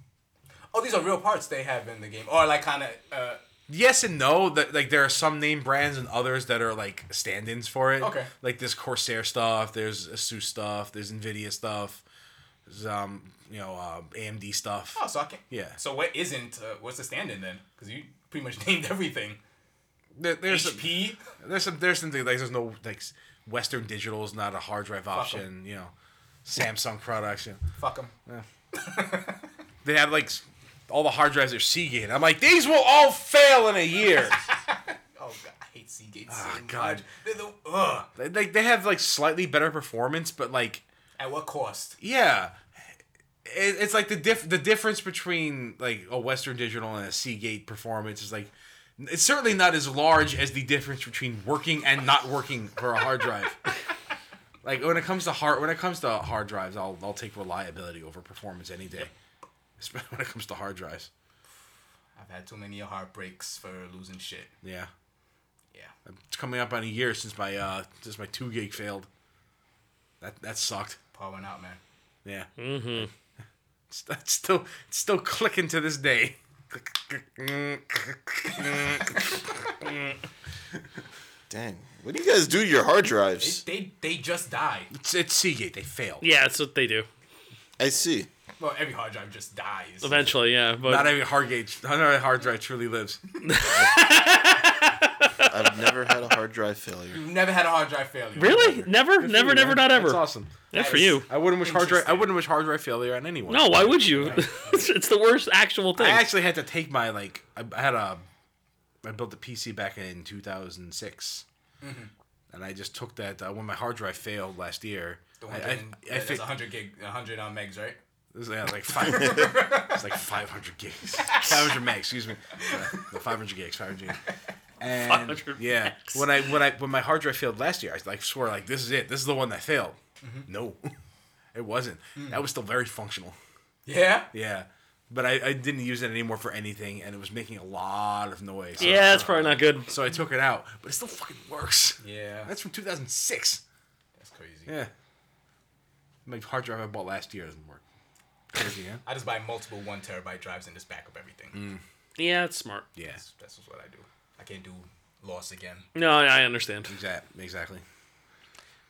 Speaker 3: Oh, these are real parts they have in the game, or like kind of uh,
Speaker 5: yes and no. That like there are some name brands and others that are like stand-ins for it.
Speaker 3: Okay.
Speaker 5: Like this Corsair stuff. There's ASUS stuff. There's Nvidia stuff. There's um you know uh, AMD stuff.
Speaker 3: Oh, so I can.
Speaker 5: Yeah.
Speaker 3: So what isn't? Uh, what's the stand-in then? Because you pretty much named everything.
Speaker 5: There, there's some,
Speaker 3: HP.
Speaker 5: there's some there's something like there's no like s- Western Digital is not a hard drive
Speaker 3: 'em.
Speaker 5: option. You know, Samsung products. You know.
Speaker 3: Fuck them.
Speaker 5: They had like s- all the hard drives are Seagate. I'm like these will all fail in a year.
Speaker 3: Oh god, I hate Seagate.
Speaker 5: Ah,
Speaker 3: so
Speaker 5: God.
Speaker 3: much. They're the, ugh.
Speaker 5: They- like they have like slightly better performance, but like
Speaker 3: At what cost?
Speaker 5: yeah, it, it's like the diff the difference between like a Western Digital and a Seagate performance is like it's certainly not as large as the difference between working and not working for a hard drive. like when it comes to hard when it comes to hard drives, I'll I'll take reliability over performance any day. Especially when it comes to hard drives.
Speaker 3: I've had too many heartbreaks for losing shit.
Speaker 5: Yeah,
Speaker 3: Yeah.
Speaker 5: it's coming up on a year since my uh since my two gig failed. That that sucked.
Speaker 3: Paul went out, man.
Speaker 5: Yeah. Mm-hmm. It's, that's still it's still clicking to this day.
Speaker 2: Dang. What do you guys do to your hard
Speaker 3: They,
Speaker 2: drives?
Speaker 3: they they just die.
Speaker 5: It's, it's Seagate. They failed.
Speaker 4: Yeah, that's what they do.
Speaker 2: I see.
Speaker 3: Well, every hard drive just dies.
Speaker 4: Eventually, yeah. But
Speaker 5: Not every hard gauge, not every hard drive truly lives.
Speaker 2: I've never had a hard drive failure.
Speaker 3: You've never had a hard drive failure.
Speaker 4: really, never, never, never, not ever.
Speaker 5: That's awesome.
Speaker 4: Good for
Speaker 3: Nice.
Speaker 4: you.
Speaker 5: I wouldn't wish hard drive. I
Speaker 3: Interesting.
Speaker 5: wouldn't wish hard drive failure on anyone.
Speaker 4: No, why would you? it's, it's the worst actual thing.
Speaker 5: I actually had to take my like. I, I had a. I built a PC back in 2006,
Speaker 3: Mm-hmm.
Speaker 5: and I just took that uh, when my hard drive failed last year.
Speaker 3: The
Speaker 5: I,
Speaker 3: one
Speaker 5: I,
Speaker 3: that
Speaker 5: I
Speaker 3: that's
Speaker 5: fi-
Speaker 3: 100 gig, 100 on megs, right?
Speaker 5: It was yeah, like five. it's like five hundred gigs, five hundred megs. Excuse me, uh, no, five hundred gigs, five hundred gigs. And
Speaker 4: 500
Speaker 5: yeah,
Speaker 4: megs.
Speaker 5: when I when I when my hard drive failed last year, I like swore like this is it. This is the one that failed.
Speaker 4: Mm-hmm.
Speaker 5: No, it wasn't.
Speaker 4: Mm.
Speaker 5: That was still very functional.
Speaker 3: Yeah.
Speaker 5: Yeah, but I, I didn't use it anymore for anything, and it was making a lot of noise. So-
Speaker 4: yeah, that's probably not good.
Speaker 5: So I took it out, but it still fucking works.
Speaker 3: Yeah.
Speaker 5: That's from two thousand six.
Speaker 3: That's crazy.
Speaker 5: Yeah, my hard drive I bought last year doesn't work. Crazy, yeah.
Speaker 3: I just buy multiple one terabyte drives and just back up everything.
Speaker 5: Mm.
Speaker 4: Yeah, that's smart.
Speaker 5: Yeah.
Speaker 3: That's, that's just what I do. I can't do loss again.
Speaker 4: No, I I understand.
Speaker 5: Exact, exactly.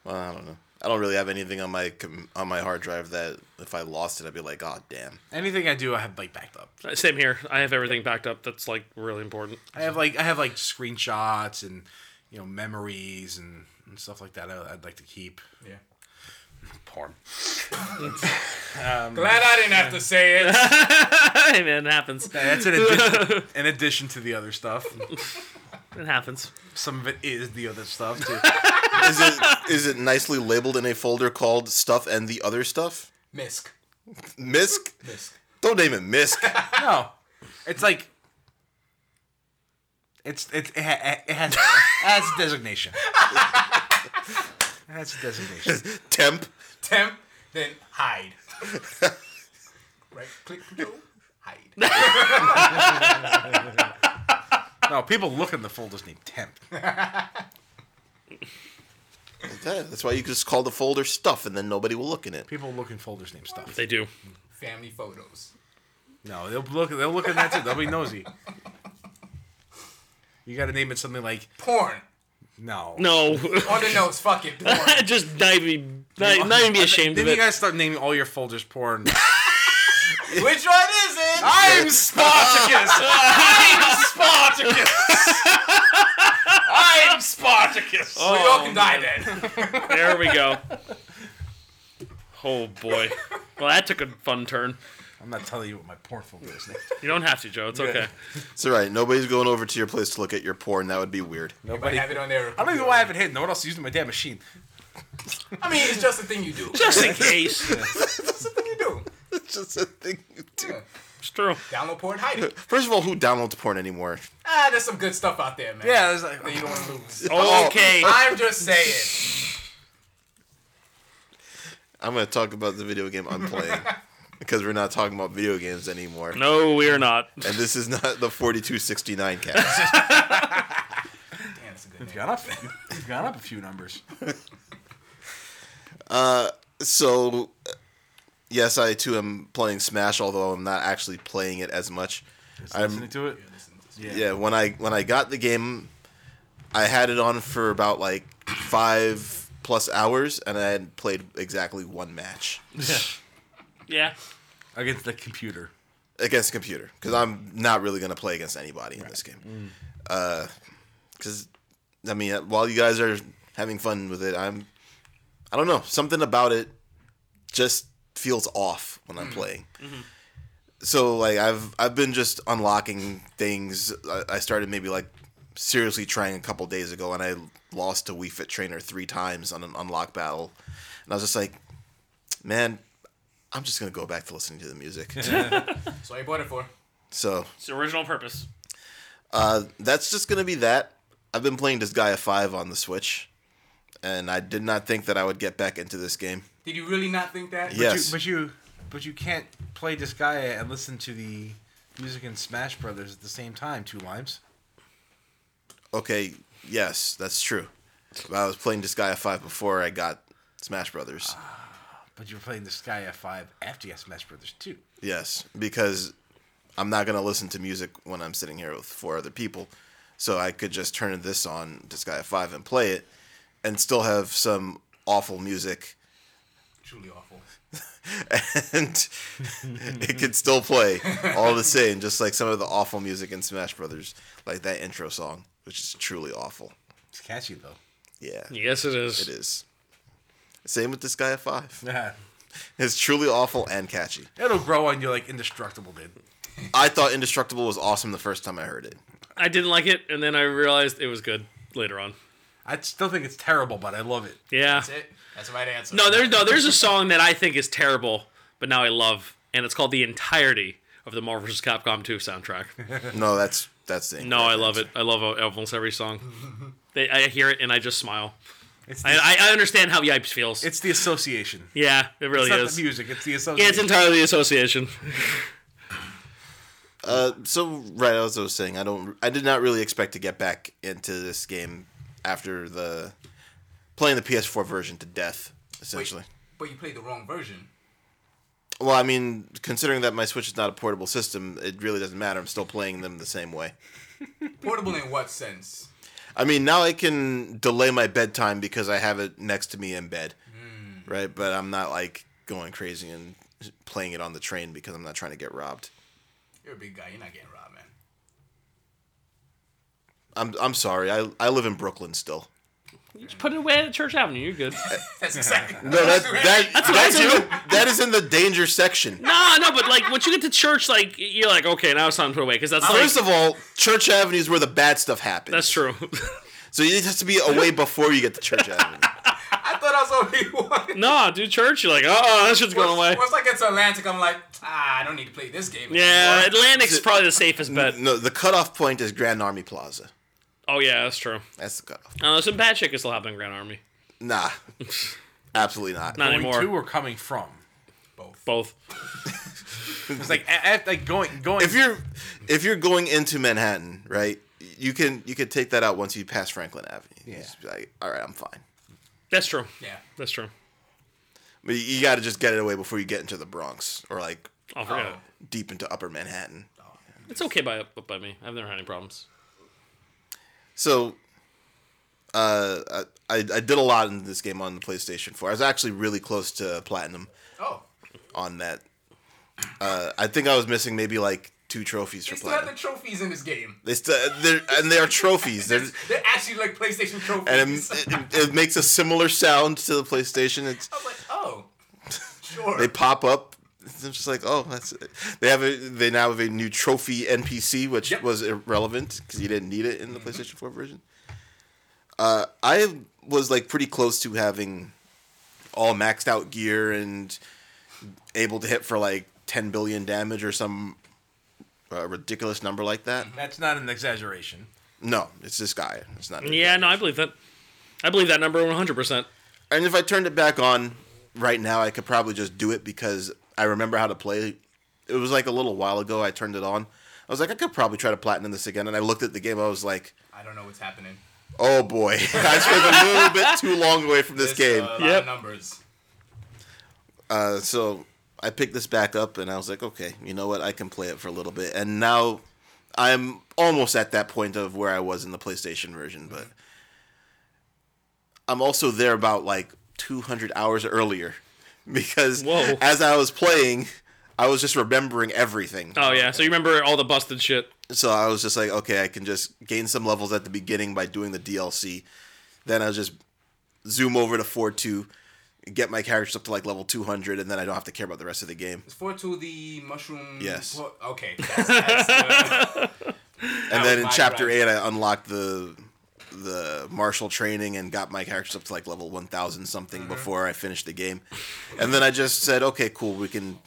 Speaker 2: Well, I don't know. I don't really have anything on my com- on my hard drive that if I lost it, I'd be like, oh damn.
Speaker 5: Anything I do, I have like backed up.
Speaker 4: Uh, Same here. I have everything backed up. That's like really important.
Speaker 5: I have like I have like screenshots and you know memories and, and stuff like that. I, I'd like to keep
Speaker 3: Yeah.
Speaker 5: porn.
Speaker 3: Glad I didn't have to say it.
Speaker 4: hey man, it happens.
Speaker 5: That's an addition, in addition to the other stuff.
Speaker 4: It happens.
Speaker 5: Some of it is the other stuff too.
Speaker 2: Is it is it nicely labeled in a folder called stuff and the other stuff?
Speaker 3: Misc.
Speaker 2: Misc?
Speaker 3: Misc.
Speaker 2: Don't name it Misc.
Speaker 5: No, it's like it's it's it, ha- it has it has a designation. That's a designation.
Speaker 2: Temp.
Speaker 3: Temp, then hide. right click control, hide.
Speaker 5: No, people look in the folders named temp.
Speaker 2: Yeah, that's why you just call the folder stuff and then nobody will look in it.
Speaker 5: People look in folders named stuff.
Speaker 4: They do.
Speaker 3: Family photos.
Speaker 5: No, they'll look. They'll look at that too. They'll be nosy. You got to name it something like
Speaker 3: Porn.
Speaker 5: no,
Speaker 4: No,
Speaker 3: On the nose, fuck it. Porn.
Speaker 4: just not even, not, not even be ashamed
Speaker 5: Then
Speaker 4: of
Speaker 5: you
Speaker 4: it.
Speaker 5: gotta start naming all your folders porn.
Speaker 3: Which one is it?
Speaker 5: I'm Spartacus. I'm Spartacus. I'm Spartacus.
Speaker 3: we all Oh, can die then.
Speaker 4: Oh, There we go. Oh boy. Well, that took a fun turn.
Speaker 5: I'm not telling you what my porn folder is. named.
Speaker 4: You don't have to, Joe. It's okay.
Speaker 2: It's all right. Nobody's going over to your place to look at your porn. That would be weird.
Speaker 3: But
Speaker 5: Nobody.
Speaker 3: have
Speaker 5: I
Speaker 3: it on there.
Speaker 5: don't even know why I haven't hit. No one else is using my damn machine.
Speaker 3: I mean, it's just a thing you do.
Speaker 4: Just in case.
Speaker 3: It's a thing you do.
Speaker 2: It's just a thing you do.
Speaker 3: Yeah.
Speaker 4: It's true.
Speaker 3: Download porn, hide it.
Speaker 2: First of all, who downloads porn anymore?
Speaker 3: Ah, there's some good stuff out there, man.
Speaker 5: Yeah, there's like
Speaker 3: That you don't want to lose.
Speaker 4: Okay.
Speaker 3: I'm just saying.
Speaker 2: I'm going to talk about the video game I'm playing because we're not talking about video games anymore.
Speaker 4: No, we are not.
Speaker 2: And this is not the 4269 cast.
Speaker 3: Damn, that's a good name.
Speaker 5: gone up. You've gone up a few numbers.
Speaker 2: so, uh, yes, I too am playing Smash, although I'm not actually playing it as much. I'm
Speaker 5: Listening to it.
Speaker 3: Listen to
Speaker 2: yeah. when i when i got the game i had it on for about like five plus hours and i had played exactly one match
Speaker 4: Yeah.
Speaker 5: Against the computer.
Speaker 2: against the computer because i'm not really going to play against anybody in this game because i mean uh, while you guys are having fun with it i'm i don't know something about it just feels off when i'm playing so like I've I've been just unlocking things. I, I started maybe like seriously trying a couple days ago, and I lost to Wii Fit Trainer three times on an unlock battle, and I was just like, man, I'm just gonna go back to listening to the music.
Speaker 3: So I bought it for.
Speaker 2: so
Speaker 4: It's the original purpose.
Speaker 2: uh, that's just gonna be that. I've been playing Disgaea Five on the Switch, and I did not think that I would get back into this game.
Speaker 3: Did you really not think that?
Speaker 2: Yeah. Yes.
Speaker 5: But you, but you, but you can't play Disgaea and listen to the music in Smash Brothers at the same time. Two limes.
Speaker 2: Okay, yes, that's true. But I was playing Disgaea Five before I got Smash Brothers.
Speaker 5: But you're playing Disgaea Five after you have Smash Brothers Two.
Speaker 2: Yes, because I'm not gonna listen to music when I'm sitting here with four other people, so I could just turn this on Disgaea Five and play it, and still have some awful music,
Speaker 3: Truly awful.
Speaker 2: and it could still play all the same, just like some of the awful music in Smash Brothers, like that intro song, which is truly awful.
Speaker 5: It's catchy though.
Speaker 2: Yeah,
Speaker 4: Yes, it is.
Speaker 2: it is. Same with Disgaea Five.
Speaker 5: Yeah.
Speaker 2: It's truly awful and catchy.
Speaker 5: It'll grow on you like indestructible did.
Speaker 2: I thought Indestructible was awesome the first time I heard it.
Speaker 4: I didn't like it, and then I realized it was good later on.
Speaker 5: I still think it's terrible, but I love it.
Speaker 4: Yeah.
Speaker 3: That's it. That's the right answer.
Speaker 4: No, there's no, there's a song that I think is terrible, but now I love, and it's called the entirety of the Marvel vs. Capcom 2 soundtrack.
Speaker 2: No, that's that's the
Speaker 4: No, I love it. I love almost every song. They, I hear it and I just smile.
Speaker 5: It's the,
Speaker 4: I, I- I understand how Yipes feels.
Speaker 5: it's the association.
Speaker 4: yeah, it really
Speaker 5: It's not
Speaker 4: is.
Speaker 5: the music. It's the
Speaker 4: Yeah, it's
Speaker 5: association.
Speaker 4: entirely association.
Speaker 2: Uh, So right, as I was saying, I don't, I did not really expect to get back into this game after the playing the PS4 version to death. Essentially,
Speaker 3: But you played the wrong version.
Speaker 2: well, I mean, considering that my Switch is not a portable system, it really doesn't matter. I'm still playing them the same way.
Speaker 3: Portable in what sense?
Speaker 2: I mean, now I can delay my bedtime because I have it next to me in bed,
Speaker 4: Hmm.
Speaker 2: right? But I'm not like going crazy and playing it on the train because I'm not trying to get robbed.
Speaker 3: You're a big guy. You're not getting robbed, man.
Speaker 2: I'm, I'm sorry. I, I live in Brooklyn still.
Speaker 4: Just put it away at Church Avenue. You're good.
Speaker 3: That's exactly.
Speaker 2: No, that, that, that's,
Speaker 4: what I
Speaker 2: in
Speaker 4: do.
Speaker 2: the- that is in the danger section.
Speaker 4: no, no, but like once you get to church, like you're like, okay, now it's time to put it away because
Speaker 5: Uh,
Speaker 4: that's like,
Speaker 2: First of all, Church Avenue is where the bad stuff happens.
Speaker 4: that's true.
Speaker 2: So it has to be away before you get to Church Avenue.
Speaker 3: I thought I was already one.
Speaker 4: no, dude, church. You're like, uh, oh, that shit's going away.
Speaker 3: Once I get to Atlantic, I'm like, ah, I don't need to play this game.
Speaker 4: Yeah,
Speaker 3: anymore.
Speaker 4: Atlantic's probably the safest bet.
Speaker 2: No, the cutoff point is Grand Army Plaza.
Speaker 4: Oh yeah, that's true.
Speaker 2: That's the cutoff.
Speaker 4: Uh, some bad shit is still happening, in Grand Army.
Speaker 2: Nah, absolutely not.
Speaker 4: Not
Speaker 5: Going to
Speaker 4: anymore.
Speaker 5: or coming from.
Speaker 3: Both.
Speaker 4: Both.
Speaker 5: It's like a- a- like going going.
Speaker 2: If you're if you're going into Manhattan, right, you can you can take that out once you pass Franklin Avenue. You
Speaker 5: Yeah.
Speaker 2: just be like, all right, I'm fine.
Speaker 4: That's true.
Speaker 3: Yeah.
Speaker 4: That's true.
Speaker 2: But you, you got to just get it away before you get into the Bronx or like
Speaker 4: I'll forget
Speaker 3: Oh.
Speaker 4: it.
Speaker 2: deep into Upper Manhattan.
Speaker 4: It's okay by by me. I've never had any problems.
Speaker 2: So, uh, I, I I did a lot in this game on the PlayStation 4. I was actually really close to platinum
Speaker 3: Oh,
Speaker 2: on that. Uh, I think I was missing maybe like two trophies for
Speaker 3: you still have the
Speaker 2: platinum.
Speaker 3: trophies in this game.
Speaker 2: They still, they're, and they are trophies. They're,
Speaker 3: They're actually like PlayStation trophies.
Speaker 2: and it, it, it makes a similar sound to the PlayStation. It's
Speaker 3: I was like, oh, sure.
Speaker 2: they pop up. It's just like oh, that's they have a they now have a new trophy NPC which
Speaker 3: Yep.
Speaker 2: was irrelevant because you didn't need it in the PlayStation Four version. Uh, I was like pretty close to having all maxed out gear and able to hit for like ten billion damage or some uh, ridiculous number like that.
Speaker 5: That's not an exaggeration.
Speaker 2: No, it's this guy. It's not.
Speaker 4: Yeah, no, I believe that. I believe that number one hundred percent.
Speaker 2: And if I turned it back on right now, I could probably just do it because I remember how to play. It was like a little while ago I turned it on. I was like, I could probably try to platinum this again. And I looked at the game. I was like,
Speaker 3: I don't know what's happening.
Speaker 2: oh boy, I spent a little bit too long away from this
Speaker 3: There's
Speaker 2: game.
Speaker 3: A lot
Speaker 4: Yep.
Speaker 3: of numbers.
Speaker 2: Uh, so I picked this back up and I was like, okay, you know what? I can play it for a little bit. And now I'm almost at that point of where I was in the PlayStation version, but I'm also there about like 200 hours earlier because
Speaker 4: Whoa.
Speaker 2: as I was playing, I was just remembering everything.
Speaker 4: Oh yeah, so you remember all the busted shit?
Speaker 2: So I was just like, okay, I can just gain some levels at the beginning by doing the DLC. Then I'll just zoom over to 4 2, get my characters up to like level 200, and then I don't have to care about the rest of the game.
Speaker 3: It's four to the mushroom.
Speaker 2: Yes.
Speaker 3: po- okay. That's, that's, uh,
Speaker 2: and
Speaker 3: was
Speaker 2: then in
Speaker 3: my
Speaker 2: chapter
Speaker 3: gripe.
Speaker 2: eight, I unlocked the the martial training and got my characters up to like level one thousand something
Speaker 3: Mm-hmm.
Speaker 2: before I finished the game. And then I just said, okay, cool, we can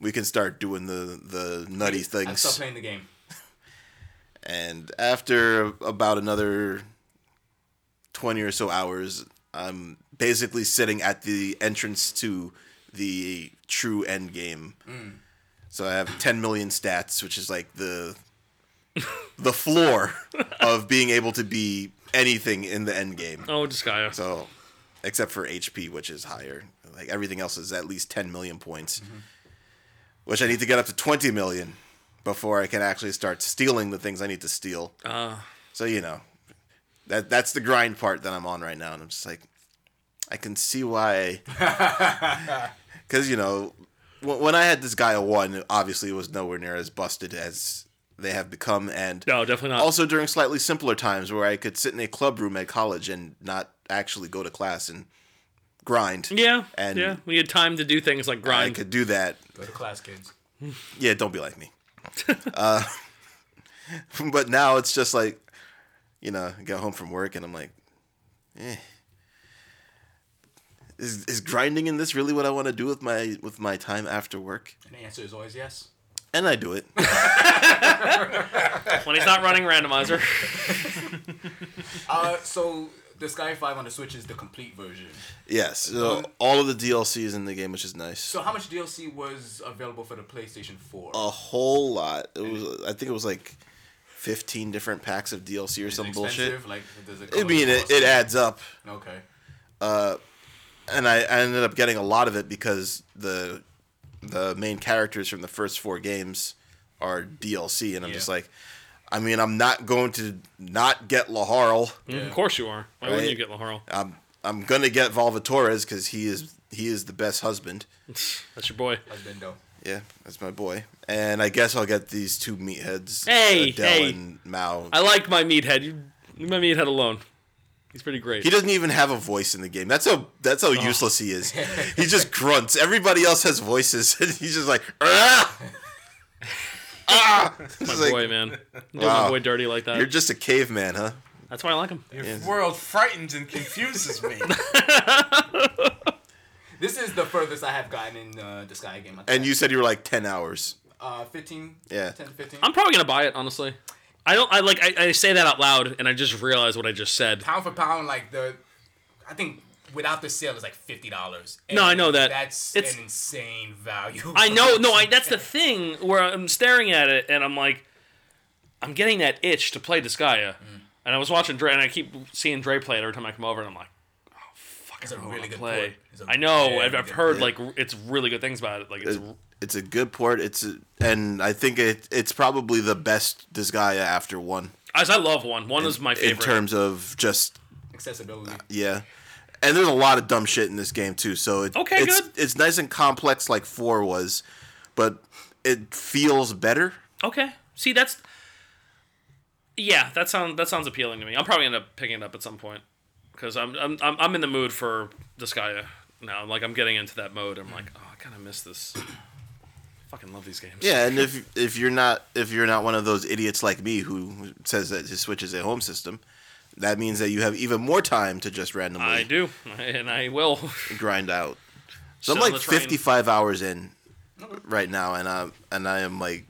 Speaker 2: we can start doing the the nutty
Speaker 3: I stopped
Speaker 2: things.
Speaker 3: playing the game.
Speaker 2: And after about another twenty or so hours, I'm basically sitting at the entrance to the true end game. So I have 10 million stats, which is like the the floor of being able to be anything in the end game.
Speaker 4: Oh, Disgaea.
Speaker 2: So except for HP, which is higher. Like everything else is at least 10 million points,
Speaker 4: Mm-hmm.
Speaker 2: which I need to get up to 20 million before I can actually start stealing the things I need to steal.
Speaker 4: Ah.
Speaker 2: So you know, that that's the grind part that I'm on right now, and I'm just like, I can see why, because you know, w- when I had this guy one, obviously it was nowhere near as busted as they have become, and
Speaker 4: No, definitely not.
Speaker 2: also during slightly simpler times where I could sit in a club room at college and not actually go to class and grind.
Speaker 4: yeah,
Speaker 2: and-
Speaker 4: yeah, we had time to do things like
Speaker 2: I
Speaker 4: grind.
Speaker 2: could do that.
Speaker 3: Go to class, kids.
Speaker 2: Yeah, don't be like me. uh, but now it's just like, you know, I get home from work and I'm like, eh. Is, is grinding in this really what I want to do with my with my time after work?
Speaker 3: And the answer is always yes.
Speaker 2: And I do it.
Speaker 4: when he's not running randomizer.
Speaker 3: Uh, so the Sky Five on the Switch is the complete version.
Speaker 2: yes. So all of the DLCs in the game, which is nice.
Speaker 3: So how much DLC was available for the PlayStation Four?
Speaker 2: A whole lot. It was. I think it was like fifteen different packs of DLC or
Speaker 3: Is it
Speaker 2: some bullshit.
Speaker 3: expensive? Like, does it
Speaker 2: I mean, it, it adds up.
Speaker 3: Okay.
Speaker 2: and I, I ended up getting a lot of it because the the main characters from the first four games are DLC, and I'm
Speaker 3: Yeah.
Speaker 2: just like, I mean, I'm not going to not get Laharl.
Speaker 4: Of course you are. Why wouldn't
Speaker 2: Right.
Speaker 4: you get Laharl?
Speaker 2: I'm I'm gonna get Valvatores because he is he is the best husband.
Speaker 4: That's your boy.
Speaker 3: Husbando.
Speaker 2: Yeah, that's my boy. And I guess I'll get these two meatheads,
Speaker 4: Hey,
Speaker 2: Adele
Speaker 4: hey.
Speaker 2: and Mao.
Speaker 4: I like my meathead. You, leave my meathead alone. He's pretty great.
Speaker 2: he doesn't even have a voice in the game. That's how that's how
Speaker 4: Oh.
Speaker 2: useless he is. He just grunts. Everybody else has voices, and he's just like, ah, ah.
Speaker 4: my
Speaker 2: It's like,
Speaker 4: boy, man. Do my
Speaker 2: Wow.
Speaker 4: boy dirty like that.
Speaker 2: You're just a caveman, huh?
Speaker 4: That's why I like him.
Speaker 5: Your world frightens and confuses me.
Speaker 3: This is the furthest I have gotten in uh, the Sky game. I think
Speaker 2: And you said you were like 10 hours.
Speaker 3: uh, 15,
Speaker 2: Yeah.
Speaker 3: 10 to 15.
Speaker 4: I'm probably gonna buy it, honestly. I don't. I like. I, I say that out loud, and I just realize what I just said.
Speaker 3: pound for pound, like the, I think without the sale it's like fifty dollars.
Speaker 4: No, I know that.
Speaker 3: That's
Speaker 4: It's-
Speaker 3: an insane value.
Speaker 4: I know. No, I. That's the thing where I'm staring at it, and I'm like, I'm getting that itch to play Disgaea.
Speaker 3: Mm.
Speaker 4: And I was watching Dre, and I keep seeing Dre play it every time I come over, and I'm like,
Speaker 3: It's a
Speaker 4: I
Speaker 3: really
Speaker 4: wanna
Speaker 3: good
Speaker 4: play.
Speaker 3: play. It's a
Speaker 4: I know.
Speaker 3: very
Speaker 4: I've, I've
Speaker 3: good
Speaker 4: heard
Speaker 3: port.
Speaker 4: like r- it's really good things about it. Like it's.
Speaker 2: It's a good port. It's a, and I think it it's probably the best Disgaea after one
Speaker 4: As I love one. One is my
Speaker 2: in
Speaker 4: favorite.
Speaker 2: terms of just
Speaker 3: accessibility.
Speaker 2: yeah. And there's a lot of dumb shit in this game too. So it,
Speaker 4: Okay,
Speaker 2: it's
Speaker 4: good.
Speaker 2: it's nice and complex like 4 was, but it feels better.
Speaker 4: Okay. See, that's. Yeah, that sounds that sounds appealing to me. I'll probably end up picking it up at some point because I'm I'm, I'm I'm in the mood for Disgaea now. Like I'm getting into that mode.
Speaker 3: Mm.
Speaker 4: I'm like, oh, I kind of miss this. Fucking love these games.
Speaker 2: Yeah, and if if you're not if you're not one of those idiots like me who says that his Switch is a home system, that means that you have even more time to just randomly
Speaker 4: I do, and I will.
Speaker 2: grind out. So
Speaker 4: Sit on
Speaker 2: I'm like
Speaker 4: the train.
Speaker 2: 55 hours in right now, and I and I am like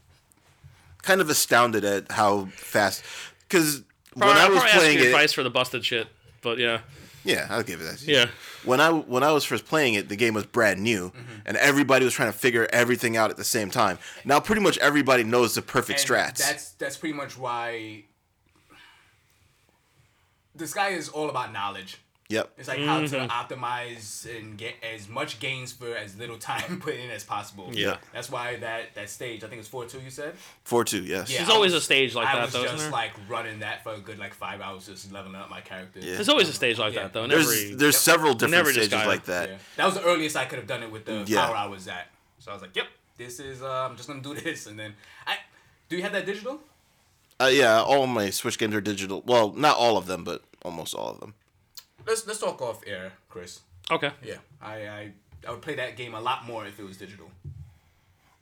Speaker 2: kind of astounded at how fast. Because when
Speaker 4: Probably-
Speaker 2: I
Speaker 4: I'll
Speaker 2: was
Speaker 4: probably ask
Speaker 2: playing
Speaker 4: your
Speaker 2: it,
Speaker 4: advice for the busted shit, but yeah,
Speaker 2: yeah, I'll give it that.
Speaker 4: yeah.
Speaker 2: When I when I was first playing it, the game was brand new,
Speaker 4: Mm-hmm.
Speaker 2: and everybody was trying to figure everything out at the same time. Now pretty much everybody knows the perfect
Speaker 3: And
Speaker 2: strats.
Speaker 3: That's that's pretty much why. This guy is all about knowledge.
Speaker 2: Yep.
Speaker 3: It's like how to
Speaker 4: Mm-hmm.
Speaker 3: optimize and get as much gains for as little time put in as possible.
Speaker 2: Yeah.
Speaker 3: That's why that that stage, I think it's 4 2, you said?
Speaker 2: Four two. Yes.
Speaker 3: Yeah.
Speaker 4: There's always
Speaker 3: I
Speaker 4: a stage like
Speaker 3: I
Speaker 4: that,
Speaker 3: was
Speaker 4: though,
Speaker 3: just
Speaker 4: isn't there?
Speaker 3: like running that for a good like five hours, just leveling up my character.
Speaker 2: Yeah.
Speaker 4: There's always a stage like
Speaker 3: Yeah.
Speaker 4: that, though. In
Speaker 2: There's
Speaker 4: every...
Speaker 2: there's several different
Speaker 4: Never just
Speaker 2: stages
Speaker 4: Gaia.
Speaker 2: like that.
Speaker 3: Yeah. That was the earliest I could have done it with the
Speaker 2: Yeah.
Speaker 3: power I was at. So I was like, yep, this is, uh, I'm just going to do this. And then, I do you have that digital?
Speaker 2: Uh, yeah. All my Switch games are digital. Well, not all of them, but almost all of them.
Speaker 3: Let's let's talk off air, Chris.
Speaker 4: Okay.
Speaker 3: Yeah. I, I, I would play that game a lot more if it was digital.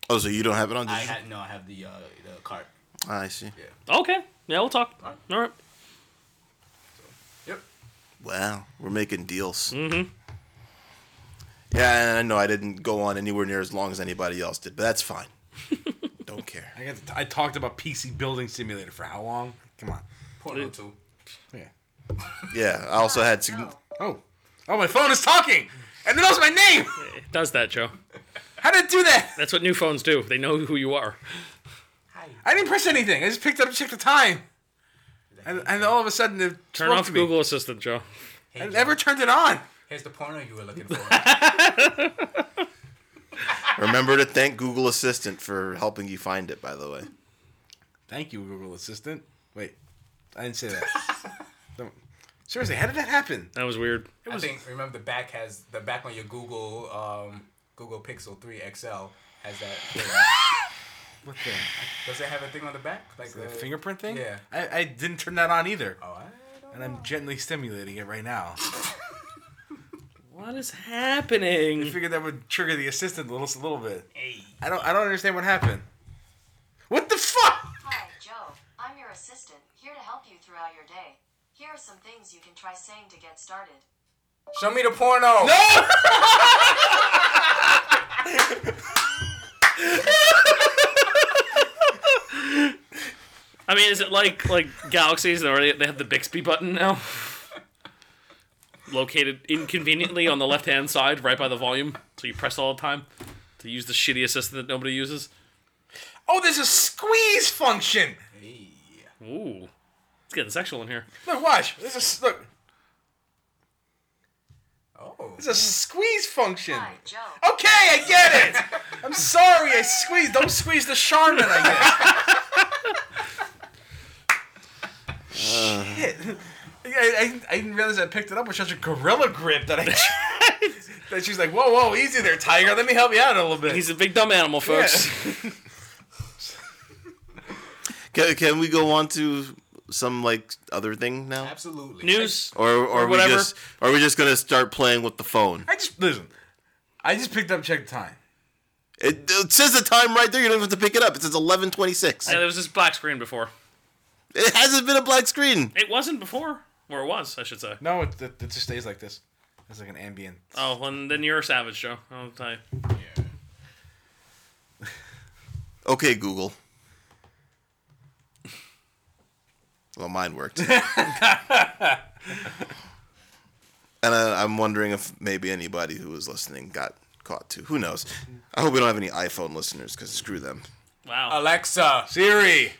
Speaker 2: Oh, so you don't have it on
Speaker 3: I
Speaker 2: digital?
Speaker 3: had, no, I have the, uh, the cart.
Speaker 2: Ah, I see.
Speaker 4: Okay. Yeah, we'll talk.
Speaker 3: All right.
Speaker 4: All right.
Speaker 3: Yep.
Speaker 2: Wow, we're making deals. Mm-hmm. Yeah, and I know I didn't go on anywhere near as long as anybody else did, but that's fine. Don't care.
Speaker 5: I got. To t- I talked about PC Building Simulator for how long? Come on.
Speaker 3: Porno 2.
Speaker 5: Yeah.
Speaker 2: Yeah, I also had sig-
Speaker 5: Oh. Oh, my phone is talking, and it knows my name.
Speaker 4: It does that, Joe.
Speaker 5: How did it do that?
Speaker 4: That's what new phones do. They know who you are.
Speaker 3: Hi.
Speaker 5: I didn't press anything. I just picked up, checked the time, and, and all of a sudden it
Speaker 4: Turn
Speaker 5: spoke
Speaker 4: off
Speaker 5: to me.
Speaker 4: Google Assistant, Joe.
Speaker 5: I never turned it on.
Speaker 3: Here's the porno you were looking for.
Speaker 2: remember to thank Google Assistant for helping you find it. By the way,
Speaker 5: Thank you, Google Assistant. Wait, I didn't say that. Don't- Seriously, how did that happen?
Speaker 4: That was weird.
Speaker 3: I think remember the back has the back on your Google um, Google Pixel 3 XL has that. Thing.
Speaker 5: What the?
Speaker 3: Does it have a thing on the back like
Speaker 5: The fingerprint thing?
Speaker 3: Yeah.
Speaker 5: I, I didn't turn that on either.
Speaker 3: Oh, I don't
Speaker 5: And I'm gently stimulating it right now.
Speaker 4: What is
Speaker 5: I
Speaker 4: happening?
Speaker 5: figured that would trigger the assistant a little, a little bit.
Speaker 3: Hey.
Speaker 5: I don't I don't understand what happened. What the fuck?
Speaker 6: Hi, Joe. I'm your assistant, here to help you throughout your day. Here are some things you can try saying to get started.
Speaker 3: Show me the porno. No.
Speaker 4: I mean, is it like like galaxies? They already they have the Bixby button now, located inconveniently on the left hand side, right by the volume, so you press all the time to use the shitty assistant that nobody uses.
Speaker 5: Oh, there's a squeeze function.
Speaker 4: Ooh, it's getting sexual in here.
Speaker 5: Look, watch. There's a s- look.
Speaker 3: Oh.
Speaker 5: There's a squeeze function.
Speaker 6: Hi, Joe.
Speaker 5: Okay, I get it. I'm sorry. I squeezed. Don't squeeze the Charmin. I guess. Shit. I, I, I didn't realize I picked it up with such a gorilla grip that I that she's like, whoa, whoa, easy there, tiger. Let me help you out a little bit.
Speaker 4: He's a big dumb animal, folks.
Speaker 2: can, can we go on to some like other thing now,
Speaker 3: Absolutely.
Speaker 4: News
Speaker 2: or or, we
Speaker 4: whatever.
Speaker 2: just are we just gonna start playing with the phone?
Speaker 5: I just listen. I just picked up check the time.
Speaker 2: It, it says the time right there. You don't even have to pick it up. It says eleven twenty six.
Speaker 4: Yeah, there was this black screen before.
Speaker 2: It hasn't been a black screen.
Speaker 4: It wasn't before, or it was, I should say.
Speaker 5: No, it, it, it just stays like this. It's like an ambient.
Speaker 4: Oh, and then you're a savage, Joe. I'll tell you.
Speaker 2: Okay, Google. Well, mine worked. and uh, I'm wondering if maybe anybody who was listening got caught too. Who knows? I hope we don't have any iPhone listeners because screw them.
Speaker 4: Wow,
Speaker 3: Alexa.
Speaker 5: Siri.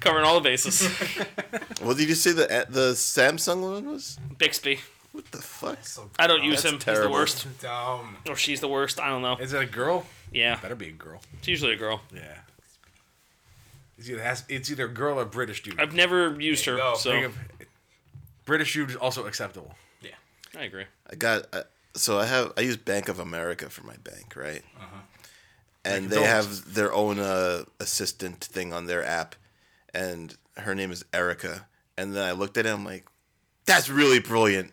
Speaker 4: covering all the bases.
Speaker 2: What did you say the uh, the Samsung one was?
Speaker 4: Bixby.
Speaker 2: What the fuck?
Speaker 3: So
Speaker 4: I don't use
Speaker 2: Oh, that's
Speaker 4: him.
Speaker 2: terrible.
Speaker 4: He's the worst,
Speaker 3: dumb.
Speaker 4: or she's the worst. I don't know.
Speaker 5: Is it a girl?
Speaker 4: Yeah,
Speaker 5: Better be a girl.
Speaker 4: it's usually a girl.
Speaker 5: Yeah. It's either, has, it's either a girl or British dude.
Speaker 4: I've never used her,
Speaker 3: go.
Speaker 4: so
Speaker 5: Think of- British dude is also acceptable.
Speaker 3: Yeah.
Speaker 4: I agree.
Speaker 2: I got uh, so I have I use Bank of America for my bank, right? And they
Speaker 5: Condolences.
Speaker 2: have their own uh, assistant thing on their app, and her name is Erica. And then I looked at it, I'm like, that's really brilliant.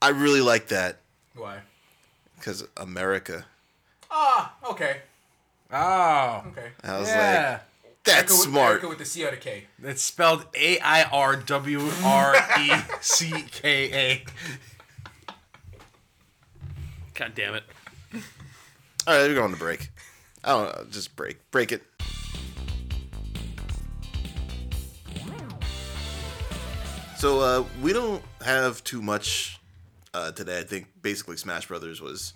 Speaker 2: I really like that
Speaker 3: Why?
Speaker 2: because America.
Speaker 3: Ah. Okay.
Speaker 5: Oh.
Speaker 3: Okay.
Speaker 2: I was like,
Speaker 5: Yeah.
Speaker 2: that's
Speaker 3: Erica with-
Speaker 2: smart.
Speaker 3: Erica with the C or the K.
Speaker 5: It's spelled A I R W R E C K
Speaker 4: God damn it.
Speaker 2: All right, we're going to break. I don't know, just break, break it. So uh, we don't have too much uh, today. I think basically Smash Brothers was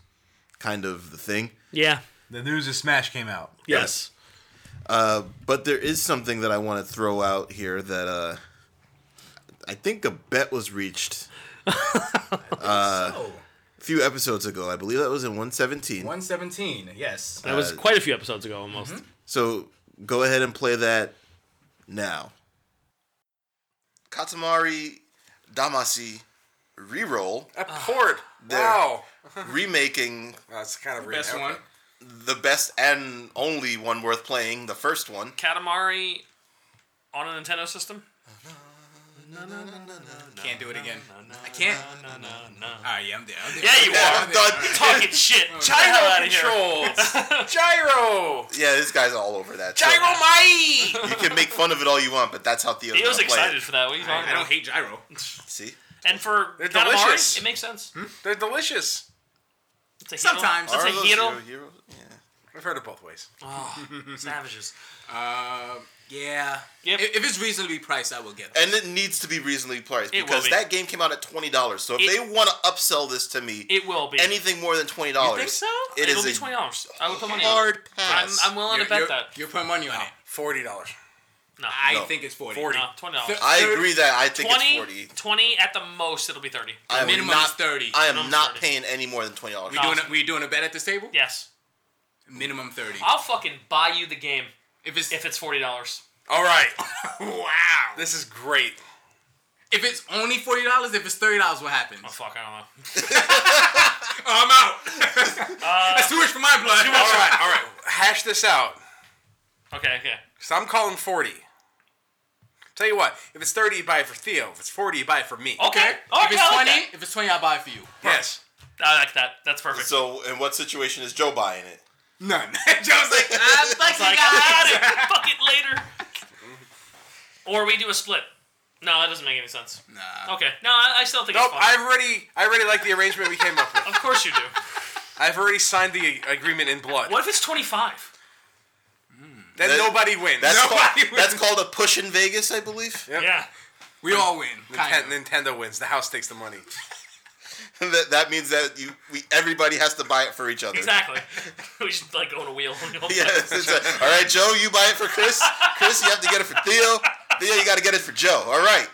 Speaker 2: kind of the thing,
Speaker 4: Yeah.
Speaker 5: A. The news of Smash came out.
Speaker 4: Yes.
Speaker 2: but there is something that uh, I want to throw out here that uh, I think a bet was reached uh,
Speaker 3: oh,
Speaker 2: a few episodes ago. I believe that was in 117.
Speaker 3: 117. Yes.
Speaker 4: That was quite a few episodes ago, almost.
Speaker 2: So go ahead and play that now. Katamari Damacy reroll
Speaker 5: That port.
Speaker 2: There.
Speaker 5: Wow.
Speaker 2: remaking
Speaker 5: That's kind of
Speaker 3: Best
Speaker 5: renowned.
Speaker 3: one.
Speaker 2: the best and only one worth playing, the first one.
Speaker 4: Katamari on a Nintendo system?
Speaker 3: Can't do it again. I can't. All right, yeah, I'm there. I'm there.
Speaker 4: Yeah, you are.
Speaker 3: I'm there.
Speaker 2: Done.
Speaker 4: Talking shit.
Speaker 5: Gyro
Speaker 4: out of here.
Speaker 5: controls. Gyro.
Speaker 2: Yeah, this guy's all over that. So
Speaker 5: Gyro Mai.
Speaker 2: you can make fun of it all you want, but that's how Theo's
Speaker 4: He was
Speaker 2: gonna play it.
Speaker 4: excited for that. What are you talking
Speaker 3: I don't
Speaker 4: about?
Speaker 3: hate gyro.
Speaker 2: See?
Speaker 4: And for
Speaker 5: They're
Speaker 4: Katamari,
Speaker 5: delicious.
Speaker 4: it makes sense.
Speaker 5: They're delicious.
Speaker 4: It's a hero.
Speaker 3: Sometimes.
Speaker 4: That's
Speaker 2: Are
Speaker 4: a
Speaker 2: those
Speaker 4: hero.
Speaker 2: hero- heroes? Yeah.
Speaker 5: I've heard it both ways.
Speaker 4: Oh, Savages.
Speaker 3: Um, yeah.
Speaker 4: Yep.
Speaker 3: If, if it's reasonably priced, I will get it.
Speaker 2: And it needs to be reasonably priced
Speaker 4: It will
Speaker 2: because
Speaker 4: be.
Speaker 2: that game came out at twenty dollars. So if
Speaker 4: It-
Speaker 2: they want to upsell this to me,
Speaker 4: It will be.
Speaker 2: anything more than twenty
Speaker 4: you
Speaker 2: dollars,
Speaker 4: think so?
Speaker 2: it
Speaker 4: will
Speaker 2: is
Speaker 4: be
Speaker 2: a
Speaker 4: twenty dollars. I would put money on. it.
Speaker 2: hard pass.
Speaker 4: I'm, I'm willing
Speaker 3: You're-
Speaker 4: to bet
Speaker 3: you're-
Speaker 4: that.
Speaker 3: You're putting money on it.
Speaker 5: Forty dollars.
Speaker 4: No,
Speaker 3: I
Speaker 2: No.
Speaker 3: think it's Uh, 40.
Speaker 4: no, twenty dollars.
Speaker 3: Thir-
Speaker 2: I agree that I think
Speaker 4: 20,
Speaker 2: it's forty.
Speaker 4: 20 at the most. It'll be thirty.
Speaker 2: I am
Speaker 3: Minimum
Speaker 2: not,
Speaker 3: is 30.
Speaker 2: I am
Speaker 4: Minimum
Speaker 2: not
Speaker 4: 30.
Speaker 2: paying any more than twenty dollars.
Speaker 3: We doing a, we doing a bet at this table?
Speaker 4: yes,
Speaker 3: Minimum 30.
Speaker 4: I'll fucking buy you the game
Speaker 3: If it's
Speaker 4: if it's forty dollars.
Speaker 5: All right.
Speaker 3: wow.
Speaker 5: This is great.
Speaker 3: If it's only forty dollars, if it's thirty dollars, what happens?
Speaker 4: Oh fuck, I don't know.
Speaker 3: Oh, I'm out.
Speaker 4: Uh,
Speaker 3: That's too much for my blood.
Speaker 5: All right. All right. Hash this out.
Speaker 4: Okay, okay.
Speaker 5: So I'm calling 40. Tell you what, if it's 30, you buy it for Theo. If it's 40, you buy it for me.
Speaker 4: Okay. Oh,
Speaker 3: If
Speaker 4: okay,
Speaker 3: it's
Speaker 4: I like
Speaker 3: twenty,
Speaker 4: that.
Speaker 3: if it's twenty, I'll buy it for you.
Speaker 5: Yes.
Speaker 4: I like that. That's perfect.
Speaker 2: So, in what situation is Joe buying it?
Speaker 3: None. Joe's like, ah, fuck
Speaker 4: It's like,
Speaker 3: you guys.
Speaker 4: I got it. Fuck it later. Or we do a split. No, that doesn't make any sense.
Speaker 3: Nah.
Speaker 4: Okay. No, I, I still think
Speaker 5: Nope,
Speaker 4: it's fun.
Speaker 5: I already I already like the arrangement we came up with.
Speaker 4: Of course you do.
Speaker 5: I've already signed the agreement in blood.
Speaker 4: What if it's twenty five?
Speaker 5: Then
Speaker 2: That-
Speaker 5: nobody wins.
Speaker 2: That's
Speaker 5: nobody
Speaker 2: called, that's called a push in Vegas, I believe.
Speaker 5: Yep.
Speaker 4: Yeah.
Speaker 3: We all win.
Speaker 5: Ninten-
Speaker 3: Kind of.
Speaker 5: Nintendo wins. The house takes the money.
Speaker 2: that, that means that you we everybody has to buy it for each other.
Speaker 4: Exactly. we should like go on a wheel.
Speaker 2: Yes. it's a- all right, Joe, you buy it for Chris. Chris, you have to get it for Theo. Theo, you got to get it for Joe. All right.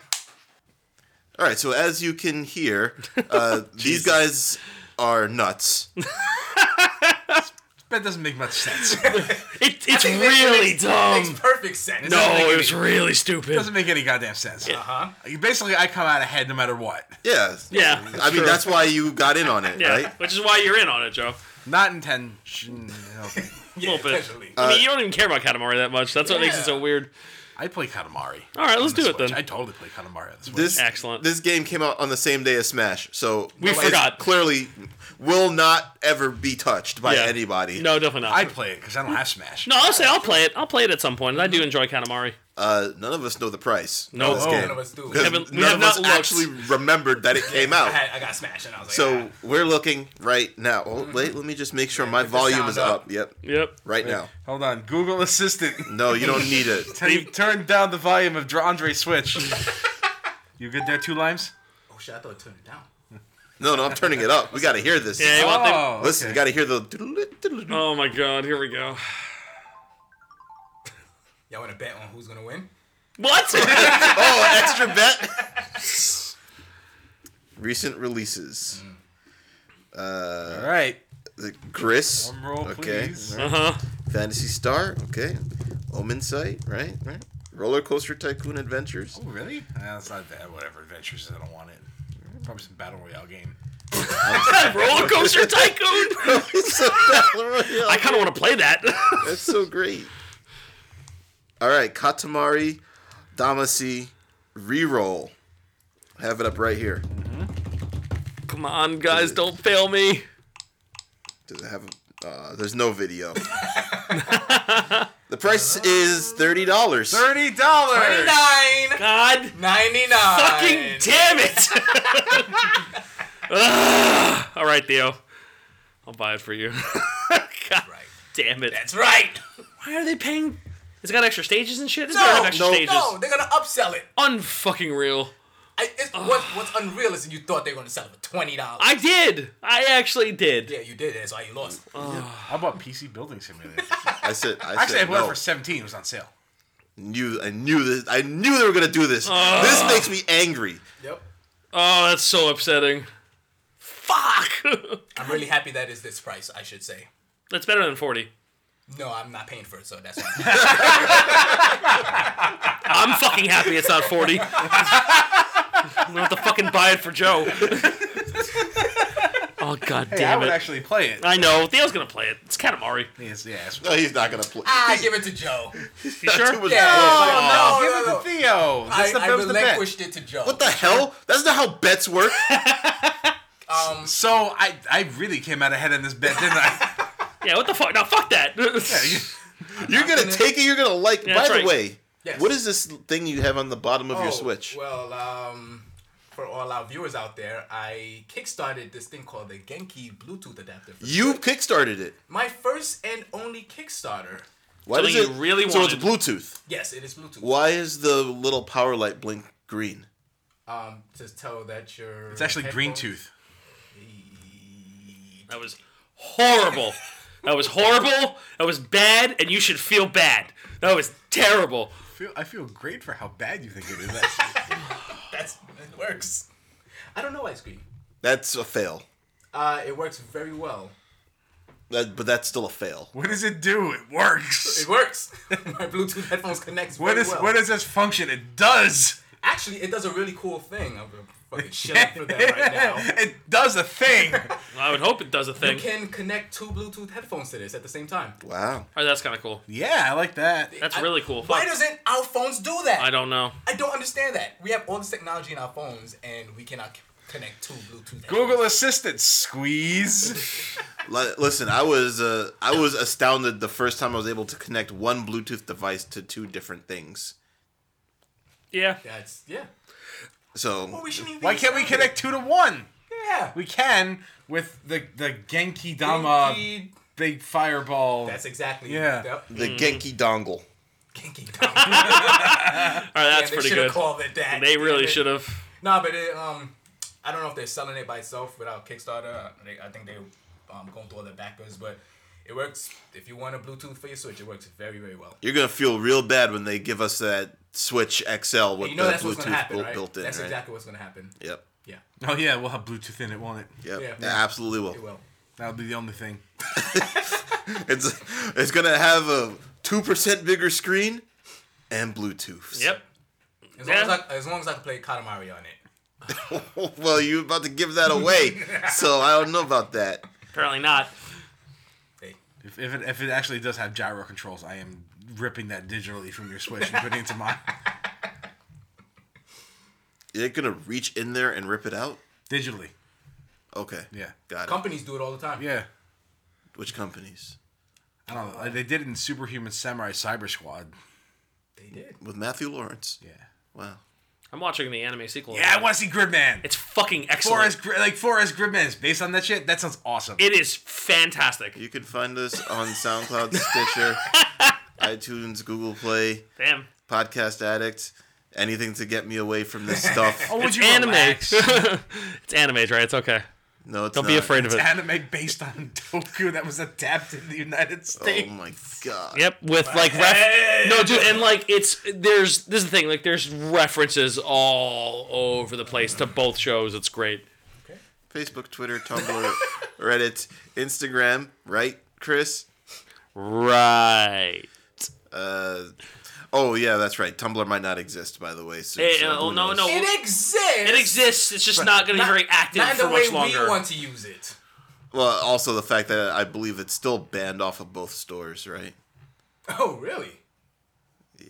Speaker 2: All right. So as you can hear, uh, these guys are nuts.
Speaker 5: That doesn't make much sense.
Speaker 4: It, it's
Speaker 3: think that
Speaker 4: really
Speaker 3: makes-
Speaker 4: dumb.
Speaker 3: Makes perfect sense.
Speaker 4: No, it was really stupid.
Speaker 5: doesn't make any goddamn sense. Uh-huh.
Speaker 3: Uh huh.
Speaker 5: Basically, I come out ahead no matter what.
Speaker 2: Yeah.
Speaker 4: Yeah.
Speaker 2: I mean,
Speaker 4: true.
Speaker 2: that's why you got in on it,
Speaker 4: yeah.
Speaker 2: right?
Speaker 4: Which is why you're in on it, Joe.
Speaker 5: Not intention. Okay.
Speaker 4: A little bit.
Speaker 3: Potentially.
Speaker 4: I mean, you don't even care about Katamari that much. That's what makes it so weird.
Speaker 5: I play Katamari.
Speaker 4: All right, let's
Speaker 5: on the
Speaker 4: do it
Speaker 5: Switch.
Speaker 4: then.
Speaker 5: I totally play Katamari. on the Switch.
Speaker 2: This
Speaker 4: Excellent.
Speaker 2: This game came out on the same day as Smash, so
Speaker 4: We
Speaker 2: it's
Speaker 4: forgot.
Speaker 2: Clearly, will not ever be touched by
Speaker 4: Yeah.
Speaker 2: anybody.
Speaker 4: No, definitely not.
Speaker 5: I play it because I don't have Smash.
Speaker 4: no, I'll say I'll play it. I'll play it at some point. I do enjoy Katamari.
Speaker 2: Uh, none of us know the price.
Speaker 4: No.
Speaker 2: of this
Speaker 4: Oh.
Speaker 2: game.
Speaker 3: None of us do.
Speaker 2: 'Cause
Speaker 4: Haven't- we
Speaker 2: none
Speaker 4: have
Speaker 2: of
Speaker 4: not
Speaker 2: us
Speaker 4: looked.
Speaker 2: actually remembered that it came
Speaker 3: I,
Speaker 2: out.
Speaker 3: had, I got smashed and I was like,
Speaker 2: So
Speaker 3: ah.
Speaker 2: we're looking right now. Oh, wait, let me just make sure my
Speaker 3: put the
Speaker 2: volume
Speaker 3: sound
Speaker 2: is
Speaker 3: up.
Speaker 2: up. Yep,
Speaker 4: Yep.
Speaker 2: right now.
Speaker 5: Hold on, Google Assistant.
Speaker 2: No, you don't need it.
Speaker 5: Tell you turn down the volume of Dr- Andre's Switch. you good there, two limes?
Speaker 3: oh shit, I thought it turned it down.
Speaker 2: No, no, I'm turning it up. We got to hear this.
Speaker 4: Yeah. You want them-
Speaker 2: Listen, you got to hear the.
Speaker 4: Oh my God! Here we go.
Speaker 3: Y'all want to bet on who's gonna win?
Speaker 4: What?
Speaker 2: Oh, extra bet. Recent releases.
Speaker 5: All right.
Speaker 2: The Gris.
Speaker 5: Drum roll,
Speaker 2: okay.
Speaker 5: please.
Speaker 2: all right.
Speaker 4: uh huh.
Speaker 2: Fantasy Star. Okay. Omen Sight. Right. Right. Roller Coaster Tycoon Adventures.
Speaker 5: Oh, really? Nah, that's not bad. Whatever. Adventures, I don't want it. Probably some Battle Royale game.
Speaker 4: Roller Coaster Tycoon.
Speaker 2: It's a battle royale.
Speaker 4: I kind of want to play that.
Speaker 2: That's so great. All right, Katamari Damacy reroll. I have it up right here.
Speaker 4: Come on, guys! Don't fail me.
Speaker 2: Does it have? A, uh, there's no video. the price is thirty dollars.
Speaker 5: $30! $30!
Speaker 3: Nine.
Speaker 4: God.
Speaker 3: Ninety nine.
Speaker 4: Fucking damn it! Ugh. All right, Theo. I'll buy it for you. God
Speaker 3: Right.
Speaker 4: damn it.
Speaker 3: That's right.
Speaker 4: Why are they paying? It's got extra stages and shit? It's
Speaker 3: No,
Speaker 4: gotta have extra
Speaker 2: no.
Speaker 4: stages.
Speaker 3: No, they're gonna upsell it.
Speaker 4: Unfucking real.
Speaker 3: I, it's, what, what's unreal is you thought they were gonna sell it for twenty dollars.
Speaker 4: I did! I actually did.
Speaker 3: Yeah, you did. That's why you lost.
Speaker 5: How about PC Building Simulator?
Speaker 2: I said. I
Speaker 5: Actually, I
Speaker 2: said
Speaker 5: bought
Speaker 2: no.
Speaker 5: it for 17 It was on sale.
Speaker 2: Knew I knew this. I knew they were gonna do this. This makes me angry.
Speaker 3: Yep.
Speaker 4: Oh, that's so upsetting. Fuck.
Speaker 3: I'm really happy that is this price, I should say.
Speaker 4: that's better than forty.
Speaker 3: No, I'm not paying for it, so that's why.
Speaker 4: I'm fucking happy it's not 40. I'm gonna have to fucking buy it for Joe. oh god
Speaker 5: Hey, I
Speaker 4: damn
Speaker 5: would
Speaker 4: it.
Speaker 5: actually play it.
Speaker 4: I know, Theo's gonna play it. It's Katamari.
Speaker 5: Yes, yes.
Speaker 3: Oh,
Speaker 2: No, he's not gonna play.
Speaker 3: I give it to Joe.
Speaker 4: You
Speaker 2: Too
Speaker 4: sure?
Speaker 2: much
Speaker 3: Yeah.
Speaker 2: bull.
Speaker 3: No,
Speaker 5: Oh, give
Speaker 3: no,
Speaker 5: it
Speaker 3: no.
Speaker 5: to Theo. That's
Speaker 3: I,
Speaker 5: the,
Speaker 3: I
Speaker 5: that was the bet.
Speaker 3: relinquished it to Joe.
Speaker 2: What the hell? That's not how bets work.
Speaker 3: Um,
Speaker 5: So I, I really came out ahead in this bet, didn't I?
Speaker 4: Yeah, what the fuck? No, fuck that.
Speaker 2: You're gonna
Speaker 3: gonna-
Speaker 2: take it. You're gonna like.
Speaker 4: Yeah,
Speaker 2: By
Speaker 4: that's
Speaker 2: the
Speaker 4: right.
Speaker 2: way,
Speaker 3: Yes.
Speaker 2: what is this thing you have on the bottom of your
Speaker 3: oh,
Speaker 2: Switch?
Speaker 3: Well, um, for all our viewers out there, I kickstarted this thing called the Genki Bluetooth adapter. For
Speaker 2: you kickstarted it.
Speaker 3: My first and only Kickstarter.
Speaker 2: Why
Speaker 4: Something
Speaker 2: does
Speaker 4: you
Speaker 2: it
Speaker 4: really
Speaker 2: So it's
Speaker 4: wanted.
Speaker 2: Bluetooth.
Speaker 3: Yes, it is Bluetooth.
Speaker 2: Why is the little power light blink green?
Speaker 3: Um, to tell that you're.
Speaker 5: It's actually Green Tooth.
Speaker 4: that was horrible. That was horrible. That was bad, and you should feel bad. That was terrible.
Speaker 5: I feel, I feel great for how bad you think it is. actually.
Speaker 3: That's it works. I don't know ice cream.
Speaker 2: That's a fail.
Speaker 3: Uh, it works very well.
Speaker 2: That, but that's still a fail.
Speaker 5: what does it do? It works.
Speaker 3: It works. My Bluetooth headphones connects
Speaker 5: What
Speaker 3: very
Speaker 5: is
Speaker 3: well.
Speaker 5: what does this function? It does.
Speaker 3: Actually, it does a really cool thing. I'm gonna fucking shit up for that right now.
Speaker 5: it does a thing.
Speaker 4: I would hope it does a thing.
Speaker 3: You can connect two Bluetooth headphones to this at the same time.
Speaker 2: Wow.
Speaker 4: Oh, that's kind of cool.
Speaker 5: yeah, I like that.
Speaker 4: That's
Speaker 3: I-
Speaker 4: really cool.
Speaker 3: Why
Speaker 4: Fuck.
Speaker 3: doesn't our phones do that?
Speaker 4: I don't know.
Speaker 3: I don't understand that. We have all this technology in our phones, and we cannot c- connect two Bluetooth.
Speaker 5: Google Assistant squeeze.
Speaker 2: Li- Listen, I was uh, I was astounded the first time I was able to connect one Bluetooth device to two different things.
Speaker 4: Yeah.
Speaker 3: That's yeah.
Speaker 2: So
Speaker 3: Well, we shouldn't even be
Speaker 5: Why can't we
Speaker 3: excited.
Speaker 5: connect two to one?
Speaker 3: Yeah.
Speaker 5: We can with the the Genki Dama
Speaker 3: Genki-
Speaker 5: big fireball.
Speaker 3: That's exactly.
Speaker 5: uh, Yeah.
Speaker 3: Yep.
Speaker 2: the Genki dongle.
Speaker 3: Genki Dama.
Speaker 4: All right, that's
Speaker 3: they
Speaker 4: pretty
Speaker 3: should have
Speaker 4: good.
Speaker 3: called it that.
Speaker 4: They really
Speaker 3: Damn it.
Speaker 4: should have.
Speaker 3: Nah, but it, um, I don't know if they're selling it by itself without Kickstarter. Uh, They, I think they um going through all the backers, but it works. If you want a Bluetooth for your Switch, it works very very well.
Speaker 2: You're gonna feel real bad when they give us that Switch XL with
Speaker 3: And you know
Speaker 2: the
Speaker 3: that's what's
Speaker 2: Bluetooth
Speaker 3: gonna happen,
Speaker 2: built,
Speaker 3: right?
Speaker 2: built in.
Speaker 3: that's
Speaker 2: right?
Speaker 3: exactly what's gonna happen.
Speaker 2: Yep.
Speaker 3: Yeah,
Speaker 5: oh yeah, we'll have Bluetooth in it, won't it?
Speaker 2: Yep.
Speaker 3: Yeah.
Speaker 2: It absolutely will.
Speaker 3: it will.
Speaker 5: That'll be the only thing.
Speaker 2: It's it's gonna have a two percent bigger screen and Bluetooth.
Speaker 4: Yep.
Speaker 3: As long as,
Speaker 4: Yeah.
Speaker 3: I, as long as I can play Katamari on it.
Speaker 2: well, you're about to give that away, so I don't know about that.
Speaker 4: Apparently not.
Speaker 3: Hey,
Speaker 5: If, if, it, if it actually does have gyro controls, I am ripping that digitally from your Switch and putting it into mine.
Speaker 2: You're gonna reach in there and rip it out.
Speaker 5: Digitally.
Speaker 2: Okay.
Speaker 5: Yeah.
Speaker 2: Got it.
Speaker 3: companies do it all the time.
Speaker 5: Yeah.
Speaker 2: Which companies?
Speaker 5: I don't know. They did it in Superhuman Samurai Cyber Squad.
Speaker 3: They did.
Speaker 2: With Matthew Lawrence.
Speaker 5: Yeah.
Speaker 2: Wow.
Speaker 4: I'm watching the anime sequel.
Speaker 5: Yeah, I want to see Gridman.
Speaker 4: It's fucking excellent.
Speaker 5: Forest, Gri- like Forest Gridman is based on that shit. That sounds awesome.
Speaker 4: It is fantastic.
Speaker 2: You can find us on SoundCloud, Stitcher, iTunes, Google Play,
Speaker 4: Damn.
Speaker 2: Podcast Addict, anything to get me away from this stuff.
Speaker 5: oh, would
Speaker 4: It's
Speaker 5: you
Speaker 4: anime.
Speaker 5: relax?
Speaker 4: It's anime, right? It's okay.
Speaker 2: No, it's
Speaker 4: Don't be
Speaker 2: not.
Speaker 4: afraid of it.
Speaker 5: anime based on Doku that was adapted in the
Speaker 4: Um,
Speaker 5: United
Speaker 2: Oh
Speaker 5: States.
Speaker 2: my god.
Speaker 4: Yep, with like ref- no, dude, and like it's there's this is the thing like there's references all over the place to both shows. It's great.
Speaker 2: Facebook, Twitter, Tumblr, Reddit, Instagram, right, Chris?
Speaker 4: Right.
Speaker 2: Uh, oh yeah, that's right. Tumblr might not exist, by the way. So,
Speaker 4: Eh,
Speaker 2: so
Speaker 4: uh, oh
Speaker 2: who
Speaker 4: no,
Speaker 2: knows?
Speaker 4: no, it,
Speaker 3: It exists.
Speaker 4: exists. It's just not going to be very active
Speaker 3: not
Speaker 4: for
Speaker 3: the way
Speaker 4: much longer.
Speaker 3: we want to use it.
Speaker 2: Well, also the fact that I believe it's still banned off of both stores, right?
Speaker 3: Oh, really?
Speaker 2: Yeah.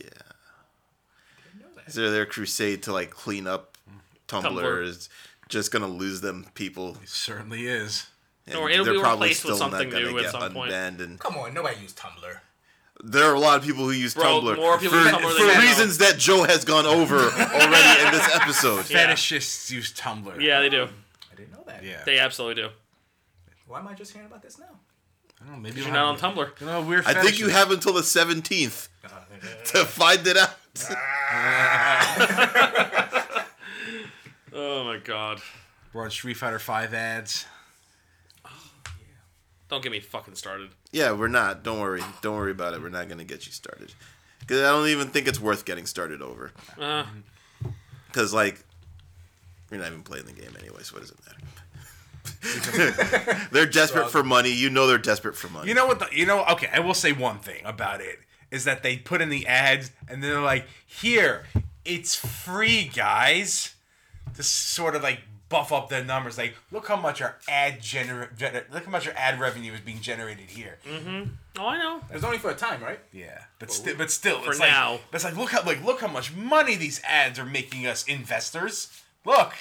Speaker 3: I know that.
Speaker 2: So their crusade to like clean up Tumblr,
Speaker 4: Tumblr.
Speaker 2: is just gonna lose them people.
Speaker 5: Certainly is.
Speaker 2: And
Speaker 4: Or it'll be replaced with something new at some point.
Speaker 2: unbanned. And
Speaker 3: Come on, nobody used Tumblr.
Speaker 2: there are a lot of people who use
Speaker 4: Bro,
Speaker 2: Tumblr
Speaker 4: more people
Speaker 2: for,
Speaker 4: use Tumblr than
Speaker 2: for
Speaker 4: they know.
Speaker 2: reasons that Joe has gone over already in this episode.
Speaker 4: Yeah.
Speaker 5: Fetishists use Tumblr.
Speaker 4: Yeah, they do.
Speaker 3: I didn't know that.
Speaker 5: Yeah.
Speaker 4: They absolutely do.
Speaker 3: Why am I just hearing about this now?
Speaker 5: I don't know, maybe
Speaker 4: You're not on Tumblr.
Speaker 5: You know, weird
Speaker 2: I think you
Speaker 5: fetishes.
Speaker 2: have until the seventeenth to find it out.
Speaker 4: Oh my god.
Speaker 5: We're on Street Fighter Five ads.
Speaker 4: Don't get me fucking started.
Speaker 2: Yeah, we're not. Don't worry. Don't worry about it. We're not gonna get you started. Because I don't even think it's worth getting started over.
Speaker 4: Uh,
Speaker 2: Because like, you're not even playing the game anyway, so what does it matter? they're desperate for money. You know they're desperate for money.
Speaker 5: You know what? The, you know. Okay, I will say one thing about it is that they put in the ads and then they're like, "Here, it's free, guys." To sort of like buff up their numbers. Like, look how much our ad gener- gener- look how much our ad revenue is being generated here.
Speaker 4: oh, I know.
Speaker 3: It was only for a time, right?
Speaker 5: Yeah, but still, but still,
Speaker 4: for
Speaker 5: it's
Speaker 4: now.
Speaker 5: like, but it's like look how like look how much money these ads are making us investors. Look.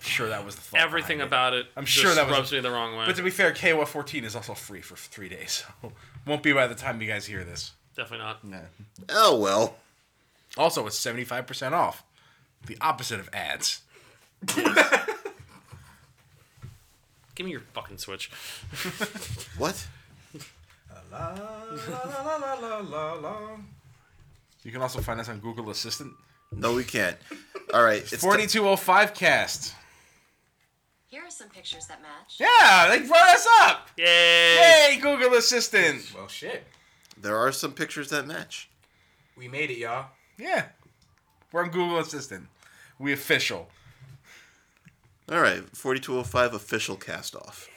Speaker 5: sure, that was the thought
Speaker 4: Everything
Speaker 5: behind it.
Speaker 4: about it. I'm
Speaker 5: sure
Speaker 4: just
Speaker 5: that was-
Speaker 4: rubs me the wrong way.
Speaker 5: But to be fair, KOF 14 is also free for three days, so won't be by the time you guys hear this.
Speaker 4: Definitely not.
Speaker 2: oh well.
Speaker 5: Also, it's 75% off. The opposite of ads.
Speaker 4: Give me your fucking switch.
Speaker 2: What?
Speaker 3: La, la, la, la, la, la, la.
Speaker 5: You can also find us on Google Assistant.
Speaker 2: No, we can't. All right. It's
Speaker 5: 4205 cast.
Speaker 6: Here are some pictures that match.
Speaker 5: Yeah, they brought us up.
Speaker 4: Yay!
Speaker 5: Hey, Google Assistant.
Speaker 3: Well, shit.
Speaker 2: there are some pictures that match.
Speaker 3: We made it, y'all.
Speaker 5: Yeah. We're on Google Assistant. We official.
Speaker 2: All right. 4205 official cast off.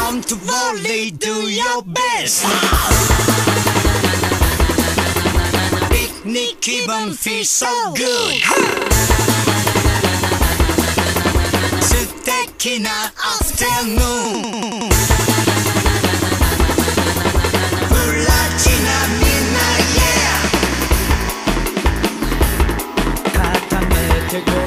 Speaker 7: I'm too lonely, do your best. Picnic, keep 'em feel so good. Suteki na afternoon. Furachi na uh, mina, yeah. 固めてご